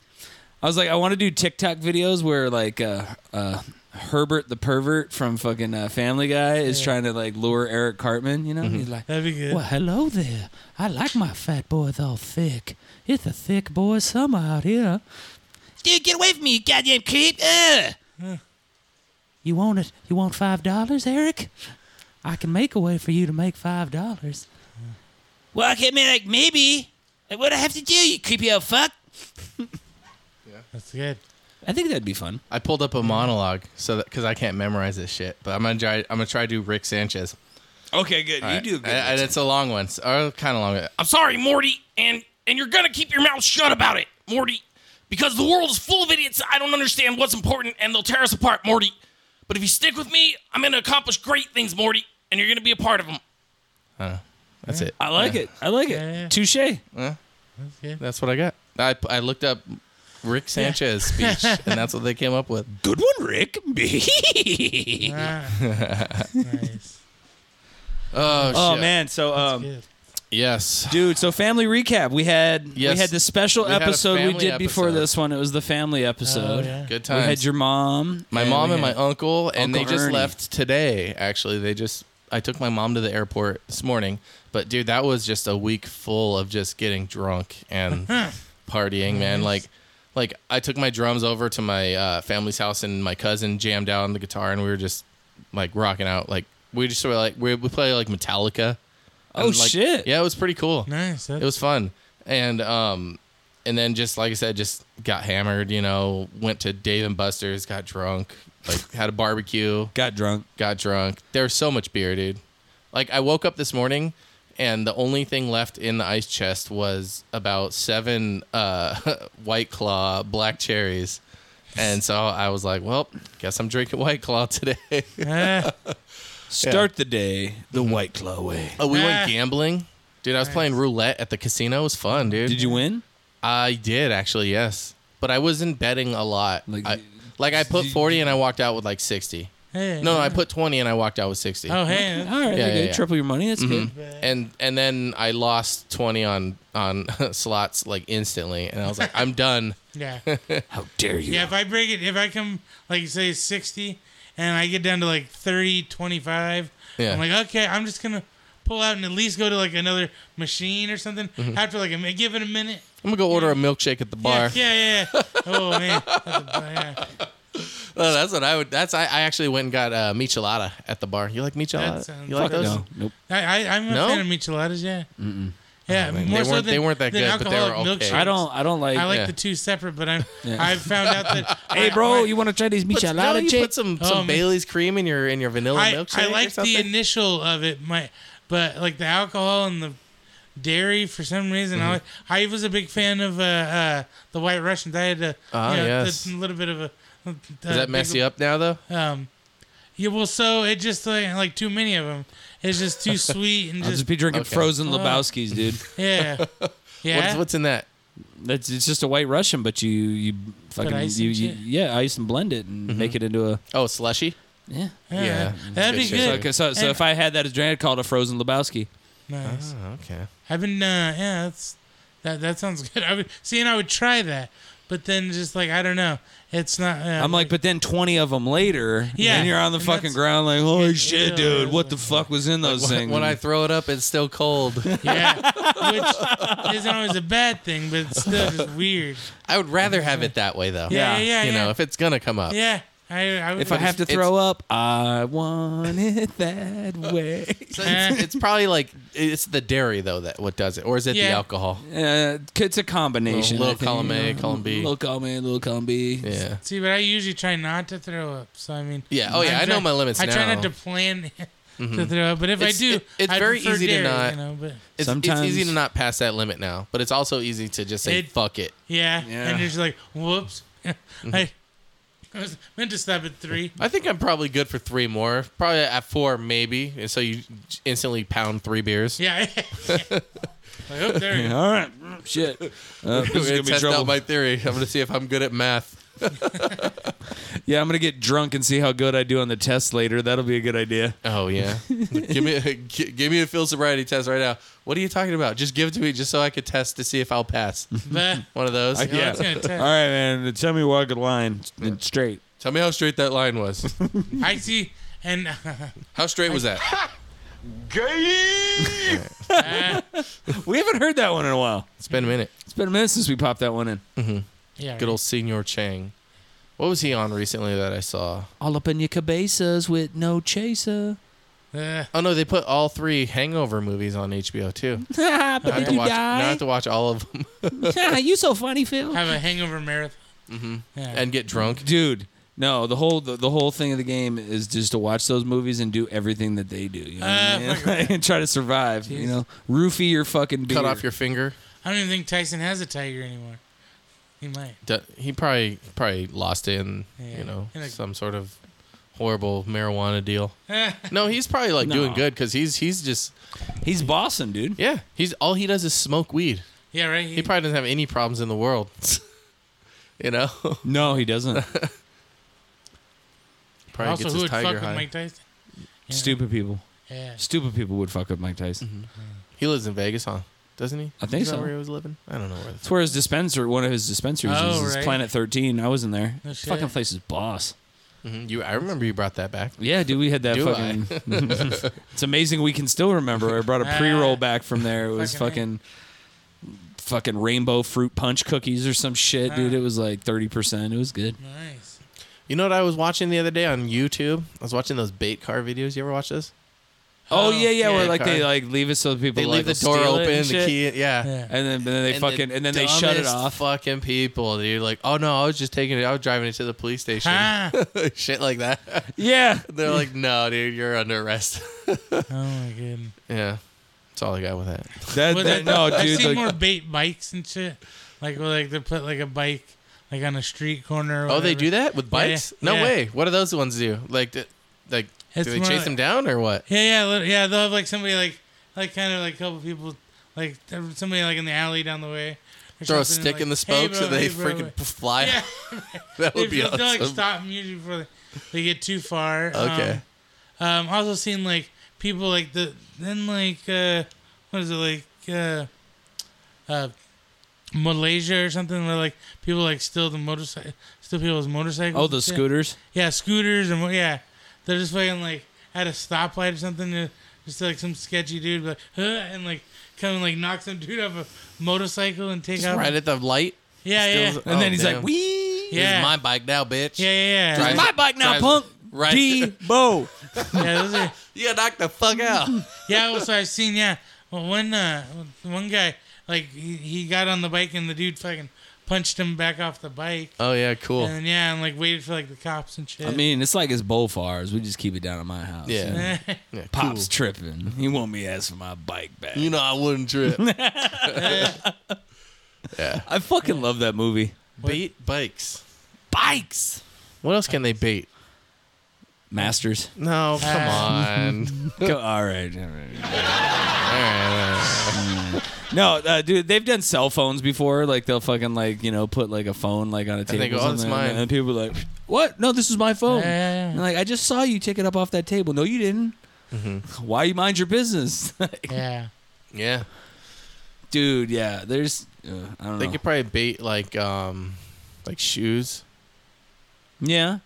A: I was like, I want to do TikTok videos where like uh, uh, Herbert the pervert from fucking uh, Family Guy is trying to like lure Eric Cartman. You know, he's like,
C: That'd be good.
A: "Well, hello there. I like my fat boys all thick. It's a thick boy summer out here.
F: Dude, get away from me, you goddamn creep. Ugh.
A: You want it? You want five dollars, Eric? I can make a way for you to make five dollars.
F: Well, okay, man, like maybe. Like, what do I have to do, you creepy old fuck?
C: That's good.
A: I think that'd be fun.
B: I pulled up a monologue so that because I can't memorize this shit, but I'm gonna try. I'm gonna try to do Rick Sanchez.
A: Okay, good.
B: All right. and, and it's a long one, so, or kind of long.
F: I'm sorry, Morty, and and you're gonna keep your mouth shut about it, Morty, because the world is full of idiots. I don't understand what's important, and they'll tear us apart, Morty. But if you stick with me, I'm gonna accomplish great things, Morty, and you're gonna be a part of them.
B: That's it.
A: I like it. I like
C: Yeah, yeah.
A: it. Touche.
B: That's what I got. I I looked up Rick
A: *laughs*
B: Sanchez speech, and that's what they came up with.
A: Good one, *laughs* Rick.
C: Ah, nice.
B: Oh,
A: oh
B: shit.
A: man, so um,
C: Good.
B: Yes.
A: Dude, so family recap. We had
B: Yes.
A: we had the special
B: We had a
A: episode we
B: family
A: did before
B: episode.
A: this one. It was the family episode.
C: Oh, yeah.
B: Good
A: We
B: times.
A: had your mom.
B: my mom
A: we
B: and my
A: had-
B: uncle, and
A: Uncle
B: they just
A: Ernie.
B: left today. Actually, they just I took my mom to the airport this morning. But dude, that was just a week full of just getting drunk
A: *laughs*
B: and partying, man. Like, like I took my drums over to my uh, family's house, and my cousin jammed out on the guitar, and we were just like rocking out. Like we just were like we we play like Metallica.
A: Oh,
B: And, like,
A: shit.
B: Yeah, it was pretty cool.
C: Nice. That,
B: It was fun. And um and then just like I said, just got hammered, you know, went to Dave and Buster's, got drunk, like *laughs* had a barbecue,
A: got drunk.
B: got drunk. There was so much beer, dude. Like I woke up this morning and the only thing left in the ice chest was about seven uh *laughs* white claw black cherries. And so I was like, Well, guess I'm drinking white claw today. *laughs* Uh,
C: ah,
A: Start the day the White Claw way.
B: oh, we
C: Ah.
B: went gambling. Dude, I was playing roulette at the casino. It was fun, dude.
A: Did you win?
B: I did actually, yes. But I wasn't betting a lot.
A: Like,
B: Like I, like I put
A: did-
B: forty and I walked out with like sixty.
C: hey.
B: No, no, I put twenty and I walked out with sixty.
C: Oh, hey.
A: All right,
B: Yeah,
A: okay,
B: yeah, yeah.
A: triple your money. That's good.
B: And and then I lost twenty on on *laughs* slots like instantly, and I was like, I'm done. *laughs*
C: Yeah.
A: How dare you?
C: Yeah, if I break it, if I come, like, say 60, and I get down to like 30, 25,
B: Yeah.
C: I'm like, okay, I'm just going to pull out and at least go to like another machine or something after like a minute. Give it a minute.
B: I'm gonna go order a milkshake at the Mm-hmm. bar.
C: Yeah, yeah, yeah.
B: *laughs*
C: yeah. oh, man. That's a- yeah.
B: Oh, that's what I would. That's I, I actually went and got uh, michelada at the bar. You like michelada?
C: That sounds
B: you like
C: good.
B: those?
A: No, nope.
C: I, I, I'm a
B: No?
C: fan of micheladas, yeah. Mm-mm. Yeah, more
B: they
C: so
B: weren't-
C: than,
B: they weren't that
C: than
B: good, but they were
C: alcoholic
B: okay.
C: milkshakes.
A: I don't. I don't like.
C: I like
B: Yeah.
C: the two separate, but I'm.
A: Yeah.
C: I've found out that.
B: *laughs*
A: hey,
C: I-
A: bro,
C: I-
A: you want to try these
B: Put, no,
A: michelada
B: you
A: chips?
B: put some
C: Oh,
B: some
C: man.
B: Bailey's cream in your in your vanilla
C: I,
B: milkshake.
C: I
B: or
C: like the
B: something?
C: initial of it, my, but like the alcohol and the dairy for some reason.
B: Mm-hmm.
C: I was- I, was a big fan of uh, uh, the White Russians. I had a
B: Ah,
C: you know,
B: yes.
C: the- a little bit of a. Does
B: Does that mess you up now though?
C: Um, yeah, well, so it just like, like too many of them. It's just
B: *laughs*
C: too sweet and
A: I'll
C: just
A: just be drinking
B: Okay.
A: frozen Lebowski's, dude.
C: yeah,
B: *laughs*
C: yeah.
B: What's what's in that?
A: *laughs* That's it's just a white Russian, but you you fucking
C: ice
A: you,
C: and
A: you
C: shit.
A: yeah ice and blend it and make it into a
B: Oh, slushy.
A: Mm-hmm. yeah.
C: Yeah.
B: Yeah.
C: that'd be
B: Good
C: good.
B: shit.
A: So, okay, so, so
C: And-
A: if I had that as a drink, I'd call it a frozen Lebowski.
C: Nice.
B: Oh, okay.
C: I've been uh, yeah, that's that that sounds good. I would see, and I would try that, But then just like I don't know, it's not. Uh,
A: I'm like, but then 20 of them later,
C: Yeah,
A: and you're on the
C: and
A: fucking
C: that's-
A: ground, like, holy
C: it-
A: shit,
C: yeah,
A: dude, what
C: yeah.
A: the fuck was in those
B: When,
A: things?
B: when I throw it up, it's still cold.
C: yeah, which isn't always a bad thing, but it's still just weird.
B: *laughs* I would rather have it that way, though.
C: Yeah, yeah, yeah.
B: you know, if it's gonna come up.
C: yeah. I, I would
A: if I have to
B: it's-
A: throw up, I want it *laughs* that way.
B: So it's, it's probably like it's the dairy though that what does it, or is it the
C: Yeah.
B: alcohol?
A: Uh, it's a combination.
B: Little- little
A: I think.
B: column A, column B.
A: Little column A, little column B.
B: Yeah.
C: See, but I usually try not to throw up. So I mean,
B: Yeah, oh, yeah,
C: I'm
B: I know
C: try-
B: my limits
C: I try
B: now. Mm-hmm.
C: not to plan *laughs* to throw up, but if I
B: It's-
C: do,
B: it- it's
C: I'd
B: very
C: prefer
B: easy to
C: dairy,
B: not-
C: You know, but
B: It's,
A: Sometimes-
B: it's easy to not pass that limit now, but it's also easy to just say
C: It-
B: fuck it.
C: yeah,
A: Yeah.
C: and it's like, whoops, *laughs*
B: Mm-hmm.
C: I, I was meant to stop at three.
B: I think I'm probably good for three more, probably at four maybe, and so you instantly pound three beers.
C: Yeah, *laughs* like, oh, there we go.
A: All right. Mm, *laughs* Shit. Uh, this is
B: I'm
A: gonna
B: gonna
A: be
B: test
A: trouble.
B: out my theory. I'm gonna see if I'm good at math.
A: yeah, I'm gonna get drunk and see how good I do on the test later. That'll be a good idea.
B: Oh *laughs* yeah, give me a, gi- give me a field sobriety test right now. What are you talking about? Just give it to me, just so I could test to see if I'll pass.
C: But-
B: One of those.
C: Yeah, it's gonna
A: All right,
C: test.
A: man. Tell me where I could line and straight.
B: Tell me how straight that line *laughs* was.
C: I see, and *laughs* uh,
B: How straight was that?
A: We haven't heard that one in a while.
B: It's been a minute.
A: It's been a minute since we popped that one in.
C: yeah,
B: Good old Senor Chang. What was he on recently that I saw?
A: All up in your cabezas with no chaser.
C: uh,
B: Oh no, they put all three Hangover movies on HBO too.
A: but
B: Now I *laughs* have to watch. Now I have to watch all of them
A: you so funny, Phil.
C: have a hangover marathon.
B: Mm-hmm. and get *laughs* drunk.
A: Dude, no. The whole the, the whole thing of the game is just to watch those movies and do everything that they do. You know, what I
C: Ah,
A: *laughs* mean?
C: fuck yeah.
A: and try to survive. You know, roofie your fucking beer.
B: Cut off your finger.
C: I don't even think Tyson has a tiger anymore. He might.
B: D- He probably probably lost it in
C: Yeah.
B: you know
C: In a-
B: some sort of horrible marijuana deal. no, he's probably like doing
A: No.
B: good because he's he's just
A: He's bossing, dude.
B: yeah he's all he does is smoke weed.
C: Yeah, right.
B: He probably doesn't have any problems in the world. *laughs* you know,
A: No, he doesn't.
B: probably
C: also,
B: gets
C: who
B: his
C: would
B: tiger
C: fuck with
B: high.
C: Mike Tyson? Yeah.
A: Stupid people.
C: Yeah.
A: Stupid people would fuck up Mike Tyson.
B: He lives in Vegas, huh? Doesn't he?
A: I think
B: Is that
A: so.
B: Where he was living? I don't know where. That's
A: It's where his dispenser, one of his dispensaries
C: Oh,
A: is. It's
C: right.
A: Planet 13. I was in there.
C: No shit.
A: fucking place is boss.
B: Mhm. You, I remember you brought that back.
A: Yeah, dude, we had that
B: Do
A: fucking.
B: *laughs*
A: *laughs* it's amazing we can still remember. I
B: Ah,
A: brought a pre roll back from there. It was
C: Fucking
A: fucking, fucking rainbow fruit punch cookies or some shit,
B: Ah.
A: dude. It was like thirty percent. It was good.
C: Nice.
B: You know what I was watching the other day on YouTube? I was watching those bait car videos. You ever watch this?
A: Oh, yeah, yeah.
B: yeah,
A: where like they
B: car.
A: like leave it so people
B: They
A: like,
B: leave the
A: will
B: door
A: steal it
B: open,
A: and
B: the
A: shit.
B: key. Yeah.
C: Yeah.
A: and then and then they
B: And the
A: fucking and then they shut it
B: dumbest
A: off.
B: Fucking people, dude. Like, oh no, I was just taking it. I was driving it to the police station.
C: Ah.
B: *laughs* Shit like that. *laughs*
A: Yeah,
B: They're like, no, dude, you're under arrest. *laughs*
C: Oh my goodness.
B: yeah. That's all I got with that.
A: that,
C: Well,
A: that-
C: that-
A: no,
C: I've
A: dude.
C: seen
A: like-
C: more bait bikes and shit. Like, well, like they put like a bike like on a street corner. Or
B: Oh, they
C: whatever.
B: do that with bikes?
C: Yeah.
B: No
C: Yeah.
B: way. What do those ones do? Like, d- like
C: It's
B: do they
C: more
B: chase
C: like-
B: them down or what?
C: Yeah, yeah, li- yeah. They'll have like somebody like like kind of like a couple people like somebody like in the alley down the way. or
B: Throw a
C: something,
B: stick
C: like,
B: in the
C: "Hey,
B: spokes
C: bro,
B: and they
C: hey, bro."
B: freaking *laughs* fly.
C: Yeah.
B: that
C: They
B: would be
C: they'll, like
B: awesome.
C: stop them usually before they, they get too far.
B: Okay.
C: Um, Um, also seen like people like the then like uh, what is it like uh, uh, Malaysia or something where like people like steal the motorcycle, steal people's motorcycles.
A: oh, the
C: and shit.
A: scooters.
C: Yeah, scooters and mo- yeah, they're just fucking like at a stoplight or something. uh, Just like some sketchy dude, like huh, *laughs* and like come and like knock some dude off a motorcycle and take out.
B: Right at the light.
C: yeah, yeah,
B: steals-
A: And
B: Oh,
A: then he's
B: damn.
A: like, "Wee,
B: This
C: yeah.
B: is my bike now, bitch.
C: yeah, yeah,
B: *laughs*
C: yeah.
B: Drive-
A: my bike now,
B: Drives-
A: punk."
B: Right.
A: D Bo.
C: yeah those are,
B: *laughs* Yeah, knock the fuck out.
C: yeah, well, so I've seen, yeah. Well, one, uh, one guy, like, he, he got on the bike and the dude fucking punched him back off the bike.
B: oh yeah, cool.
C: And then, yeah, and, like, waited for, like, the cops and shit.
A: I
C: *laughs*
A: mean, it's like it's Bofars. We just keep it down at my house.
B: Yeah.
C: yeah,
B: Yeah, cool.
A: Pop's tripping. He want me asking my bike back.
B: You know I wouldn't trip.
A: I fucking love that movie.
B: bait bikes.
A: Bikes.
B: What else can they bait?
A: Masters.
B: No, come on.
A: Go- all right. *laughs* all right.
B: All right,
A: No, uh, dude, they've done cell phones before. Like they'll fucking like you know put like a phone like on a table.
B: they go,
A: or
B: "Oh, that's
A: something,"
B: mine.
A: And people are like, "What? No, this is my phone."
C: Yeah, yeah, yeah.
A: And, like I just saw you take it up off that table. No, you didn't.
B: Mm-hmm.
A: Why you mind your business, *laughs*
C: yeah.
B: Yeah,
A: dude? Yeah, there's. Uh, I don't
B: they
A: know.
B: could probably bait like um, Like shoes.
A: Yeah.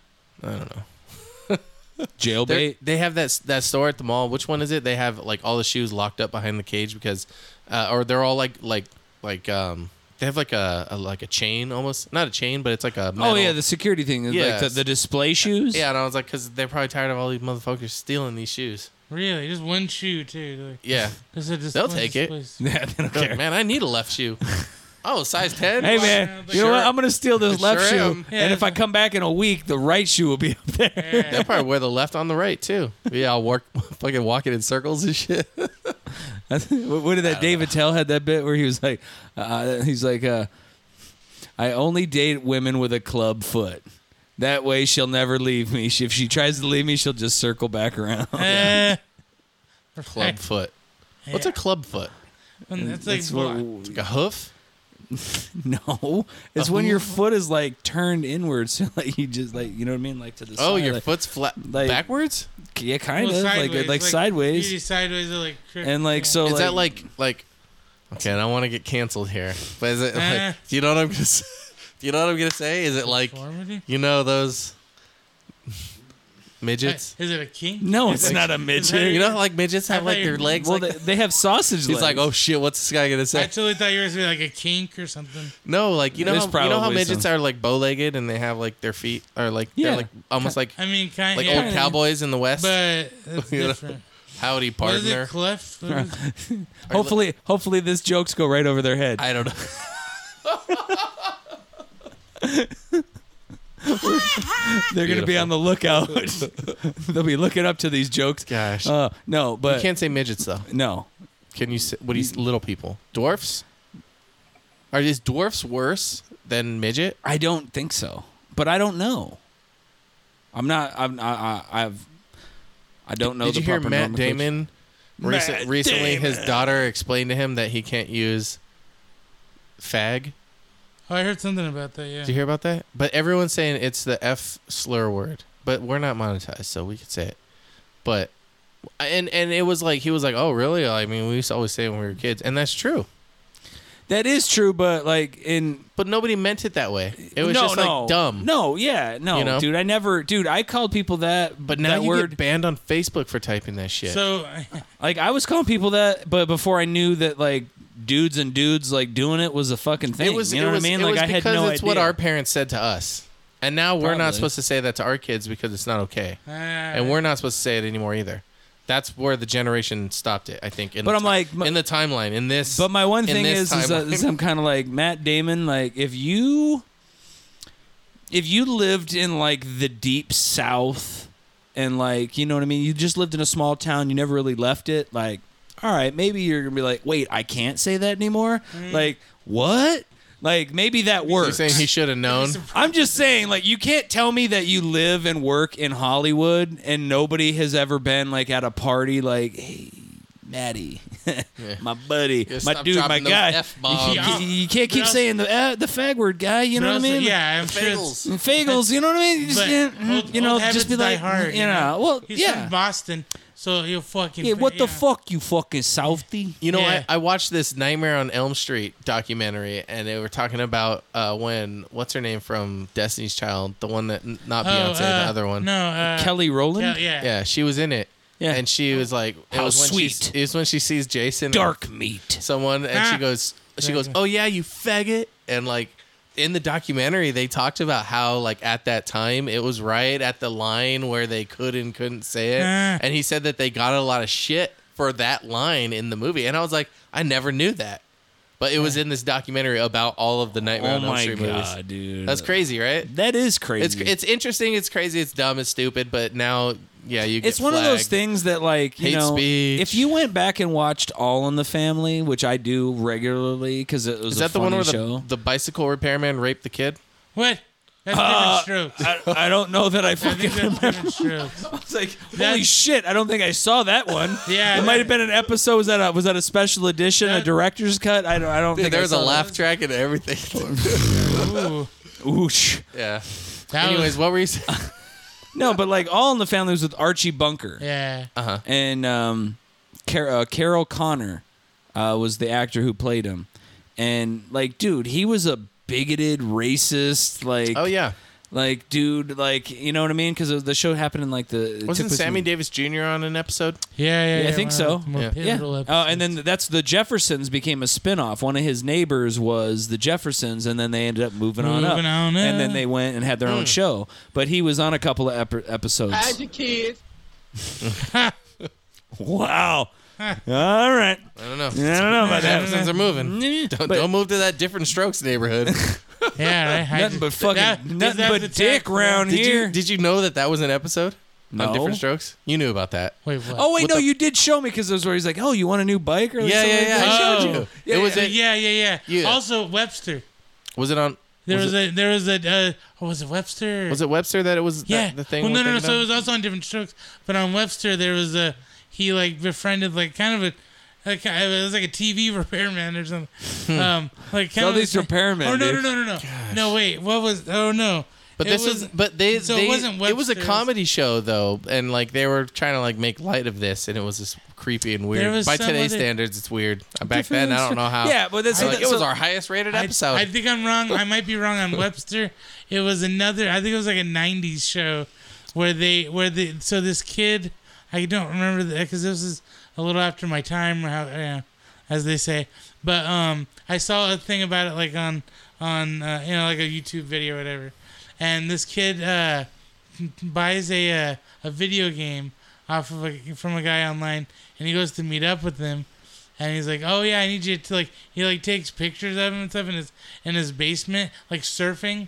B: I don't know. They're-
A: *laughs* Jailbait.
B: They have that s- that store at the mall. Which one is it? They have like all the shoes locked up behind the cage because, uh, or they're all like like like um they have like a, a like a chain almost not a chain but it's like a metal.
A: Oh yeah, the security thing. Like the,
B: Yes.
A: the display shoes.
B: yeah. And I was like, because they're probably tired of all these motherfuckers stealing these shoes.
C: Really, just one shoe too. Like,
A: *laughs*
B: Yeah.
C: just a dis-
B: They'll
C: one
B: take it.
A: *laughs*
C: displace.
A: Yeah, they don't
B: They're like,
A: care.
B: Man, I need a
A: *laughs*
B: left shoe. oh, size ten.
A: Hey
B: Wow.
A: man,
C: but
A: you know what?
B: sure.
A: I'm gonna steal this
B: Sure
A: left shoe,
B: am.
A: and if I come back in a week, the right shoe will be *laughs* up there.
B: They'll probably wear the left on the right too. Yeah, I'll walk, *laughs* fucking walking in circles and shit.
A: *laughs* what what did that David Tell had that bit where he was like, uh, he's like, uh, I only date women with a club foot. That way she'll never leave me. She- If she tries to leave me, she'll just circle back
B: *laughs*
A: around. *laughs*
C: *laughs* Eh,
B: Club foot. What's a club foot?
C: and that's like
A: That's what-
B: It's like a hoof.
A: no,
B: Uh,
A: it's when your foot is like turned inward, so *laughs* like you just like you know what I mean, like to the
B: Oh,
A: side,
B: your
A: like,
B: foot's flat
A: like-
B: backwards.
A: yeah, kind
C: well,
A: of like like, sideways,
C: Usually sideways or like cri-
A: and like
C: yeah.
A: so
B: Is
A: like,
B: that like like? Okay, I don't want to get canceled here, but is it
C: Eh.
B: like? Do you know what I'm gonna? Say? *laughs* Do you know what I'm gonna say? Is it like
C: Deformity?
B: you know those
C: Hey,
B: midgets?
C: Is it a king?
A: no, it's not a midget.
B: You know, how, like midgets have like their legs.
A: well,
B: like,
A: they, they have sausage
B: he's
A: legs.
B: like, oh shit, what's this guy gonna
C: I
B: say?
C: totally thought you were going to be like a kink or something.
B: No, like you know,
A: There's
B: how, you know how
A: probably
B: midgets
A: some.
B: are like bow-legged and they have like their feet are like
A: Yeah.
B: they're like almost like
C: I mean, kind
B: like
C: of.
B: old cowboys in the west. *laughs*
C: But that's
B: You know,
C: different.
B: Howdy,
C: What is
B: partner.
C: it, cleft? What
B: *laughs*
C: is-
A: hopefully, hopefully this jokes go right over their head.
B: "Oh, I don't know.
A: They're going to be
B: Beautiful.
A: on the lookout. *laughs* They'll be looking up to these jokes.
B: Gosh,
A: Uh, no,
B: you
A: but
B: can't say midgets though.
A: no.
B: Can you say what do you
A: Mm.
B: s- little people? Dwarfs? Are is dwarfs worse than midget?
A: I don't think so. But I don't know. I'm not. I'm. I, I, I've. I don't know.
B: Did
A: Oh, the
B: you hear
A: proper
B: Matt
A: nomenclature.
B: Damon? Recent,
A: Matt
B: recently, his daughter explained to him that he can't use fag.
C: Oh, I heard something about that, yeah.
B: Did you hear about that? But everyone's saying it's the F slur word. But we're not monetized, so we could say it. But and and it was like he was like, oh really? I mean, we used to always say it when we were kids, and that's true.
A: That is true, but like in
B: But nobody meant it that way. It was
A: no,
B: just
A: no,
B: like dumb.
A: No, yeah, no,
B: You know?
A: dude. I never, dude. I called people that,
B: But now
A: that
B: you
A: word.
B: get banned on Facebook for typing that shit.
C: So, *laughs* uh,
A: Like I was calling people that, but before I knew that, like dudes and dudes like doing it was a fucking thing. you know
B: it was-
A: what I mean?
B: it
A: Like
B: was
A: I had
B: because
A: no
B: it's
A: idea.
B: what our parents said to us, and now we're
A: Probably.
B: not supposed to say that to our kids because it's not okay, and
C: and
B: we're not supposed to say it anymore either. That's where the generation stopped it, I think. In
A: But
B: the
A: I'm
B: ti-
A: like, my-
B: in the timeline, in this.
A: But my one
B: in
A: thing
B: this
A: is, is, that,
B: timeline.
A: is I'm kind of like Matt Damon. Like if you, if you lived in like the deep South, and like you know what I mean, you just lived in a small town, you never really left it. Like, all right, maybe you're gonna be like, wait, I can't say that anymore. Like what? Like maybe that
B: *laughs* You're
A: works.
B: saying he should have known.
A: I'm just saying, like, you can't tell me that you live and work in Hollywood and nobody has ever been like at a party, like, hey, Maddie, *laughs* my buddy,
B: Yeah,
A: my
B: stop
A: dude, my
B: dropping those
A: guy.
B: F-bombs.
A: You, can't- you can't keep
C: But also-
A: saying the uh, the fag word, guy. You know what I mean?
C: Yeah, I'm sure. it's-
B: Bagels.
A: And Fagels, you know what I mean? You just
C: But
A: can't, mm,
C: old-
A: you know,
C: old
A: just
C: habits
A: be
C: die
A: like,
C: hard,
A: you
C: you
A: know,
C: know?
A: well,
C: He's
A: yeah,
C: from Boston, so he'll fucking.
A: yeah. What the
C: yeah.
A: fuck, you fucking Southie?
B: You know,
C: Yeah.
B: I, I watched this Nightmare on Elm Street documentary, and they were talking about uh, when what's her name from Destiny's Child, the one that n- not
C: Oh,
B: Beyonce,
C: uh,
B: the other one.
C: No, uh,
A: Kelly Rowland,
C: Kel- yeah.
B: Yeah, she was in it.
A: Yeah.
B: And she was like, it
A: How
B: was when
A: sweet.
B: She, it was when she sees Jason,
A: dark meat.
B: someone, and
C: Ah.
B: she goes, she goes, oh yeah, you faggot, and like. In the documentary, they talked about how, like, at that time, it was right at the line where they could and couldn't say it.
C: Ah.
B: And he said that they got a lot of shit for that line in the movie. And I was like, I never knew that. But it was in this documentary about all of the Nightmare
A: Oh
B: on Elm
A: my
B: Street movies.
A: god, dude,
B: That's crazy, right?
A: That is crazy.
B: It's it's interesting, it's crazy, it's dumb, it's stupid, but now, yeah, you get
A: it's one of those
B: flagged.
A: things that like you
B: Hate
A: know
B: speech.
A: if you went back and watched all in the family which i do regularly because it was
B: Is
A: a
B: that the one
A: funny
B: where
A: show
B: the, *laughs* the bicycle repairman raped the kid?
C: What? That's different strokes.
A: Uh, I, I don't know that i
C: I
A: fucking *laughs*
C: think that's different strokes.
A: was like holy
C: That's-
A: shit i don't think i saw that one
C: *laughs* Yeah,
A: it might have been an episode was that a was that a special edition a
C: That-
A: director's cut i don't i don't
B: Dude,
A: think
B: there
A: I
B: was a
A: saw
B: laugh track and everything.
C: *laughs* Ooh,
A: that. Oosh.
B: yeah.
C: that
B: Anyways,
C: was,
B: what were you saying?
A: no but like all in the family was with archie bunker
C: yeah.
A: Uh, and um, Car- uh, Carol Connor uh, was the actor who played him. And like, dude, he was a bigoted, racist, like
B: Oh
C: *laughs*
B: yeah,
A: like dude, like you know what I mean? Because the show happened in like the it took
B: wasn't
A: place
B: Sammy
A: in-
B: Davis Jr. on an episode?
C: yeah, yeah,
A: I think
C: one
A: so.
C: of the More
B: Yeah.
A: Yeah.
C: pivotal
A: Oh, and then that's the Jeffersons became a spinoff. One of his neighbors was the Jeffersons, and then they ended up moving, on up.
C: Moving on
A: and
C: up.
A: then they went and had their own
B: Hmm.
A: show. But he was on a couple of ep- episodes. wow. All right.
B: I don't know.
A: I don't know about that.
B: Jeffersons are moving. *laughs* Don't, don't move to that different strokes
C: *laughs*
B: neighborhood.
C: episodes. yeah, right. I
A: Nothing
C: just-
A: but fucking
C: that-
A: nothing
C: that's
A: but
C: the
A: dick
C: tech-
A: round
B: Did
A: here.
B: you did you know that that was an episode
A: No.
B: on different strokes? You knew about that.
C: Wait, what?
A: oh wait,
B: What
A: no,
B: the-
A: you did show me because was where he's like, "Oh, you want a new bike?" Or like
B: yeah,
A: something
B: yeah,
A: like
B: yeah.
A: that?
B: I
C: Oh.
B: showed you. it was a,
C: yeah, yeah, yeah,
B: Yeah.
C: Also, Webster.
B: Was it on?
C: There
B: Was
C: was, a there was a uh, oh, was it Webster?
B: Was it Webster that it was? that-
C: yeah
B: the thing.
C: Well, no,
B: we're
C: no, no.
B: thinking
C: So it
B: of?
C: was also on different strokes, but on Webster there was a he like befriended like kind of a. Like, it was like a TV *laughs* repairman or
B: Hmm.
C: something. Um, like kind
A: all
C: of a-
A: these repairmen,
C: Oh no, no,
A: dude.
C: no, no, no! No, wait. What was? Oh no!
B: But
C: It
B: this was, but they,
C: so
B: they-
C: it wasn't. Webster's.
B: It was a comedy show though, and like they were trying to like make light of this, and it was just creepy and
C: There
B: weird.
C: was
B: By
C: some
B: today's
C: other-
B: standards, it's weird. Uh, Back then, I don't know how.
A: *laughs* Yeah, but that's-
B: I like, "Oh,
A: so-
B: it was our highest rated
C: I,
B: episode.
C: I think I'm wrong. I might be wrong on Webster. It was another. I think it was like a '90s show where they where the so this kid. I don't remember that because this is a little after my time, or how, yeah, as they say. But um, I saw a thing about it like on on uh, you know like a YouTube video or whatever, and this kid uh, buys a uh, a video game off of a, from a guy online, and he goes to meet up with them, and he's like, "Oh yeah, I need you to like." He like takes pictures of him and stuff in his in his basement, like surfing.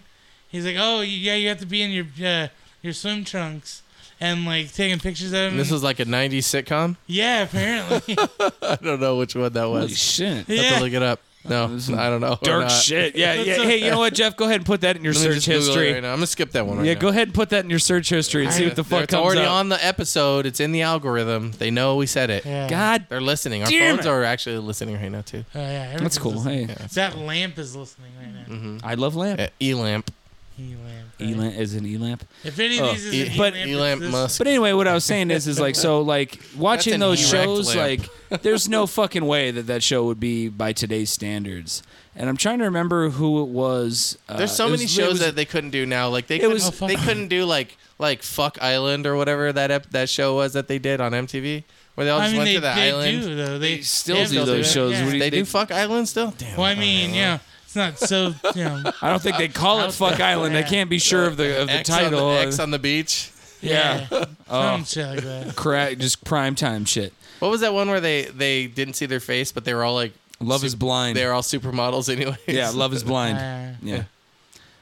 C: He's like, "Oh yeah, you have to be in your uh, your swim trunks." And like taking pictures of him.
B: this was like a '90s sitcom. *laughs*
A: *laughs*
C: yeah, apparently. *laughs*
B: I don't know which one that
A: Holy
B: was.
A: shit. *laughs*
B: I have
C: yeah.
B: to look it up. No, *laughs* I don't know. We're
A: Dark
B: not-
A: shit.
B: *laughs*
A: Yeah, yeah.
C: That's a-
A: Hey, you know what, Jeff? Go ahead and put that in your
B: uh, Let me
A: search
B: just Google it
A: history.
B: right now. I'm gonna skip that one. Right
A: yeah,
B: now.
A: go ahead and put that in your search history and see what the fuck
B: It's
A: comes
B: already
A: up.
B: on the episode. It's in the algorithm. They know we said it.
C: Yeah.
A: God,
B: They're listening. Our
A: Damn
B: phones
A: it.
B: are actually listening right now too.
C: Oh, yeah,
A: that's
C: everything's
A: cool.
C: listening.
A: Hey,
C: That lamp is listening right now.
A: I love lamp.
B: Uh, E-lamp.
C: He lamp. right?
A: E-lamp is an e-lamp.
C: If any
A: Oh,
C: of these is
B: E-
C: an
B: but
C: E-lamp,
B: E-lamp
C: it's this-
B: must-
A: But anyway, what I was saying is, is like, so like watching
B: an
A: those
B: erect
A: shows,
B: lamp.
A: like, there's no fucking way that that show would be by today's standards. And I'm trying to remember who it was. Uh,
B: There's so
A: it was-
B: many
A: it
B: shows
A: was-
B: that they couldn't do now. Like they couldn't,
A: was- Oh,
C: fuck.
B: they couldn't do like like Fuck Island or whatever that ep- that show was that they did on MTV where they all
C: I
B: just
C: mean,
B: went
C: they,
B: to the
C: they
B: island.
C: do though. They,
A: still
C: they have
A: do
C: to
A: those
C: it,
A: shows.
C: yeah.
A: What do
B: They,
A: you-
B: do Fuck Island still. Damn.
C: Well, I mean, yeah, it's not
A: *laughs*
C: so. You know,
A: I don't think they call it Fuck Island. They can't be sure of the of the
B: X
A: title. uh,
B: on the, X on the beach.
A: yeah, Oh.
C: some shit like
A: *laughs*
C: that.
A: Cra- just prime time
B: *laughs*
A: shit.
B: What was that one where they they didn't see their face but they were all like
A: Love is blind.
B: they were all supermodels *laughs* anyway.
A: Yeah, love is blind.
C: Uh,
B: *laughs*
A: yeah.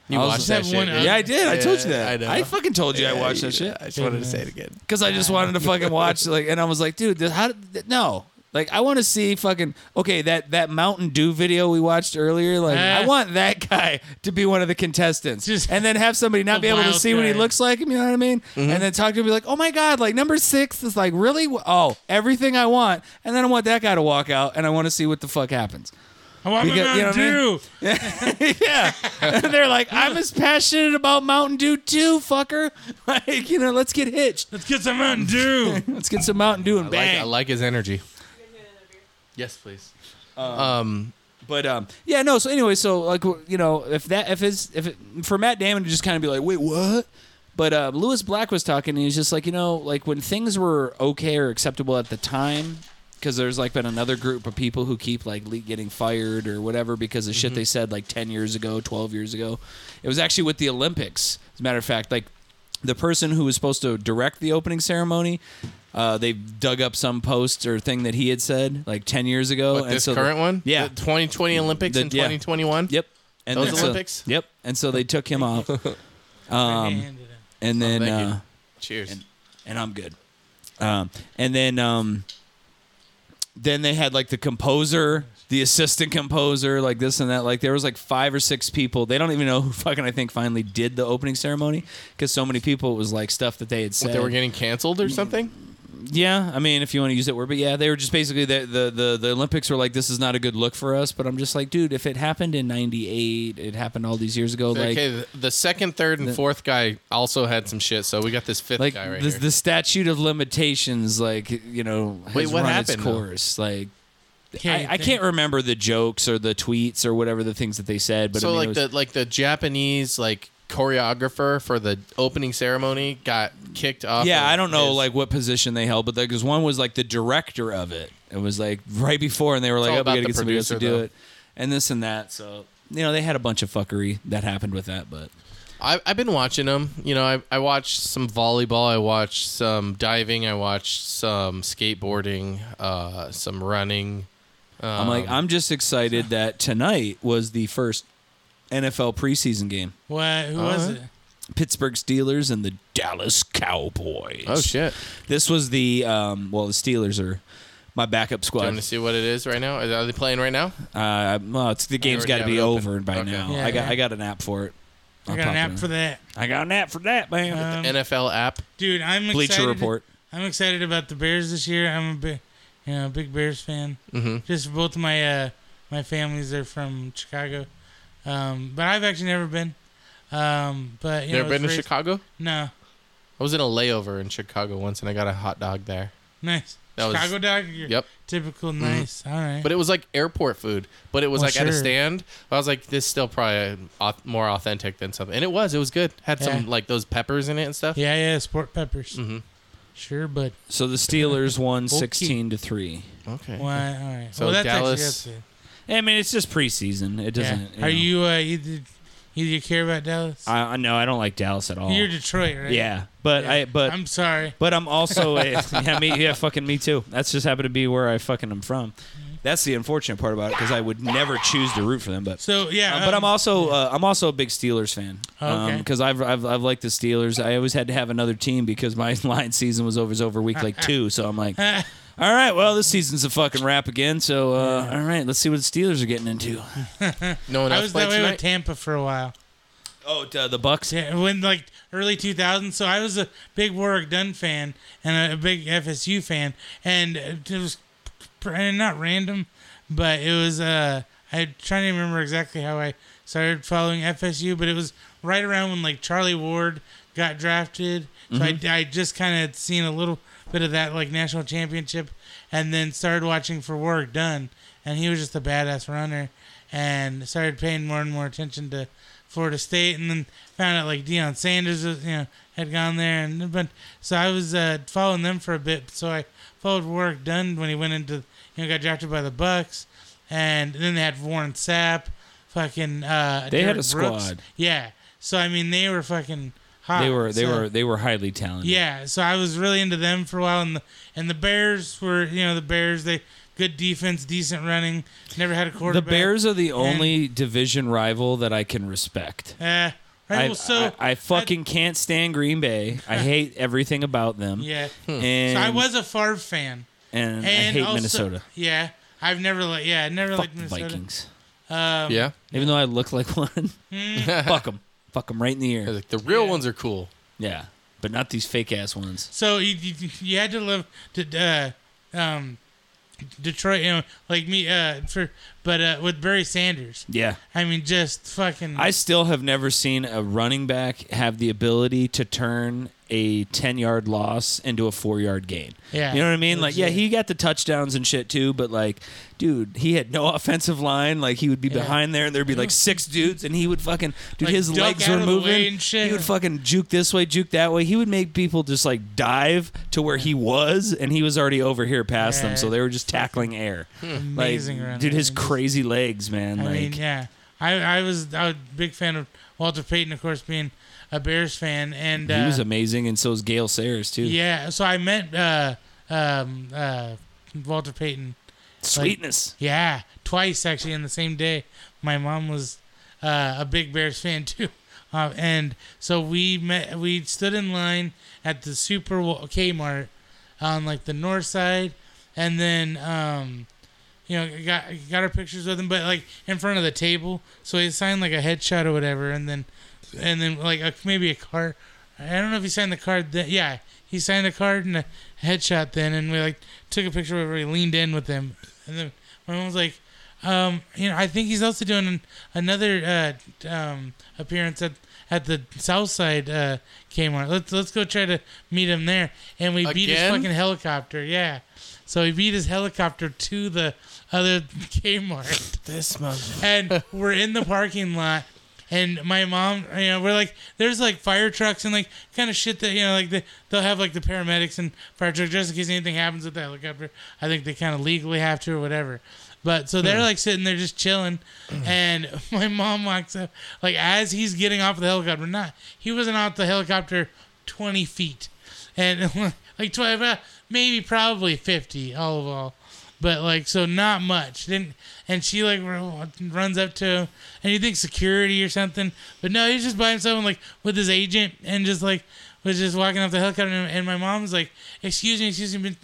B: You
A: I was
B: watched
A: just
B: that
C: that
B: shit.
C: one
B: didn't
C: other-
B: you?
A: Yeah, I did. I told you
B: Yeah,
A: that.
B: I know.
A: I fucking told you I
B: Yeah,
A: watched that
B: you-
A: shit
B: I just wanted to say it again.
A: because I just wanted to fucking watch like, and I was like, dude, this, how? Did, no, like I want to see fucking okay that that Mountain Dew video we watched earlier. Like
C: Ah.
A: I want that guy to be one of the contestants,
C: Just
A: and then have somebody not
C: a
A: be able to
C: wild
A: see what he
C: guy.
A: looks like. You know what I mean?
B: Mm-hmm.
A: And then talk to him, be like, oh my god, like number six is like really oh everything I want, and then I want that guy to walk out, and I want to see what the fuck happens. *laughs*
C: I want my
A: Because- you know
C: Mountain
A: what I mean?
C: Dew.
A: yeah. And they're like, I'm as passionate about Mountain Dew too, fucker. *laughs* Like, you know, let's get hitched.
C: Let's get some
A: *laughs*
C: Mountain Dew.
A: Let's get some Mountain Dew and
B: I like, I
A: bang.
B: like his energy. Yes, please. um
A: But um, yeah, no. So anyway, so like w- you know, if that if it's if it, for Matt Damon to just kind of be like, wait, what? But uh, Lewis Black was talking, and he's just like, you know, like when things were okay or acceptable at the time, because there's like been another group of people who keep like le- getting fired or whatever because of shit
B: Mm-hmm.
A: they said like ten years ago, twelve years ago. It was actually with the Olympics, as a matter of fact. Like the person who was supposed to direct the opening ceremony. Uh, they dug up some post or thing that he had said like 10 years ago.
B: But this
A: the-
B: current one?
A: Yeah.
B: The 2020 Olympics
A: The-
B: and
A: yeah.
B: 2021?
A: Yep. And
B: Those
A: then so-
B: Olympics?
A: yep. And so they took him
B: *laughs*
A: off, Um,
C: And, uh,
A: and then
B: Oh, thank you.
A: uh,
B: Cheers.
A: and I'm good. Um, and then um, then they had like the composer, the assistant composer, like this and that. Like there was like five or six people. They don't even know who *laughs* fucking I think finally did the opening ceremony because so many people it was like stuff that they had said.
B: What, they were getting canceled or something?
A: Yeah, I mean, if you want to use that word, but yeah, they were just basically the the the, the Olympics were like, this is not a good look for us. But I'm just like, dude, if it happened in '98, it happened all these years ago. like,
B: okay, the, the second, third, and fourth guy also had some shit, so we got this fifth
A: like
B: guy right
A: the,
B: here.
A: the statute of limitations, like you know, has
B: Wait, what
A: run
B: happened,
A: its
B: though?
A: course. Like
C: Okay,
A: I, I can't remember the jokes or the tweets or whatever the things that they said, but I
B: so
A: mean, it
B: like
A: was-
B: the like the Japanese like choreographer for the opening ceremony got kicked off.
A: yeah,
B: of
A: I don't know
B: his-
A: like what position they held, but because one was like the director of it. It was like right before, and they were like,
B: all
A: "Oh, we
B: about
A: gotta
B: the
A: get somebody else to
B: producer,
A: do
B: though.
A: it," and this and that. So you know, they had a bunch of fuckery that happened with that, but
B: I, I've been watching them. You know, I, I watched some volleyball, I watched some diving, I watched some skateboarding, uh, some running.
A: I'm like,
B: Um,
A: I'm just excited that tonight was the first NFL preseason game.
C: What? Who was it?
A: Pittsburgh Steelers and the Dallas Cowboys.
B: Oh shit!
A: This was the um, well, the Steelers are my backup
B: Do you
A: squad.
B: want to see what it is right now? Are they playing right now?
A: Uh, well, it's, the game's
B: already
A: got to
B: have
A: be
B: it open.
A: over by
B: Okay.
A: now.
C: Yeah,
A: I got
C: yeah.
A: I got an app for it.
C: I got an app for that.
A: I got an app for that, man.
C: Um,
B: NFL app.
C: dude, I'm
A: Bleacher
C: excited.
A: Report.
C: I'm excited about the Bears this year. I'm a big, you know, big Bears fan. Mm-hmm. Just both my uh, my families are from Chicago, um, but I've actually never been. Um, but you
B: You
C: know,
B: ever been to
C: it's raised-
B: Chicago?
C: No,
B: I was in a layover in Chicago once, and I got a hot dog there.
C: nice.
B: That was-
C: Chicago dog. You're
B: Yep.
C: Typical
A: Mm-hmm.
C: nice. All right.
B: But it was like airport food, but it was
C: Well,
B: like at a
C: sure.
B: stand. I was like, this is still probably au- more authentic than something, and it was. It was good. Had some
C: Yeah.
B: like those peppers in it and stuff.
C: yeah, yeah. Sport peppers.
A: Mm-hmm.
C: Sure, but
A: So the *laughs* Steelers won
C: Okay.
A: 16 to three.
B: Okay.
C: why? All right.
B: So
C: well, that's
B: Dallas-
C: Actually, that's
A: I mean, it's just preseason. It
C: it. Yeah.
A: doesn't.
C: Are you uh, either either you care about Dallas?
A: I I- no, I don't like Dallas at all.
C: You're Detroit, right?
A: yeah, but
C: Yeah.
A: I but
C: I'm sorry.
A: But I'm also a, *laughs* yeah, me, yeah, fucking me too. That's just happened to be where I fucking am from. That's the unfortunate part about it because I would never choose to root for them. But
C: So yeah,
A: um, but
C: um,
A: I'm also uh, I'm also a big Steelers fan
C: Okay.
A: because I've, I've I've liked the Steelers. I always had to have another team because my *laughs* line season was over was over week like two. So I'm
C: *laughs*
A: like, all right, well this season's a fucking wrap again. So uh, all right, let's see what the Steelers are getting into.
B: No one
C: I
B: else
C: was
B: played
C: that way
B: tonight.
C: with Tampa for a while.
A: Oh, d- the Bucks.
C: Yeah, when like early 2000s. So I was a big Warwick Dunn fan and a big FSU fan, and it was pr- and not random, but it was. Uh, I'm trying to remember exactly how I started following FSU, but it was right around when like Charlie Ward got drafted. So I, I just kind of had seen a little bit of that like national championship, and then started watching for Warwick Dunn, and he was just a badass runner, and started paying more and more attention to Florida State, and then found out like Deion Sanders, was, you know, had gone there, and but so I was uh, following them for a bit. So I followed Warwick Dunn when he went into, you know, got drafted by the Bucks, and then they had Warren Sapp, fucking. Uh,
A: They had
C: Derrick
A: a
C: Brooks.
A: squad.
C: Yeah, so I mean they were fucking. Hot.
A: They were they
C: So-
A: were they were highly talented.
C: yeah, so I was really into them for a while, and the and the Bears were you know the Bears they good defense, decent running, never had a
A: The
C: quarterback.
A: Bears are the only division rival that I can respect.
C: Uh, right.
A: I,
C: well, so
A: I, I fucking can't stand Green Bay.
C: *laughs*
A: I hate everything about them. *laughs*
C: yeah.
A: And,
C: so I was a Favre fan,
A: and,
C: and
A: I hate
C: also,
A: Minnesota.
C: Yeah, I've never like yeah, I never
A: Fuck
C: liked
A: the
C: Minnesota.
A: Vikings.
B: yeah.
A: Even though I look like *laughs* one, fuck them. Fuck them right in the
B: I was
A: ear.
B: like, the real ones are cool.
A: Yeah, but not these fake ass ones.
C: So you, you, you had to live to uh, um, Detroit, you know, like me uh, for but uh, with Barry Sanders.
A: Yeah.
C: I mean, just fucking.
A: I still have never seen a running back have the ability to turn a 10 yard loss into a four yard gain.
C: Yeah.
A: You know what I mean? Like, yeah, he got the touchdowns and shit too, but like, dude, he had no *laughs* offensive line. Like, he would be behind there and there'd be like six dudes and he would fucking, dude,
C: Like,
A: his
C: duck
A: legs
C: out
A: were
C: of the way
A: moving.
C: and shit.
A: He would fucking juke this way, juke that way. He would make people just like dive to where he was and he was already over here past them.
C: Yeah. Hmm.
A: So they were just tackling air.
C: Amazing
A: like,
C: runner.
A: Dude, his
C: I mean, just-
A: crazy legs, man.
C: I
A: like,
C: mean, yeah. I, I was I was a big fan of Walter Payton, of course, being a Bears fan, and uh,
A: He was amazing, and so is Gail Sayers too.
C: yeah. So I met uh, um, uh, Walter Payton,
A: Sweetness.
C: yeah, twice actually in the same day. My mom was uh, a big Bears fan *laughs* too, uh, and so we met. We stood in line at the Super Wa- Kmart on like the north side, and then. Um, you know, got got our pictures with him, but like in front of the table. So he signed like a headshot or whatever, and then and then like a, maybe a card. I don't know if he signed the card. Then. Yeah, he signed a card and a headshot then, and we like took a picture where we leaned in with him, and then my mom was like. Um, you know, I think he's also doing an- another uh, um, appearance at at the Southside uh, Kmart. Let's let's go try to meet him there. And we beat his
B: Again?
C: fucking helicopter. Yeah, so he beat his helicopter to the other *laughs* Kmart,
B: This month.
C: and we're in the parking lot. And my mom, you know, we're like, there's like fire trucks and like kind of shit that you know, like they, they'll have like the paramedics and fire trucks just in case anything happens with the helicopter. I think they kind of legally have to or whatever. But so they're like sitting there just chilling, and *laughs* my mom walks up like as he's getting off the helicopter. Not he wasn't off the helicopter twenty feet, and *laughs* like twelve, uh, maybe probably fifty all of all, but like so not much. Didn't and she like r- runs up to him, and you think security or something, but no, he's just by himself and like with his agent and just like was just walking off the helicopter, and, and my mom's like, "Excuse me, excuse me."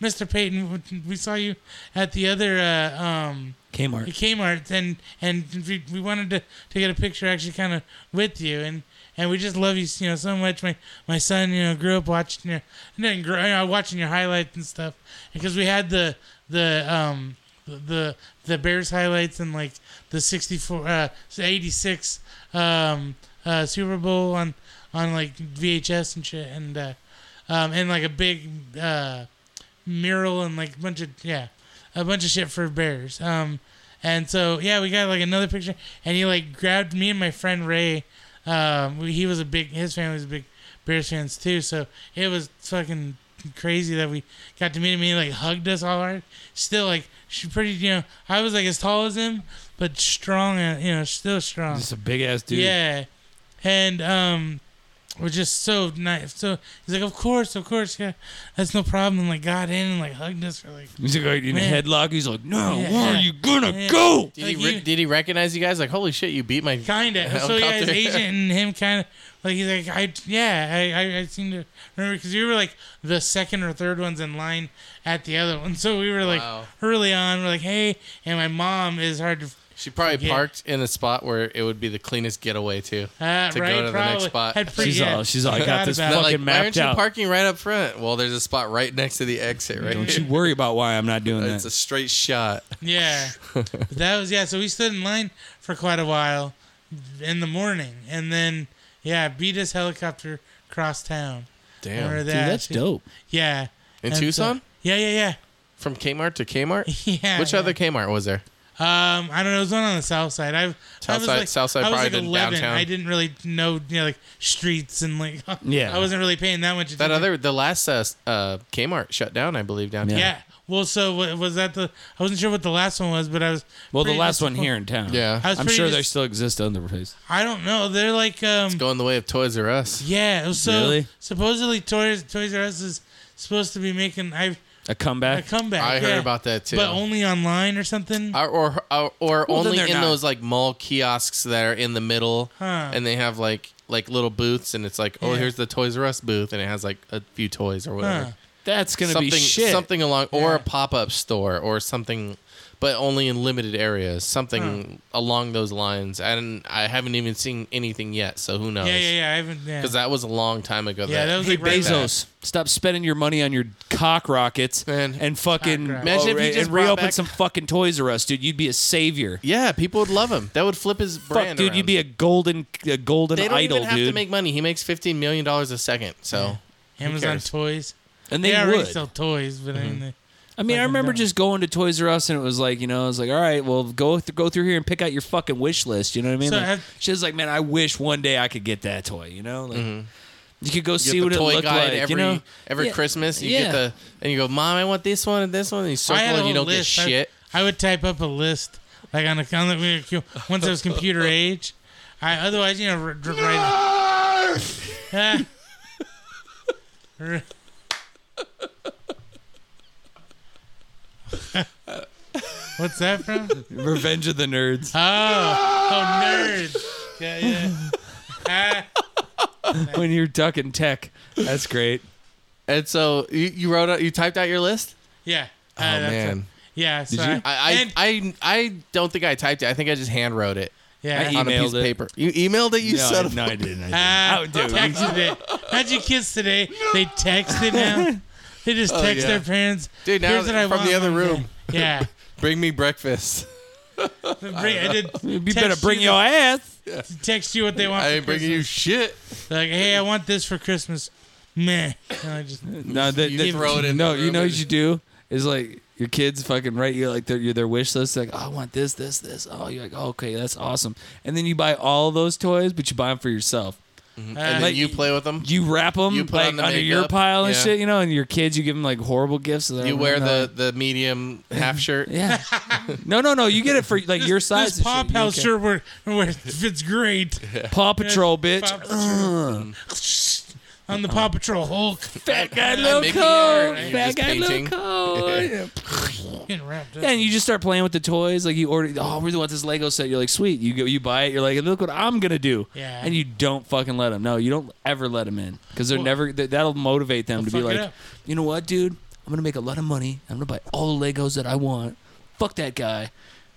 C: Mr. Payton, we saw you at the other uh, um,
A: Kmart.
C: Kmart, and and we, we wanted to, to get a picture actually kind of with you, and and we just love you, you know, so much. My my son, you know, grew up watching your, and then grow, you know, watching your highlights and stuff, because we had the the um the the Bears highlights and like the sixty four uh eighty six um uh Super Bowl on on like VHS and shit, and uh, um and like a big uh mural and like a bunch of yeah, a bunch of shit for bears. Um, and so yeah, we got like another picture, and he like grabbed me and my friend Ray. Um, we, he was a big, his family was a big Bears fans too, so it was fucking crazy that we got to meet him. He like hugged us all hard. Still like she pretty, you know, I was like as tall as him, but strong, and you know, still strong.
A: Just a big ass dude.
C: Yeah, and um, we're just so nice. So he's like, of course, of course, yeah, that's no problem. And like got in and like hugged us for like.
A: He's like in a
C: Man.
A: headlock. He's like, no,
C: Yeah.
A: where are you gonna
C: Yeah.
A: go?
B: Did,
C: Like
B: he, re-
C: you-
B: did he recognize you guys? Like, holy shit, you beat my.
C: Kind of. So yeah, his
B: Helicopter.
C: agent and him kind of like he's like I yeah I I, I seem to remember because we were like the second or third ones in line at the other one, so we were like
B: Wow.
C: early on. We're like hey, and my mom is hard to.
B: *laughs* She probably
C: Yeah.
B: parked in a spot where it would be the cleanest getaway too.
C: Uh,
B: to
C: right,
B: go to the
C: probably.
B: next spot.
C: Had pre-
A: She's
C: yeah,
A: all- she's all, I got
C: forgot
A: this
C: about it.
B: They're
A: fucking
B: like, why aren't
A: mapped
B: you
A: out."
B: parking right up front? Well, there's a spot right next to the exit, right?
A: Don't
B: here.
A: you worry about why I'm not doing
B: It's a
A: that. *laughs*
B: straight shot. *laughs*
C: Yeah. But that was yeah, so we stood in line for quite a while in the morning and then yeah, beat his helicopter cross town.
B: Damn.
C: Remember
B: In
C: that? actually? Yeah. And so-
B: Tucson?
C: yeah, yeah,
B: From Kmart to Kmart?
C: yeah. Yeah.
B: Which
C: yeah.
B: other Kmart was there?
C: Um, I don't know. It was one on the south side. I've I
B: South
C: was
B: side-
C: like,
B: south side
C: I was
B: probably
C: like
B: didn't
C: eleven.
B: downtown.
C: I didn't really know, you know, like streets and like. *laughs*
A: Yeah.
C: I wasn't really paying that much
B: That
C: attention.
B: other, the last uh, s- uh, Kmart shut down, I believe, down
A: Yeah.
B: here.
C: Yeah. Well, so wa- was that the? I wasn't sure what the last one was, but I was.
A: Well, the
C: pretty
A: last one
C: disappointed.
A: here in town.
B: Yeah.
C: I was
A: I'm
C: pretty
A: sure
C: dis-
A: they still exist on the place.
C: I don't know. They're like um.
B: Going the way of Toys R Us.
C: Yeah, it was so
A: Really?
C: supposedly Toys Toys R Us is supposed to be making I've
A: A
C: a
A: comeback.
C: comeback.
B: I
C: yeah.
B: heard about that too.
C: but only online or something.
B: or or, or, or
A: Well, then
B: only
A: they're
B: in
A: not.
B: those like mall kiosks that are in the middle,
C: Huh.
B: and they have like like little booths, and it's like, oh,
C: Yeah.
B: here's the Toys R Us booth, and it has like a few toys or whatever.
C: Huh.
A: That's gonna
B: something
A: be shit.
B: something along or
C: Yeah.
B: a pop up store or something, but only in limited areas. Something along those lines. I didn't. I haven't even seen anything yet, so who knows?
C: yeah, yeah, yeah. I haven't. Yeah,
B: Because that was a long time ago.
C: yeah that was
A: Hey
C: like right back.
A: Bezos, stop spending your money on your cock rockets
B: Man.
A: and fucking
C: Cock rockets.
B: Imagine if you
A: and-
B: just
A: and
B: brought
A: reopen
B: back-
A: some fucking Toys R Us, dude. You'd be a savior.
B: yeah, people would love him. That would flip his brand.
A: Fuck, dude,
B: around.
A: you'd be a golden a golden
B: They don't
A: idol,
B: even have
A: dude.
B: to make money. He makes fifteen million dollars a second. So
C: Amazon
B: cares?
C: toys.
A: and
C: They,
A: they
C: already
A: would.
C: sell toys, but
B: Mm-hmm.
C: I mean,
A: I mean, I
C: fucking
A: remember
C: dumb.
A: just going to Toys R Us and it was like, you know, I was like, all right, well, go th- go through here and pick out your fucking wish list. You know what I mean?
C: So
A: like,
C: have-
A: she was like, man, I wish one day I could get that toy. You know, like you could go
B: Mm-hmm. You
A: see
B: get
A: what
B: the
A: it
B: toy
A: looked
B: guide
A: like.
B: every
A: you know,
B: every
A: Yeah.
B: Christmas. You
A: Yeah.
B: get the and you go, Mom, I want this one and this one. And you circle
C: I had a
B: and you
C: whole
B: don't get
C: list. I-
B: shit.
C: I, would type up a list, like on the on the we were- once I was computer age. I otherwise, you know, r- r- right. Ah. R- *laughs* What's that from?
A: *laughs* Revenge of the Nerds.
C: Oh, oh, nerd. Yeah, yeah. *laughs* Ah,
A: when you're ducking tech, that's great.
B: And so you, you wrote out, you typed out your list.
C: yeah. Oh
B: man.
C: yeah. So
A: you?
B: I
C: and-
B: I, I I don't think I typed it. I think I just hand wrote it
C: yeah.
A: I
B: on a
A: Emailed
B: piece
A: it.
B: of paper. You emailed it. You
A: no,
B: said,
A: I, no, I
B: *laughs*
A: didn't. I didn't.
C: Ah,
A: Oh, dude.
C: texted it. How'd you kids today? They texted now. They just text
B: Oh, yeah.
C: their parents.
B: Dude, now
C: Here's what I
B: from the
C: want
B: other
C: one day."
B: room.
C: *laughs* Yeah.
B: "Bring me breakfast." *laughs*
C: Bring- I did.
A: You better
C: text
A: bring
C: you
A: your
C: the-
A: ass.
C: Text you what they want.
B: I
C: for
B: ain't bringing you
C: Christmas.
B: shit.
C: They're like, hey, I want this for Christmas. Meh. *laughs* And I just,
A: No, that,
B: You
A: that-
B: throw it in
A: No,
B: the
A: you
B: room
A: know what
B: and-
A: you do is like your kids fucking write you like their your- their wish list. Like, oh, I want this, this, this. Oh, you're like, okay, that's awesome. And then you buy all those toys, but you buy them for yourself.
C: uh,
B: And
A: Like-
B: then you play with them.
A: You wrap them
B: You put
A: like
B: on the
A: under your
B: makeup.
A: pile and
B: Yeah.
A: shit, you know. And your kids, you give them like horrible gifts. So they're
B: You
A: like,
B: wear
A: no.
B: the the medium half
A: *laughs*
B: shirt. *laughs*
A: yeah. no, no, no. You get it for like your size.
C: this Paw
A: and shit.
C: Pal
A: You
C: shirt where, where it
B: *laughs*
C: fits great.
A: okay. Paw Patrol, bitch.
C: Paw Patrol.
B: uh,
C: I'm the Paw Patrol Hulk.
A: Fat guy,
B: I'm
A: little
B: Mickey Mouse,
A: coat.
B: and you're
A: Fat
B: just
A: guy, little
B: painting.
A: coat.
C: Getting wrapped up.
A: Yeah, and you just start playing with the toys. Like you order, oh, I really want this Lego set. You're like, sweet. You go, you buy it. You're like, look what I'm gonna do.
C: Yeah.
A: And you don't fucking let them. No, you don't ever let them in because they're
C: Well,
A: never. That, that'll motivate them to be
C: fuck it
A: like,
C: up.
A: you know what, dude? I'm gonna make a lot of money. I'm gonna buy all the Legos that I want. Fuck that guy.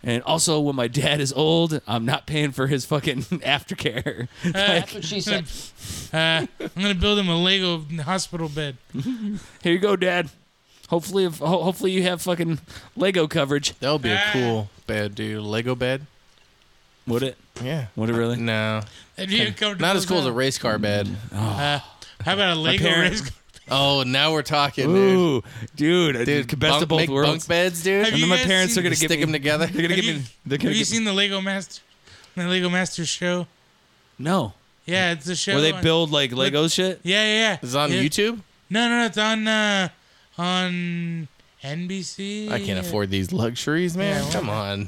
A: And also, when my dad is old, I'm not paying for his fucking *laughs* aftercare. *laughs* like,
I: She said,
C: Uh, I'm gonna build him a Lego hospital bed.
A: here you go, dad. Hopefully, if, ho- hopefully you have fucking Lego coverage.
B: That would be a
C: Ah.
B: cool bed, dude. Lego bed.
A: Would it?
B: Yeah.
A: Would it really?
B: No.
C: That'd be
B: *laughs*
C: uncomfortable
B: Not as cool as a
C: bed.
B: race car bed.
C: Uh,
B: *laughs*
C: how about a Lego
A: parents-
C: race car?
B: Oh, now we're talking, dude.
A: Ooh, dude, uh,
B: Dude,
A: best
B: bunk,
A: of both
B: make
A: worlds.
B: bunk beds, dude.
C: Have
A: And
C: you
A: then my
C: guys
A: parents
C: seen-
A: are gonna give
B: Stick them
A: me.
B: together.
A: They're gonna
C: Have
A: give
C: you-
A: me. They're gonna
C: Have you
A: give me-
C: seen the Lego Master? The Lego Master show?
A: No,
C: Yeah, it's a show.
A: where they
C: on-
A: build like Lego shit.
C: Yeah, yeah, yeah.
B: Is it on
C: Yeah.
B: YouTube?
C: No, no, no. It's on uh, on NBC.
B: I can't afford these luxuries, man.
C: Yeah,
B: Come on.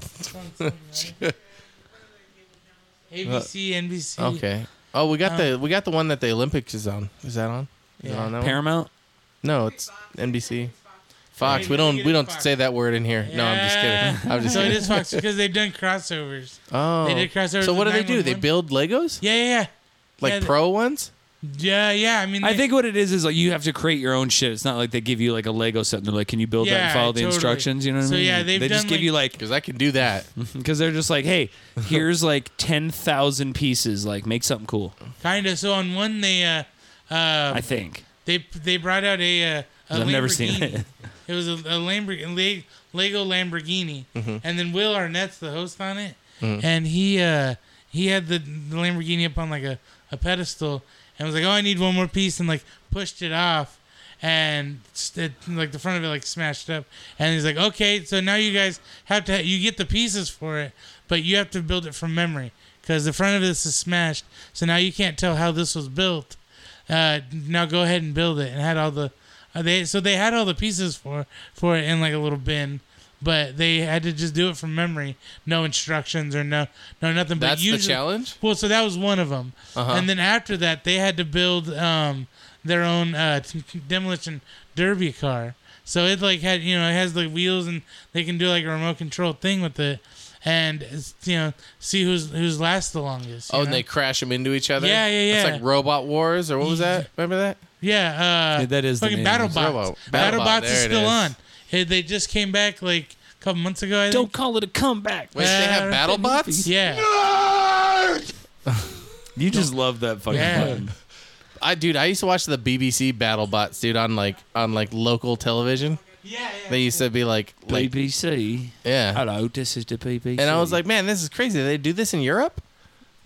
C: ABC, NBC.
B: Okay. Oh, we got the we got the one that the Olympics is on. Is that on? Is it
C: uh, Yeah.
B: on that one?
A: Paramount.
B: No, it's NBC. Fox. We
C: Maybe
B: don't
C: get
B: we
C: it
B: don't
C: Fox.
B: say that word in here. No, I'm just kidding. I'm just
C: *laughs* so it
B: kidding.
C: is Fox because they've done crossovers.
B: Oh.
C: They did crossovers
B: so what do
C: with
B: they do? They
C: 911.
B: build Legos?
C: Yeah, yeah, yeah.
B: Like
C: yeah, they-
B: pro ones?
C: Yeah, yeah. I mean,
A: I
C: they-
A: think what it is is like you have to create your own shit. It's not like they give you like a Lego set and they're like, "Can you build that and
C: Yeah,
A: follow the
C: totally.
A: instructions?" You know what
C: So,
A: I mean?
C: yeah, they've
A: they just
C: done,
A: give you like
B: Because I can do
C: *laughs*
B: that.
A: because they're just like, "Hey, here's like ten thousand pieces. Like, make something cool."
C: kind of. So on one, they uh, uh,
A: I think.
C: they they brought out a. Uh, a
A: I've never seen
C: Lamborghini.
A: it.
C: *laughs* It was a, a Lamborghini, Lego Lamborghini,
A: Mm-hmm.
C: and then Will Arnett's the host on it, and he uh, he had the, the Lamborghini up on like a, a pedestal, and was like, "Oh, I need one more piece," and like pushed it off, and st- like the front of it like smashed up, and he's like, "Okay, so now you guys have to you get the pieces for it, but you have to build it from memory because the front of this is smashed, so now you can't tell how this was built." uh, now go ahead and build it and had all the uh, they so they had all the pieces for for it in like a little bin but they had to just do it from memory no instructions or no no nothing but
B: That's the
C: usually,
B: challenge? Uh-huh.
C: well so that was one of them and then after that they had to build um their own uh t- t- demolition derby car so it like had you know it has the wheels and they can do like a remote control thing with it and it's, you know see who's who's last the longest you
B: Oh,
C: know?
B: and they crash them into each other.
C: Yeah, yeah,
B: It's
C: yeah.
B: like Robot Wars or what was that? Remember that?
C: Yeah, uh,
A: Yeah, that is the
C: fucking
A: name.
C: BattleBots.
B: Robo- BattleBot,
C: BattleBots is
B: there it
C: still
B: is.
C: on. Hey, they just came back like a couple months ago. I
A: Don't
C: think.
A: call it a comeback.
B: Wait, they have battle bots?
C: Uh, Yeah,
A: You just love that fucking *laughs*
C: Yeah.
A: button.
B: I dude, I used to watch the BBC battle bots, dude, on like on like local television.
C: yeah, yeah.
B: They used to be like like
A: BBC.
B: yeah.
A: Hello, this is the BBC.
B: And I was like, man, this is crazy. They do this in Europe?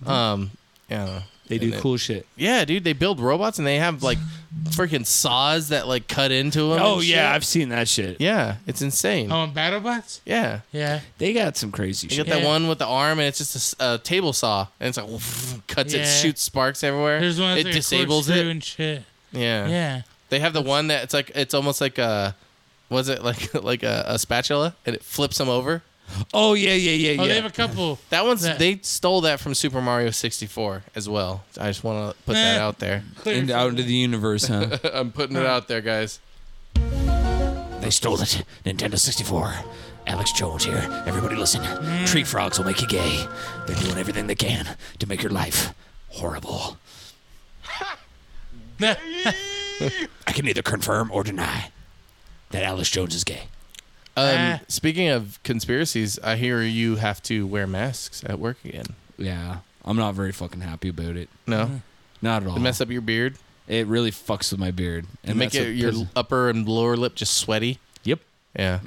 B: Um, yeah.
A: they do
B: and it-
A: cool shit.
B: Yeah, dude, they build robots and they have like freaking saws that like cut into them.
A: Oh yeah, I've seen that shit.
B: Yeah, it's insane.
C: Oh, and BattleBots.
B: Yeah.
C: Yeah,
A: They got some crazy
B: You
A: shit.
B: get that
C: Yeah.
B: one with the arm and it's just a s- a, table saw and it's like *laughs* cuts it,
C: Yeah.
B: shoots sparks everywhere.
C: there's one.
B: it
C: That's like a
B: disables
C: corkscrew
B: it.
C: and shit.
B: Yeah.
C: Yeah,
B: They have the one that it's like it's almost like a was it *laughs* like like a, a spatula and it flips them over.
A: Oh yeah, yeah, yeah,
C: oh,
A: yeah.
C: they have
B: *laughs*
C: a couple.
B: That one's
C: That-
B: they stole that from Super Mario 64 as well. I just want to put that
C: Nah.
B: out there. *laughs*
C: *laughs*
A: and out into the universe, *laughs* huh?
B: I'm putting it out there, guys.
G: They stole it. Nintendo 64. Alex Jones here. Everybody listen. Tree frogs will make you gay. They're doing everything they can to make your life horrible.
B: *laughs*
G: I can neither confirm or deny that Alex Jones is gay.
B: Um,
C: Ah.
B: Speaking of conspiracies, I hear you have to wear masks at work again.
A: yeah, I'm not very fucking happy about it.
B: No,
A: Not at all.
B: to mess up your beard
A: It really fucks with my beard Oh. and
B: and make
A: that's
B: it
A: a
B: your
A: piss-
B: upper and lower lip just sweaty.
A: Yep.
B: Yeah.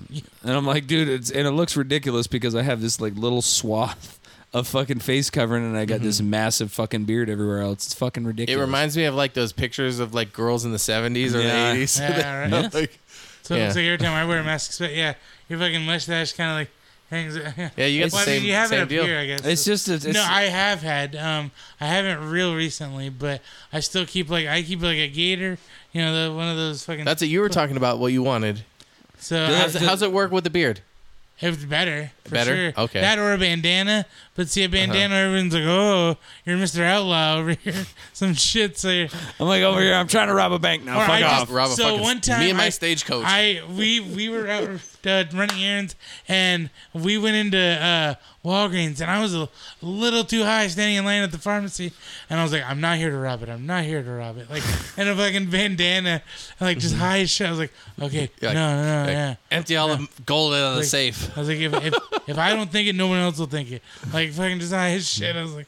A: And I'm like, dude, it's and it looks ridiculous because I have this like little swath of fucking face covering and I got this massive fucking beard everywhere else. It's fucking
B: Mm-hmm. It
A: ridiculous.
B: reminds me of like those pictures of like girls in the 70s or
A: Yeah.
B: the 80s.
C: Yeah, right.
B: like,
C: So
B: Yeah.
C: it's like every time I wear a mask, but yeah, your fucking mustache kind of like hangs.
B: yeah, you got the
C: Well, I mean,
B: same,
C: you have it
B: same
C: up
B: deal.
C: here, I guess.
A: It's just a, it's,
C: no, I have had. Um, I haven't real recently, but I still keep like I keep like a gator. You know, the, one of those fucking.
B: That's it. You were talking about what you wanted.
C: so I-
B: How's, how's it work with the beard?
C: It was better. For
B: Better?
C: Sure.
B: Okay. Uh-huh.
C: That or a bandana. But see, a bandana, everyone's like, oh, you're Mr. Outlaw over here. *laughs* Some shit. So you're,
A: I'm like over here, I'm trying to rob a bank now.
C: Or
A: Fuck
C: I
A: off.
C: just-
B: Rob a
C: so
B: fucking-
C: one time
B: me and my
C: I-
B: stagecoach.
C: I we we were out uh, running errands and we went into uh, Walgreens and I was a little too high standing in line at the pharmacy and I was like I'm not here to rob it I'm not here to rob it like *laughs* and a fucking bandana like just high as shit I was like okay
B: like-
C: no no, no
B: Mm-hmm. like,
C: yeah
B: Empty all the gold out of the
C: Like-
B: safe.
C: I was like, if, if, if I don't think it, no one else will think it. Like fucking just high as shit. I was like,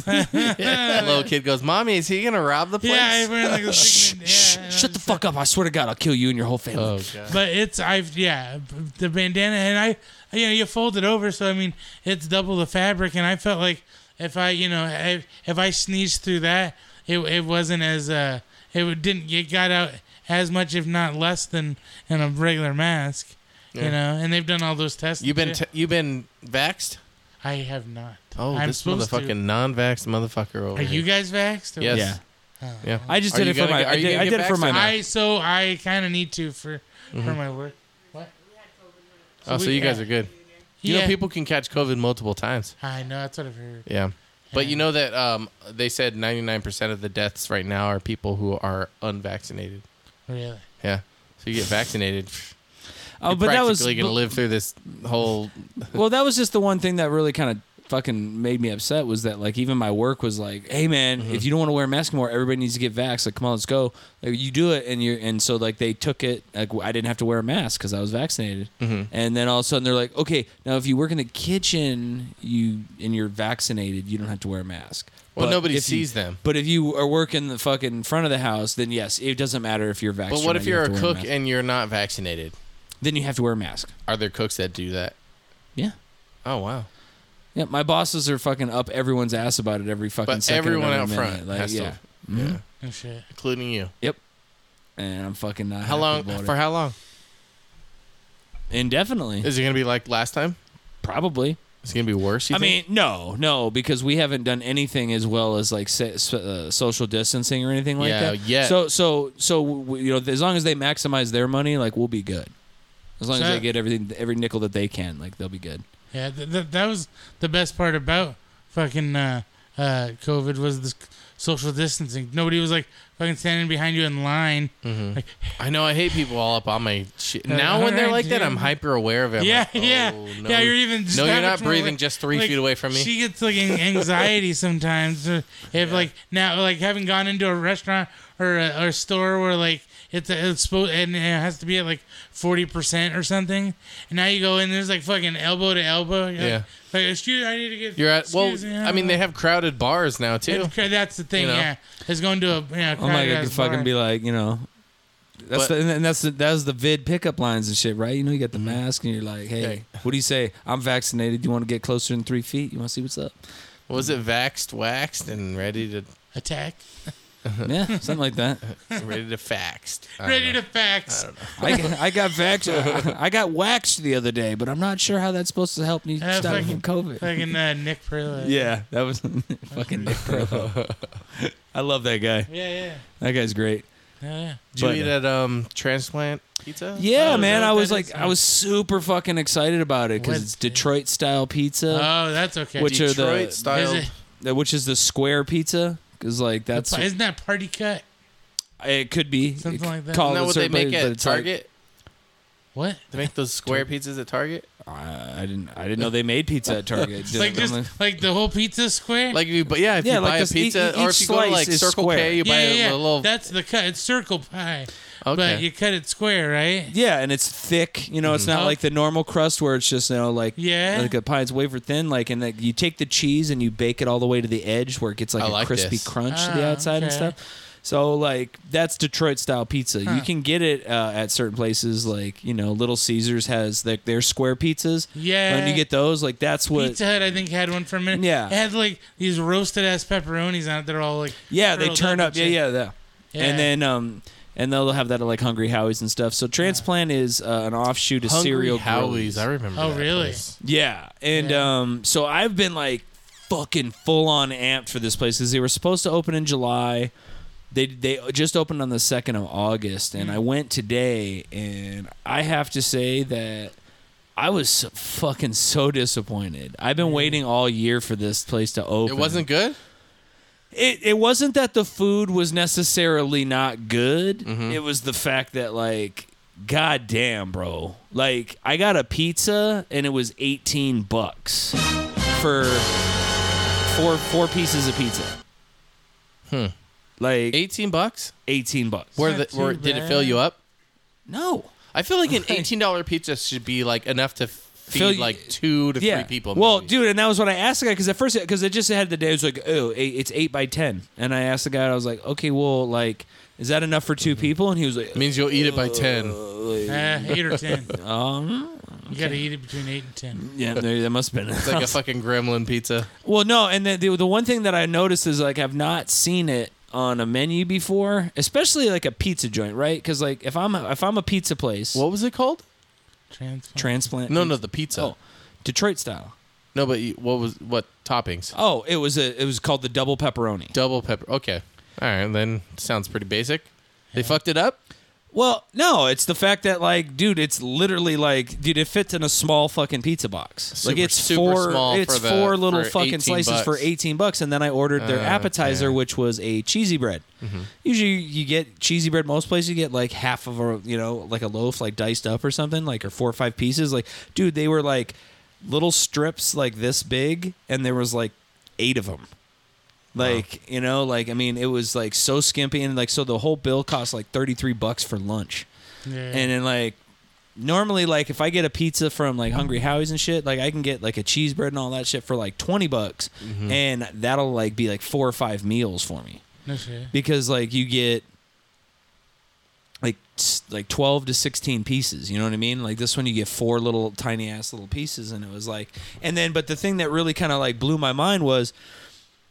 B: That *laughs* little kid goes, "Mommy, is he gonna rob the place?"
C: yeah, we're in like a shh, yeah.
A: Shut the fuck up. I swear to God, I'll kill you and your whole family.
B: oh god.
C: But it's I've yeah the bandana and I you know you fold it over so I mean it's double the fabric and I felt like if I you know if, if I sneezed through that it it wasn't as uh it would- didn't it got out as much if not less than in a regular mask. You know, and they've done all those tests.
B: You've been
C: and
B: t-
C: shit.
B: you've been vaxxed.
C: I have not.
B: Oh,
C: I'm
B: this
C: supposed to.
B: motherfucking non-vaxxed motherfucker over
C: Are you
B: here.
C: guys vaxxed? or-
B: Yes.
A: Yeah.
B: Yeah.
A: I just
B: Are
A: did
B: you
A: it for
B: gonna
A: my.
B: get- are
A: I
B: you
A: did,
B: gonna
A: I
B: get
A: did it for my.
B: vaccinated?
C: I so I kind of need to for
B: Mm-hmm.
C: for my work.
B: Oh, so
C: we-
B: you guys
C: yeah.
B: are good. You
C: Yeah.
B: know, people can catch COVID multiple times.
C: I know that's what I've heard.
B: Yeah. But you know that um, they said 99% of the deaths right now are people who are unvaccinated.
C: Really?
B: Yeah. So you get vaccinated,
A: Oh,
B: you're
A: *laughs* but that was
B: practically going to live through this whole.
A: well. That was just the one thing that really kind of fucking made me upset was that like even my work was like, hey man,
B: Mm-hmm.
A: if you don't want to wear a mask anymore, everybody needs to get vaxxed. Like, come on, let's go. Like, you do it, and you are and so like they took it. Like I didn't have to wear a mask because I was vaccinated.
B: Mm-hmm.
A: And then all of a sudden they're like, okay, now if you work in the kitchen, you and you're vaccinated, you don't have to wear a mask.
B: Well,
A: But
B: nobody
A: if you-
B: sees them.
A: But if you are working the fucking front of the house, then yes, it doesn't matter if you're vaccinated.
B: But what if you're a cook
A: and
B: and you're not vaccinated?
A: then you have to wear a mask.
B: Are there cooks that do that?
A: Yeah.
B: Oh, wow.
A: Yeah, my bosses are fucking up everyone's ass about it every fucking
B: But
A: second.
B: everyone
A: every
B: out
A: minute.
B: front
A: Like,
B: has
A: yeah. Mm-hmm.
B: to. Yeah.
C: Oh shit.
B: Including you.
A: Yep. And I'm fucking not.
B: How
A: happy
B: long?
A: about it.
B: For how long?
A: Indefinitely.
B: Is it going to be like last time?
A: Probably.
B: Is it going to be worse? you
A: I
B: think?
A: mean, no, no, because we haven't done anything as well as like se- s- uh, social distancing or anything like
B: Yeah,
A: that.
B: yet.
A: So, so, so w- you know, as long as they maximize their money, like we'll be good. As long as
C: So-
A: they get everything, every nickel that they can, like they'll be good.
C: Yeah, th- th- that was the best part about fucking uh, uh, COVID was this social distancing. Nobody was like fucking standing behind you in line.
B: Mm-hmm.
C: Like,
B: I know I hate people all up on my shit.
C: Uh,
B: Now when they're
C: alright,
B: like that,
C: yeah.
B: I'm hyper aware of it. I'm
C: yeah,
B: like, oh,
C: yeah,
B: no.
C: yeah. You're even just
B: no,
C: that
B: you're
C: much
B: not
C: more
B: breathing
C: aware.
B: just three
C: Like,
B: feet away from me.
C: She gets like an-
B: *laughs*
C: anxiety sometimes. or If like now, like having gone into a restaurant or a, or a store where like it's it's supposed and it has to be at like forty percent or something, and now you go in there's like fucking elbow to elbow. You're
B: Yeah.
C: Like, like excuse, I need to get.
B: You're at well.
C: excuse me,
B: I mean, they have crowded bars now too.
C: And cra- that's the thing,
B: You know?
C: yeah. It's going to a you know,
A: I'm like,
C: crowded
A: I could
C: ass
A: fucking
C: bar.
A: be like, you know, that's
B: But-
A: the, and that's the, that was the vid pickup lines and shit, right? You know, you got the mask and you're like, Mm-hmm. hey,
B: Hey.
A: what do you say? I'm vaccinated. Do you want to get closer than three feet? You want to see what's *laughs* up?
B: Was it vaxxed, waxed, and ready to
C: attack,
A: yeah, something like that.
B: ready to
C: *laughs*
B: faxed? I don't
C: ready
B: know.
C: to fax.
A: I, got- I got vaxxed. I got waxed the other day, but I'm not sure how that's supposed to help me
C: Uh,
A: stop from
C: fucking-
A: COVID.
C: Fucking uh,
B: *laughs*
C: Nick Perla.
A: Yeah, that was *laughs* fucking Nick Perlow. *laughs* I love that guy.
C: yeah, yeah,
A: That guy's great.
C: yeah. yeah.
B: Did you
A: But-
B: eat
C: uh,
B: at um transplant pizza?
A: Yeah,
C: Oh,
A: man,
C: that-
A: I
C: that
A: was
C: is
A: like, I was super fucking excited about it because
C: What's
A: it's
C: it?
A: Detroit style pizza,
C: Oh, that's okay.
A: Which are the-
B: Detroit
C: Is
B: style.
C: it-
A: uh, which is the square pizza. Because like that's
C: isn't that party cut?
A: It could be
C: Something
A: It-
C: like that.
A: call
B: Isn't that
A: it
B: what they
A: certain
B: make
A: place, but
B: at
A: it's like-
B: Target?
C: What?
B: They make those square pizzas at Target.
A: I I didn't. I didn't know they made pizza at
B: *laughs*
A: Target. Just-
C: Like just
A: I'm
C: like the whole pizza square.
B: Like if you, but yeah, if
A: Yeah,
B: you
A: like
B: buy a
A: this- e-
B: pizza,
A: e-
B: or
A: each
B: if you go to like
A: slice is
B: Circle
A: square.
B: K, you buy
C: yeah, yeah,
B: a
C: yeah.
B: little.
C: That's the cut. It's circle pie, but
B: okay.
C: you cut it square, right?
A: yeah, and it's thick. You know, it's not
C: Oh.
A: like the normal crust where it's just you know like
C: Yeah.
A: like a pie. It's wafer thin. Like and like, you take the cheese and you bake it all the way to the edge where it gets like
B: I
A: a
B: like
A: crispy
B: this.
A: crunch to
C: Ah,
A: the outside and
C: okay.
A: stuff. So like that's Detroit style pizza. You can get it uh, at certain places, like you know Little Caesars has like their square pizzas.
C: Yeah.
A: when you get those, like that's what.
C: Pizza Hut, I think, had one for a minute.
A: Yeah.
C: It had like these roasted ass pepperonis on it. They're all like,
A: yeah, they
C: curled
A: turn
C: and
A: up. Yeah,
C: shit.
A: yeah, yeah,
C: Yeah.
A: And then um, and they'll have that at like Hungry Howie's and stuff. So Transplant is uh, an offshoot of
B: Hungry
A: Cereal
B: Howie's.
A: Grillies.
B: I remember.
C: Oh,
B: that
C: really?
B: place.
A: Yeah, and
C: Yeah.
A: um, so I've been like fucking full on amped for this place because they were supposed to open in July. They they just opened on the second of August, and I went today, and I have to say that I was so, fucking so disappointed. I've been waiting all year for this place to open.
B: It wasn't good.
A: It it wasn't that the food was necessarily not good.
B: Mm-hmm.
A: It was the fact that like god damn, bro. Like I got a pizza and it was 18 bucks for four four pieces of pizza. Hmm. Like
B: Eighteen bucks.
A: 18 bucks.
B: Where
C: not
B: the where
C: too
B: did it fill you up?
A: no.
B: I feel like an eighteen dollar pizza should be like enough to feed
A: Fill you-
B: like two to
A: yeah.
B: three people.
A: Well,
B: maybe.
A: dude, and that was what I asked the guy because at first, because I just had the day, I was like, oh, eight, it's eight by ten, and I asked the guy, I was like, okay, well, like, is that enough for
B: Mm-hmm.
A: two people? And he was like,
B: means you'll eat it by ten.
C: Uh, eight or ten.
A: *laughs* um,
C: You got to eat it between eight and ten.
A: Yeah, there, that must have been.
B: It's like a fucking gremlin pizza.
A: *laughs* well, no, and the, the the one thing that I noticed is like I've not seen it on a menu before, especially like a pizza joint, right? Because like if I'm if I'm a pizza place,
B: What was it called?
C: Transform.
A: transplant,
B: No, no, the pizza.
A: Oh. Detroit style.
B: No, but you, what was what toppings?
A: Oh, it was a it was called the double pepperoni.
B: Double pepper. Okay, all right. Then sounds pretty basic. They fucked it up.
A: Well, no, it's the fact that like, dude, it's literally like, dude, it fits in a small fucking pizza box. like
B: Super-
A: it's
B: super
A: four,
B: small
A: it's
B: for the-
A: four little
B: for
A: fucking
B: 18
A: slices
B: bucks.
A: for eighteen bucks, and then I ordered their
B: Oh,
A: appetizer,
B: okay.
A: which was a cheesy bread.
B: Mm-hmm.
A: Usually, you get cheesy bread. Most places, you get like half of a, you know, like a loaf, like diced up or something, like or four or five pieces. Like, dude, they were like little strips like this big, and there was like eight of them. Like you know, like I mean, it was like so skimpy, and like so the whole bill cost like thirty three bucks for lunch.
C: Yeah.
A: And then like normally like if I get a pizza from like Hungry Howie's and shit, like I can get like a cheese bread and all that shit for like 20 bucks and that'll like be like four or five meals for me
C: no shit.
A: because like you get like s- like 12 to 16 pieces you know what i mean like this one you get four little tiny ass little pieces and it was like and then but the thing that really kind of like blew my mind was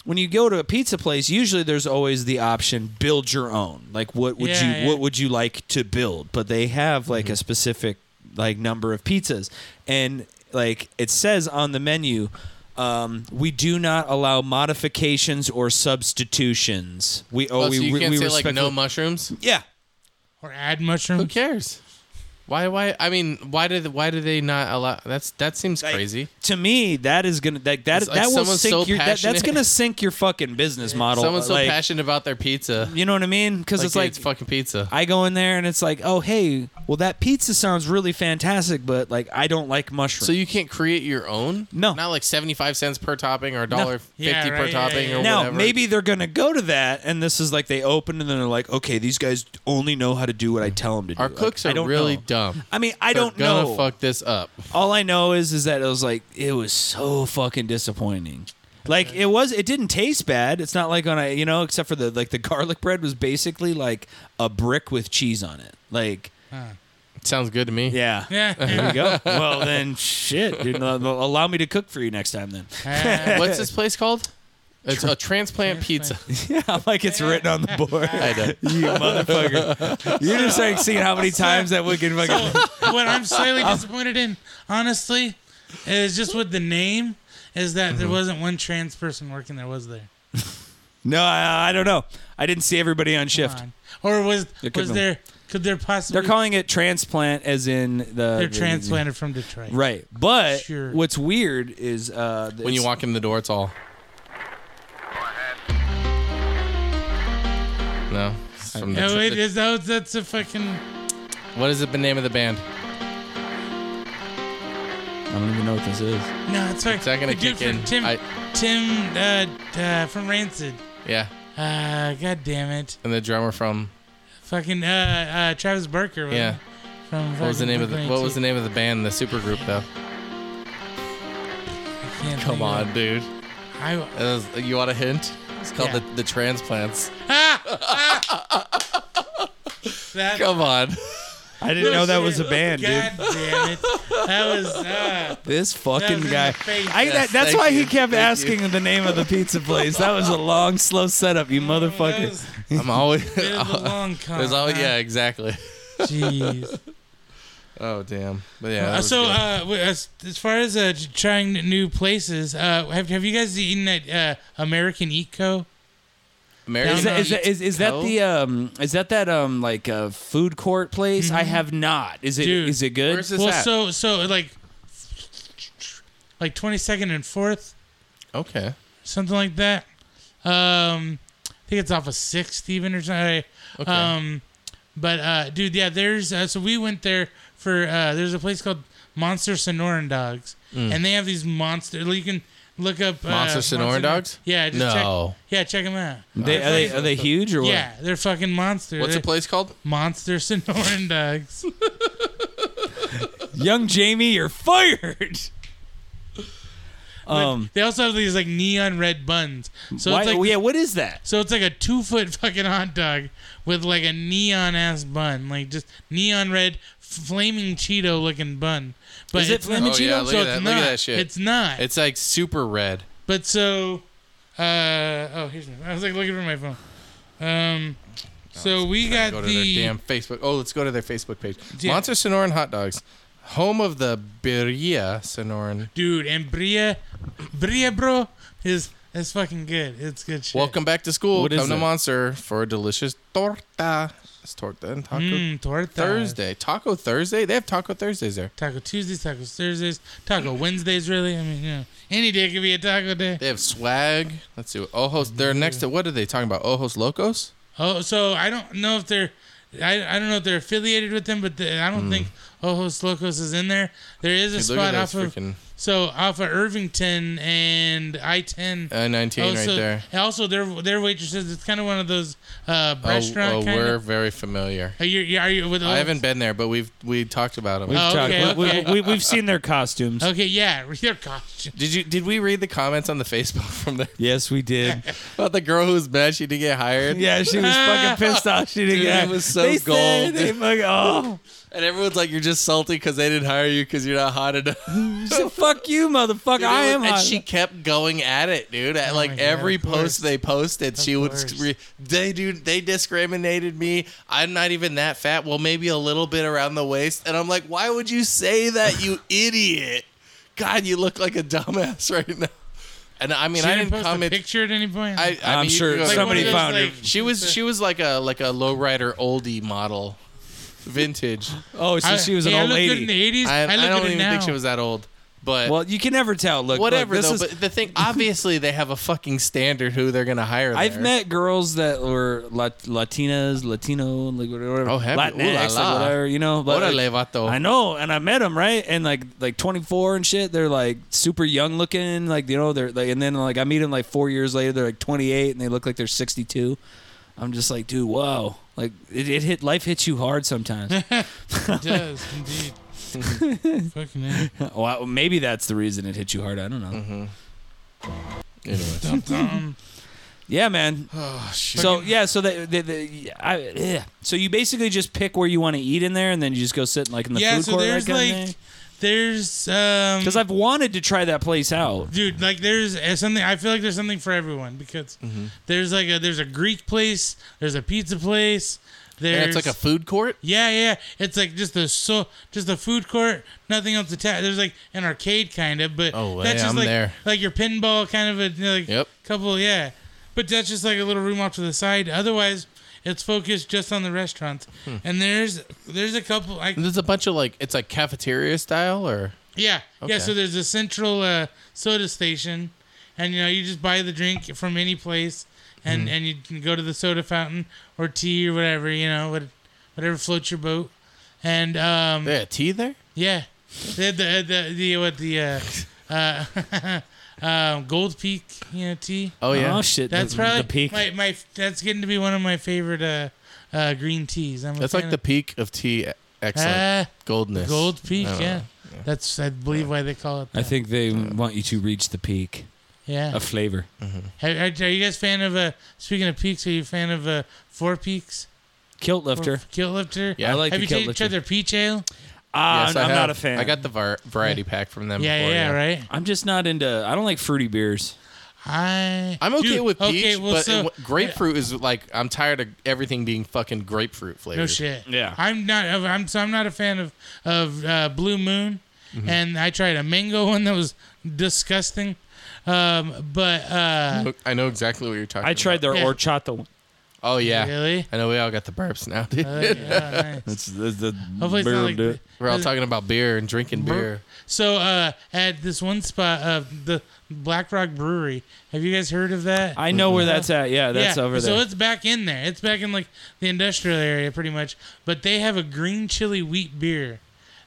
A: when you go to a pizza place usually there's always the option build your own like what would
C: Yeah,
A: you
C: yeah.
A: what would you like to build but they have like a specific like number of pizzas and like it says on the menu um, we do not allow modifications or substitutions we
B: Oh,
A: oh, we,
B: so you
A: we,
B: can't
A: we
B: say
A: respect
B: like no mushrooms.
A: yeah
C: Or add
B: Who
C: mushrooms.
B: cares? Why? Why? I mean, why did? Why do they not allow? That's that seems
A: Like,
B: crazy.
A: to me that is gonna that that,
B: It's like
A: that will
B: someone's
A: sink
B: so
A: your that, that's
B: passionate.
A: gonna sink your fucking
B: *laughs*
A: business model
B: Someone's so
A: like,
B: passionate about their pizza.
A: you know what i mean because
B: Like,
A: it's like
B: it's fucking pizza.
A: I go in there and it's like, oh hey, well that pizza sounds really fantastic, but like I don't like mushrooms.
B: So you can't create your own?
A: No.
B: Not like seventy five cents per topping or $1.50
C: Yeah,
B: per
C: right, yeah,
B: topping
C: yeah,
B: or
C: yeah.
A: now
B: whatever.
A: maybe they're gonna go to that, and this is like they open and then they're like, okay, these guys only know how to do what I tell them to do.
B: our
A: Like,
B: cooks
A: I
B: are
A: don't
B: really
A: know.
B: dumb.
A: I mean, I
B: They're
A: don't
B: gonna
A: know.
B: fuck this up.
A: All I know is is that it was like it was so fucking disappointing. Like it was, it didn't taste bad. It's not like on a you know, except for the *laughs* like the garlic bread was basically like a brick with cheese on it. Like
B: It sounds good to me.
A: yeah, *laughs* There
C: Yeah.
A: we go. Well, then, shit, dude. no, no, Allow me to cook for you next time, then. *laughs*
C: Ah,
B: What's this place called? It's a transplant pizza.
A: Yeah, I'm like it's written on the board.
B: I know.
A: *laughs* you motherfucker. You're just like seeing how many times that would get fucking.
C: what I'm slightly
A: Oh.
C: disappointed in, honestly, is just with the name, is that
A: Mm-hmm.
C: there wasn't one trans person working there, was there?
A: *laughs* No, I, I don't know. I didn't see everybody on shift.
C: Fine. Or was
A: There could
C: was
A: be.
C: there could there possibly
A: They're calling it transplant, as in the.
C: they're
A: They're
C: transplanted from Detroit?
A: Right, but
C: Sure.
A: what's weird is uh,
B: When you walk in the door, it's all. No. It's from the-
C: No, Oh, it is. That, was- that's a fucking.
B: What is the name of the band?
A: I don't even know what this is.
C: No, it's like
B: It's not gonna
C: the dude
B: kick
C: from
B: in.
C: Tim,
B: I-
C: Tim uh, uh, from Rancid.
B: Yeah.
C: Uh, God damn it.
B: And the drummer from
C: Fucking uh, uh, Travis Barker. wasn't
B: Yeah.
C: it? From
B: what was the name of the what was the name of the band, the supergroup though? Come on, dude.
C: I,
B: It was- you want a hint? It's called
C: Yeah.
B: the, the transplants.
C: ah! That,
B: Come on.
A: I didn't know that was a band, dude.
C: God damn it. That was. Uh,
A: This
C: That
A: fucking
C: was in
A: guy.
C: the face.
A: I, that,
B: Yes,
A: that's
B: thank
A: why he
B: you.
A: kept
B: Thank you.
A: asking the name of the pizza place. That was a long, slow setup, *laughs* you
C: that
A: motherfucker.
C: was
B: I'm
C: *laughs*
B: always.
A: *laughs*
C: a bit of
B: *laughs*
C: a long con.
B: There's always
C: huh?
B: yeah, exactly.
C: Jeez.
B: Oh damn. But yeah. *laughs* that
C: Uh,
B: was
C: so,
B: good.
C: uh, w- as, as far as uh, j- trying new places, uh, have, have you guys eaten at uh, American Eat Co?
B: American
A: Is that,
C: uh,
A: is, that,
B: Eats
A: is, is that
B: Co?
A: the um is that that um like uh, food court place? I have not. Is it is
C: Mm-hmm. Dude,
A: it good?
B: where's this
C: Well,
B: at?
C: so so like, like twenty second and fourth,
B: okay.
C: something like that. Um, I think it's off of sixth even or something.
B: Okay.
C: Um, but uh, dude, yeah, there's uh, so we went there for uh, there's a place called Monster Sonoran Dogs, and they have these monster. You can look up uh,
B: Mm. Monster Sonoran Dogs?
C: Yeah, just
B: No.
C: Check, yeah, check them out.
A: They, are they are they huge or what?
C: Yeah, they're fucking monster.
B: What's the
C: They're
B: place called?
C: Monster Sonoran Dogs.
A: Young Jamie, you're fired.
C: *laughs*
A: Um,
C: They also have these like neon red buns. So
A: why,
C: it's like
A: yeah, what is that?
C: So it's like a two foot *laughs* fucking hot dog with like a neon ass bun, like just neon red, flaming Cheeto looking bun. But
A: Is it
C: it's-
A: flaming
B: Oh,
A: Cheeto?
B: yeah, look
C: so
B: at
C: it's
B: that.
C: not.
B: Look at that shit.
C: It's not.
B: It's like super red.
C: but so, uh, oh here's my. I was like looking for my phone. Um, so we got
B: go to
C: the
B: their damn Facebook. Oh, let's go to their Facebook page.
C: Yeah.
B: Monster Sonoran Hot Dogs, home of the Birria Sonoran.
C: dude and Bria, Bria bro is is fucking good. It's good shit.
B: Welcome back to school.
A: What is
B: Come to
A: that?
B: Monster for a delicious torta. It's torta and taco
C: Mm, torta.
B: Thursday. Taco Thursday. They have Taco Thursdays there.
C: Taco Tuesdays, Taco Thursdays, Taco Wednesdays. Really, I mean, you know, any day could be a taco day.
B: They have swag. Let's see. what- Ojos. They're next to what are they talking about? Ojos Locos.
C: Oh, so I don't know if they're, I, I don't know if they're affiliated with them, but the, I don't think Ojos Locos is in there. There is a
B: Hmm. Hey, look at
C: spot off
B: those
C: of
B: freaking
C: so off of Irvington and I ten.
B: I nineteen right
C: also,
B: there.
C: and also their their waitresses. It's kind of one of those uh,
B: Oh,
C: restaurant
B: oh,
C: kind
B: we're
C: of.
B: very familiar.
C: Are you, you- are you with?
B: I
C: Ojos?
B: haven't been there, but we've we talked about them.
A: We've,
C: Oh,
A: talked-
C: okay,
A: we,
C: okay.
A: We, we, have seen their
C: *laughs*
A: costumes.
C: Okay, yeah, your costume.
B: Did you did we read the comments on the Facebook from there *laughs*
A: Yes, we
C: *laughs*
A: did.
B: about the girl who was mad she didn't get hired?
A: Yeah, she was fucking pissed off. She didn't
B: Dude,
A: get
B: it was so
A: they said
B: gold.
A: they fucking- oh,
B: And everyone's like, "You're just salty because they didn't hire you because you're not hot enough."
A: so fuck you, motherfucker. I am.
B: And
A: hot.
B: she kept going at it, dude. At like
C: Oh my God,
B: every
C: of course.
B: post they posted, she
C: course.
B: would. Re- they dude, they discriminated me. I'm not even that fat. Well, maybe a little bit around the waist. And I'm like, why would you say that,
C: *laughs*
B: you idiot? God, you look like a dumbass *laughs* right now. And I mean,
C: She
B: I
C: didn't
B: didn't
C: post
B: comment.
C: a picture at any point.
B: I, I
A: I'm
B: mean, you
A: sure
B: can go-
C: Like one
A: somebody
C: of those,
A: found her.
C: like-
B: She was she was like a like a lowrider oldie model, vintage.
A: oh, so
C: I-
A: she was
C: hey,
A: an
C: I
A: old
C: look good in
A: lady.
C: the eighties.
B: I,
C: I,
B: I,
C: look
B: don't
C: good
B: even
C: now.
B: think she was that old, but
A: Well, you can never tell. Look,
B: whatever
A: Look, this
B: though.
A: is,
B: but the thing, obviously, they have a fucking standard who they're gonna hire.
A: I've
B: there.
A: met girls that were Lat- Latinas, Latino, like whatever,
B: Oh, have you? Ooh la
A: Latinx,
B: la.
A: like whatever, you know. But
B: Órale,
A: like,
B: vato.
A: I know, and I met them right, and like like 24 and shit. They're like super young looking, like you know, they're like, and then like I meet them like four years later, they're like 28 and they look like they're 62. I'm just like, dude, wow, like it, it hit life hits you hard sometimes.
B: *laughs*
C: *laughs* It does indeed. Fucking hell.
A: well, maybe that's the reason it hit you hard. I don't know.
B: Mm-hmm. Anyways.
A: Yeah,
C: *sighs*
A: man.
C: Oh,
A: so yeah, so that the, the, I, yeah. so you basically just pick where you want to eat in there, and then you just go sit in like in the
C: yeah,
A: food
C: so
A: court.
C: there's like, there's um,
A: because I've wanted to try that place out.
C: dude, like there's uh, something. I feel like there's something for everyone because
B: Mm-hmm.
C: there's like a there's a Greek place, there's a pizza place,
B: And it's
C: there's
B: like a food court.
C: yeah, yeah. It's like just the so just the food court, nothing else attached. There's like an arcade kind of, but
B: Oh,
C: that's
B: yeah,
C: just
B: I'm
C: like
B: there.
C: like your pinball kind of a you know, like
B: Yep.
C: couple, yeah. But that's just like a little room off to the side. Otherwise, it's focused just on the restaurants.
B: Hmm.
C: And there's there's a couple. I,
B: There's a bunch of like, it's like cafeteria style, or
C: Yeah, yeah.
B: Okay.
C: So there's a central uh, soda station, and you know you just buy the drink from any place, and
B: Mm-hmm.
C: and you can go to the soda fountain or tea or whatever you know, what, whatever floats your boat. And um,
B: they had tea there.
C: yeah, they had the the the what the uh, uh, *laughs* um, Gold Peak you know tea.
B: Oh yeah.
A: Oh shit,
C: That's
A: the,
C: probably
A: the peak.
C: My, my that's getting to be one of my favorite uh, uh, green teas. I'm a
B: That's like
C: fan
B: the
C: of-
B: peak of tea. e- Excellent
C: Ah,
B: goldness.
C: Gold Peak.
B: I don't
C: Yeah.
B: know.
C: that's I believe why they call it. That.
A: I think they want you to reach the peak.
C: Yeah.
A: a flavor.
C: Are, are- are you guys fan of uh, speaking of peaks? Are you a fan of uh, Four Peaks?
A: Kilt lifter.
C: Kilt Lifter.
A: Yeah, I like
C: Have
A: the
C: you
A: Kilt
C: tasted
A: Lifter.
C: their peach ale?
B: Yes,
I: Ah,
B: I
I: I'm
B: have.
I: not a fan.
B: I got the var- variety pack from them.
C: Yeah, yeah,
B: before,
C: yeah, right.
A: I'm just not into. I don't like fruity beers.
C: I
B: I'm okay
C: Dude,
B: with peach,
C: okay, well,
B: but
C: so-
B: it- grapefruit is like I'm tired of everything being fucking grapefruit flavored.
C: No shit.
I: Yeah.
C: I'm not. I'm so I'm not a fan of of uh, Blue Moon,
B: Mm-hmm.
C: and I tried a mango one that was disgusting. Um, but uh,
B: I know exactly what you're talking.
I: I tried their
C: Yeah.
I: horchata one.
B: about. Oh yeah.
C: really,
B: I know we all got the burps now, dude.
C: Uh, yeah, nice.
A: That's, that's the
C: hopefully it's not like.
A: dude.
B: *laughs* We're all talking about beer and drinking beer.
C: So uh, at this one spot of the Black Rock Brewery, have you guys heard of that?
A: I know where that's at. Yeah, that's over
C: so
A: there.
C: it's back in there. It's back in like the industrial area, pretty much. But they have a green chili wheat beer,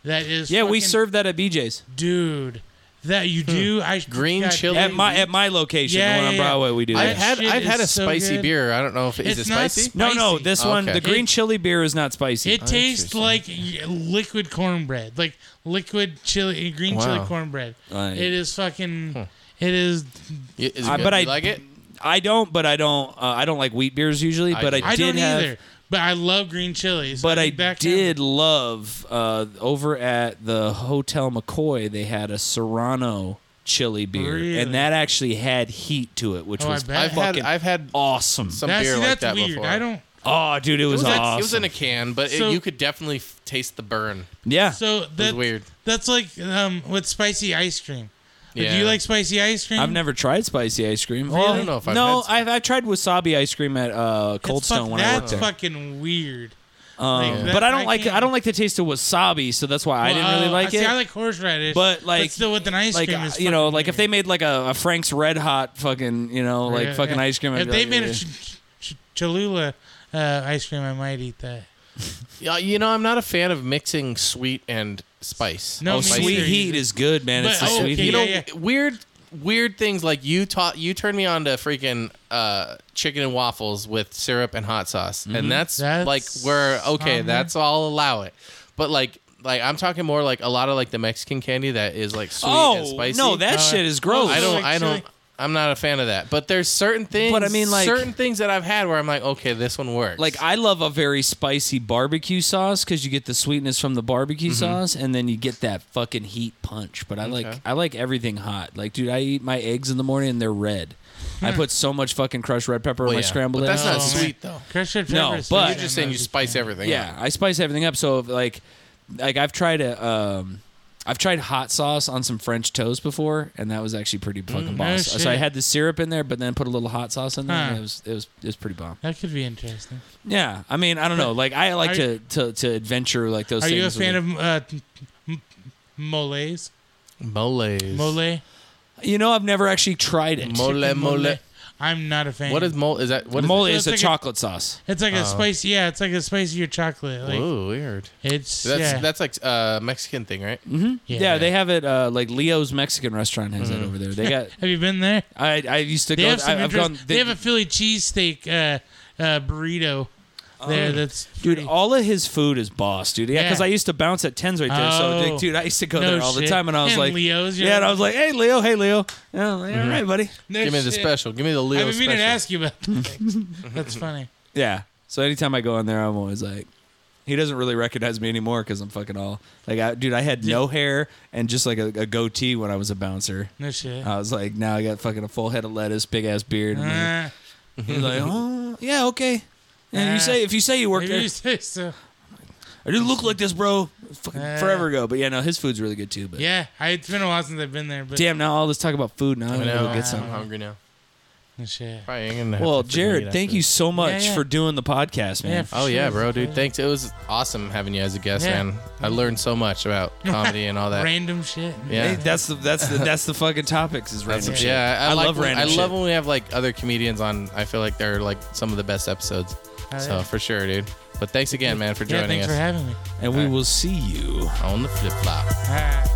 C: that is
A: yeah, we
C: fucking-
A: serve that at BJ's
C: dude. That you do. I
B: Green
C: God
B: chili
C: damn
A: at
C: it.
A: my at my location, the
C: Yeah,
A: one
C: yeah,
A: on
C: yeah.
A: Broadway. We do.
C: I-
B: I've
A: That.
B: had
C: shit
B: I've had a
C: is so
B: spicy
C: good.
B: beer. I don't know if is
C: It's
B: it
C: not
B: spicy.
A: no, no,
C: spicy.
A: this one,
B: Okay.
A: the green
C: It-
A: chili beer is not spicy.
C: It tastes like y- liquid cornbread, like liquid chili, green
B: Wow.
C: chili cornbread.
A: Like-
C: it is fucking. It is.
B: Y- is it
A: Uh,
B: good?
A: but
B: You
A: I-
B: like it.
A: I don't, but I don't. Uh, I don't like wheat beers usually,
B: I
A: but I, did
B: do.
C: I don't
A: have.
C: either, but I love green chili. so
A: But I
C: think that kind of-
A: did love uh, over at the Hotel McCoy. They had a Serrano chili beer,
C: Really?
A: and that actually had heat to it, which
C: Oh, I
A: was
C: bet.
B: I've had
A: fucking
B: I've had
A: awesome.
B: some
C: Now, see,
B: beer like
C: that's
B: that
C: weird.
B: before.
C: I don't.
A: oh, dude, it was,
B: It was,
A: awesome.
B: it was in a can, but it,
C: So-
B: you could definitely f- taste the burn.
A: yeah,
B: *laughs*
C: So that,
B: weird.
C: That's like um, with spicy ice cream. Like, Do
B: Yeah.
C: you like spicy ice cream?
A: I've never tried spicy ice cream.
B: I don't know if I've
A: no,
B: had-
A: I've, I've tried wasabi ice cream at uh, Cold
C: It's fuck-
A: Stone when I worked
C: That's
A: there.
C: fucking weird.
A: Um,
C: Like, that-
A: But I don't like
C: can't-
A: I don't like the taste of wasabi, so that's why I
C: Well,
A: didn't really
C: uh,
A: like
C: see,
A: it.
C: I like horseradish,
A: But, like-
C: still with an ice
A: like
C: cream
A: uh,
C: is
A: you know,
C: fucking
A: like if they
C: weird.
A: made like a, a Frank's Red Hot fucking you know like
C: Yeah,
A: fucking
C: yeah.
A: ice cream. I'd
C: If
A: be
C: they
A: like,
C: made a
A: "Ugh."
C: ch- ch- Cholula uh, ice cream, I might eat that.
B: Yeah, you know I'm not a fan of mixing sweet and spice.
C: No,
A: oh,
C: me
A: sweet
C: neither.
A: heat is good, man. It's the
C: But- oh,
A: sweet
C: okay,
A: heat.
B: you know
C: yeah,
B: weird weird things like you taught you turned me on to freaking uh chicken and waffles with syrup and hot sauce
A: Mm-hmm.
B: and that's,
C: That's
B: like where okay
C: something.
B: that's all allow it but like like i'm talking more like a lot of like the mexican candy that is like sweet and
A: Oh
B: spicy
A: no, that
C: Uh,
A: shit is gross.
B: i don't
C: like
B: i don't
C: chili.
B: i'm not a fan of that but there's certain things
A: I mean, like-
B: certain things that i've had where i'm like okay this one works
A: like I love a very spicy barbecue sauce because you get the sweetness from the barbecue sauce, and then you get that fucking heat punch. But I like I like everything hot. Like, dude, I eat my eggs in the morning and they're red. I
C: Hmm.
A: put so much fucking crushed red pepper in
B: Well,
A: my
B: yeah,
A: scrambled
B: but
A: eggs.
B: that's not
C: Oh, man.
B: sweet though
C: Crushed red pepper.
A: No, but-
C: is sweet.
B: you're just saying you spice everything up.
A: Yeah, I spice everything up. So if, like, like I've tried a, um, I've tried hot sauce on some French toast before, and that was actually pretty fucking bomb.
C: Mm, no
A: so I
C: shit.
A: had the syrup in there, but then put a little hot sauce in there, and
C: Huh.
A: it was it was it was pretty bomb.
C: That could be interesting.
A: Yeah, I mean, I don't know. Like I like
C: Are-
A: to, to to adventure like those.
C: Are
A: things
C: you a
A: with
C: fan
A: it.
C: of uh, m- m- moles?
B: moles
C: Mole?
A: You know, I've never actually tried it.
B: Mole,
C: Chicken
B: mole.
C: I'm not a fan.
B: what is mole is that what is
A: Mole
C: it?
A: is
C: It's
A: a
C: like a-
A: chocolate sauce.
C: It's like a spicy. Yeah, it's like a spicier chocolate. Like
B: Ooh, weird.
C: it's
B: That's
C: yeah.
B: that's like a Mexican thing, right?
A: Yeah, they have it. Uh, like Leo's Mexican restaurant has that over there. They got.
C: Have you been there?
A: I I used to
C: Mm. They
A: go.
C: have some
A: I, I've
C: interest-
A: gone.
C: they, have a Philly cheesesteak uh, uh, burrito
A: Oh.
C: there. That's
A: Dude,
C: pretty-
A: all of his food is boss, dude. Yeah, because
C: Yeah.
A: I used to bounce at tens right there. So,
C: Oh.
A: like, dude, I used to go
C: No
A: there all the
C: shit.
A: time, and I was
C: And
A: like,
C: Leo's, Mm-hmm. you're
A: yeah, and I
C: like-
A: was like, hey, Leo, hey, Leo. Yeah, I'm like, all right, buddy.
C: No
B: Give me the
C: shit.
B: special. Give me the Leo
C: I've been meaning to
B: special.
C: ask you about that.
A: *laughs*
C: That's funny.
A: Yeah. So anytime I go in there, I'm always like, he doesn't really recognize me anymore because I'm fucking all like, I, dude, I had no hair and just like a, a goatee when I was a bouncer.
C: No shit. Uh,
A: I was like, now I got fucking a full head of lettuce, big ass beard. And like,
C: Uh,
A: he's like, oh, yeah, okay. And you
C: Uh,
A: say if you say you work
C: maybe
A: there,
C: you say so.
A: I didn't look like this, bro. Fucking
C: Uh,
A: forever ago, but yeah, no, his food's really good too. But
C: Yeah, I, it's been a while since I've been there, but
A: Damn, now all this talk about food. Now I'm
B: I
A: going to
B: know.
A: go get some.
B: I'm hungry now.
C: no shit.
B: Probably ain't gonna have
A: Well,
B: to freaking eat
A: Jared,
B: after
A: thank you
B: this.
A: so much
C: yeah.
A: for doing the podcast,
C: Yeah,
A: man.
C: for
B: Oh yeah,
C: sure.
B: bro, dude. Thanks. It was awesome having you as a guest,
C: Yeah.
B: man. I learned so much about comedy and all that.
C: Random shit.
A: Hey,
B: Yeah.
A: that's the that's the that's the fucking topics is random shit.
B: Yeah, I,
A: I
B: like
A: love
B: when,
A: random
B: I
A: shit.
B: love when we have like other comedians on. I feel like they're like some of the best episodes. so
C: yeah.
B: for sure, dude. But thanks again, man, for
C: Yeah,
B: joining
C: thanks for
B: us
C: having me.
A: and we will see you.
B: on the flip flop.
C: Ah.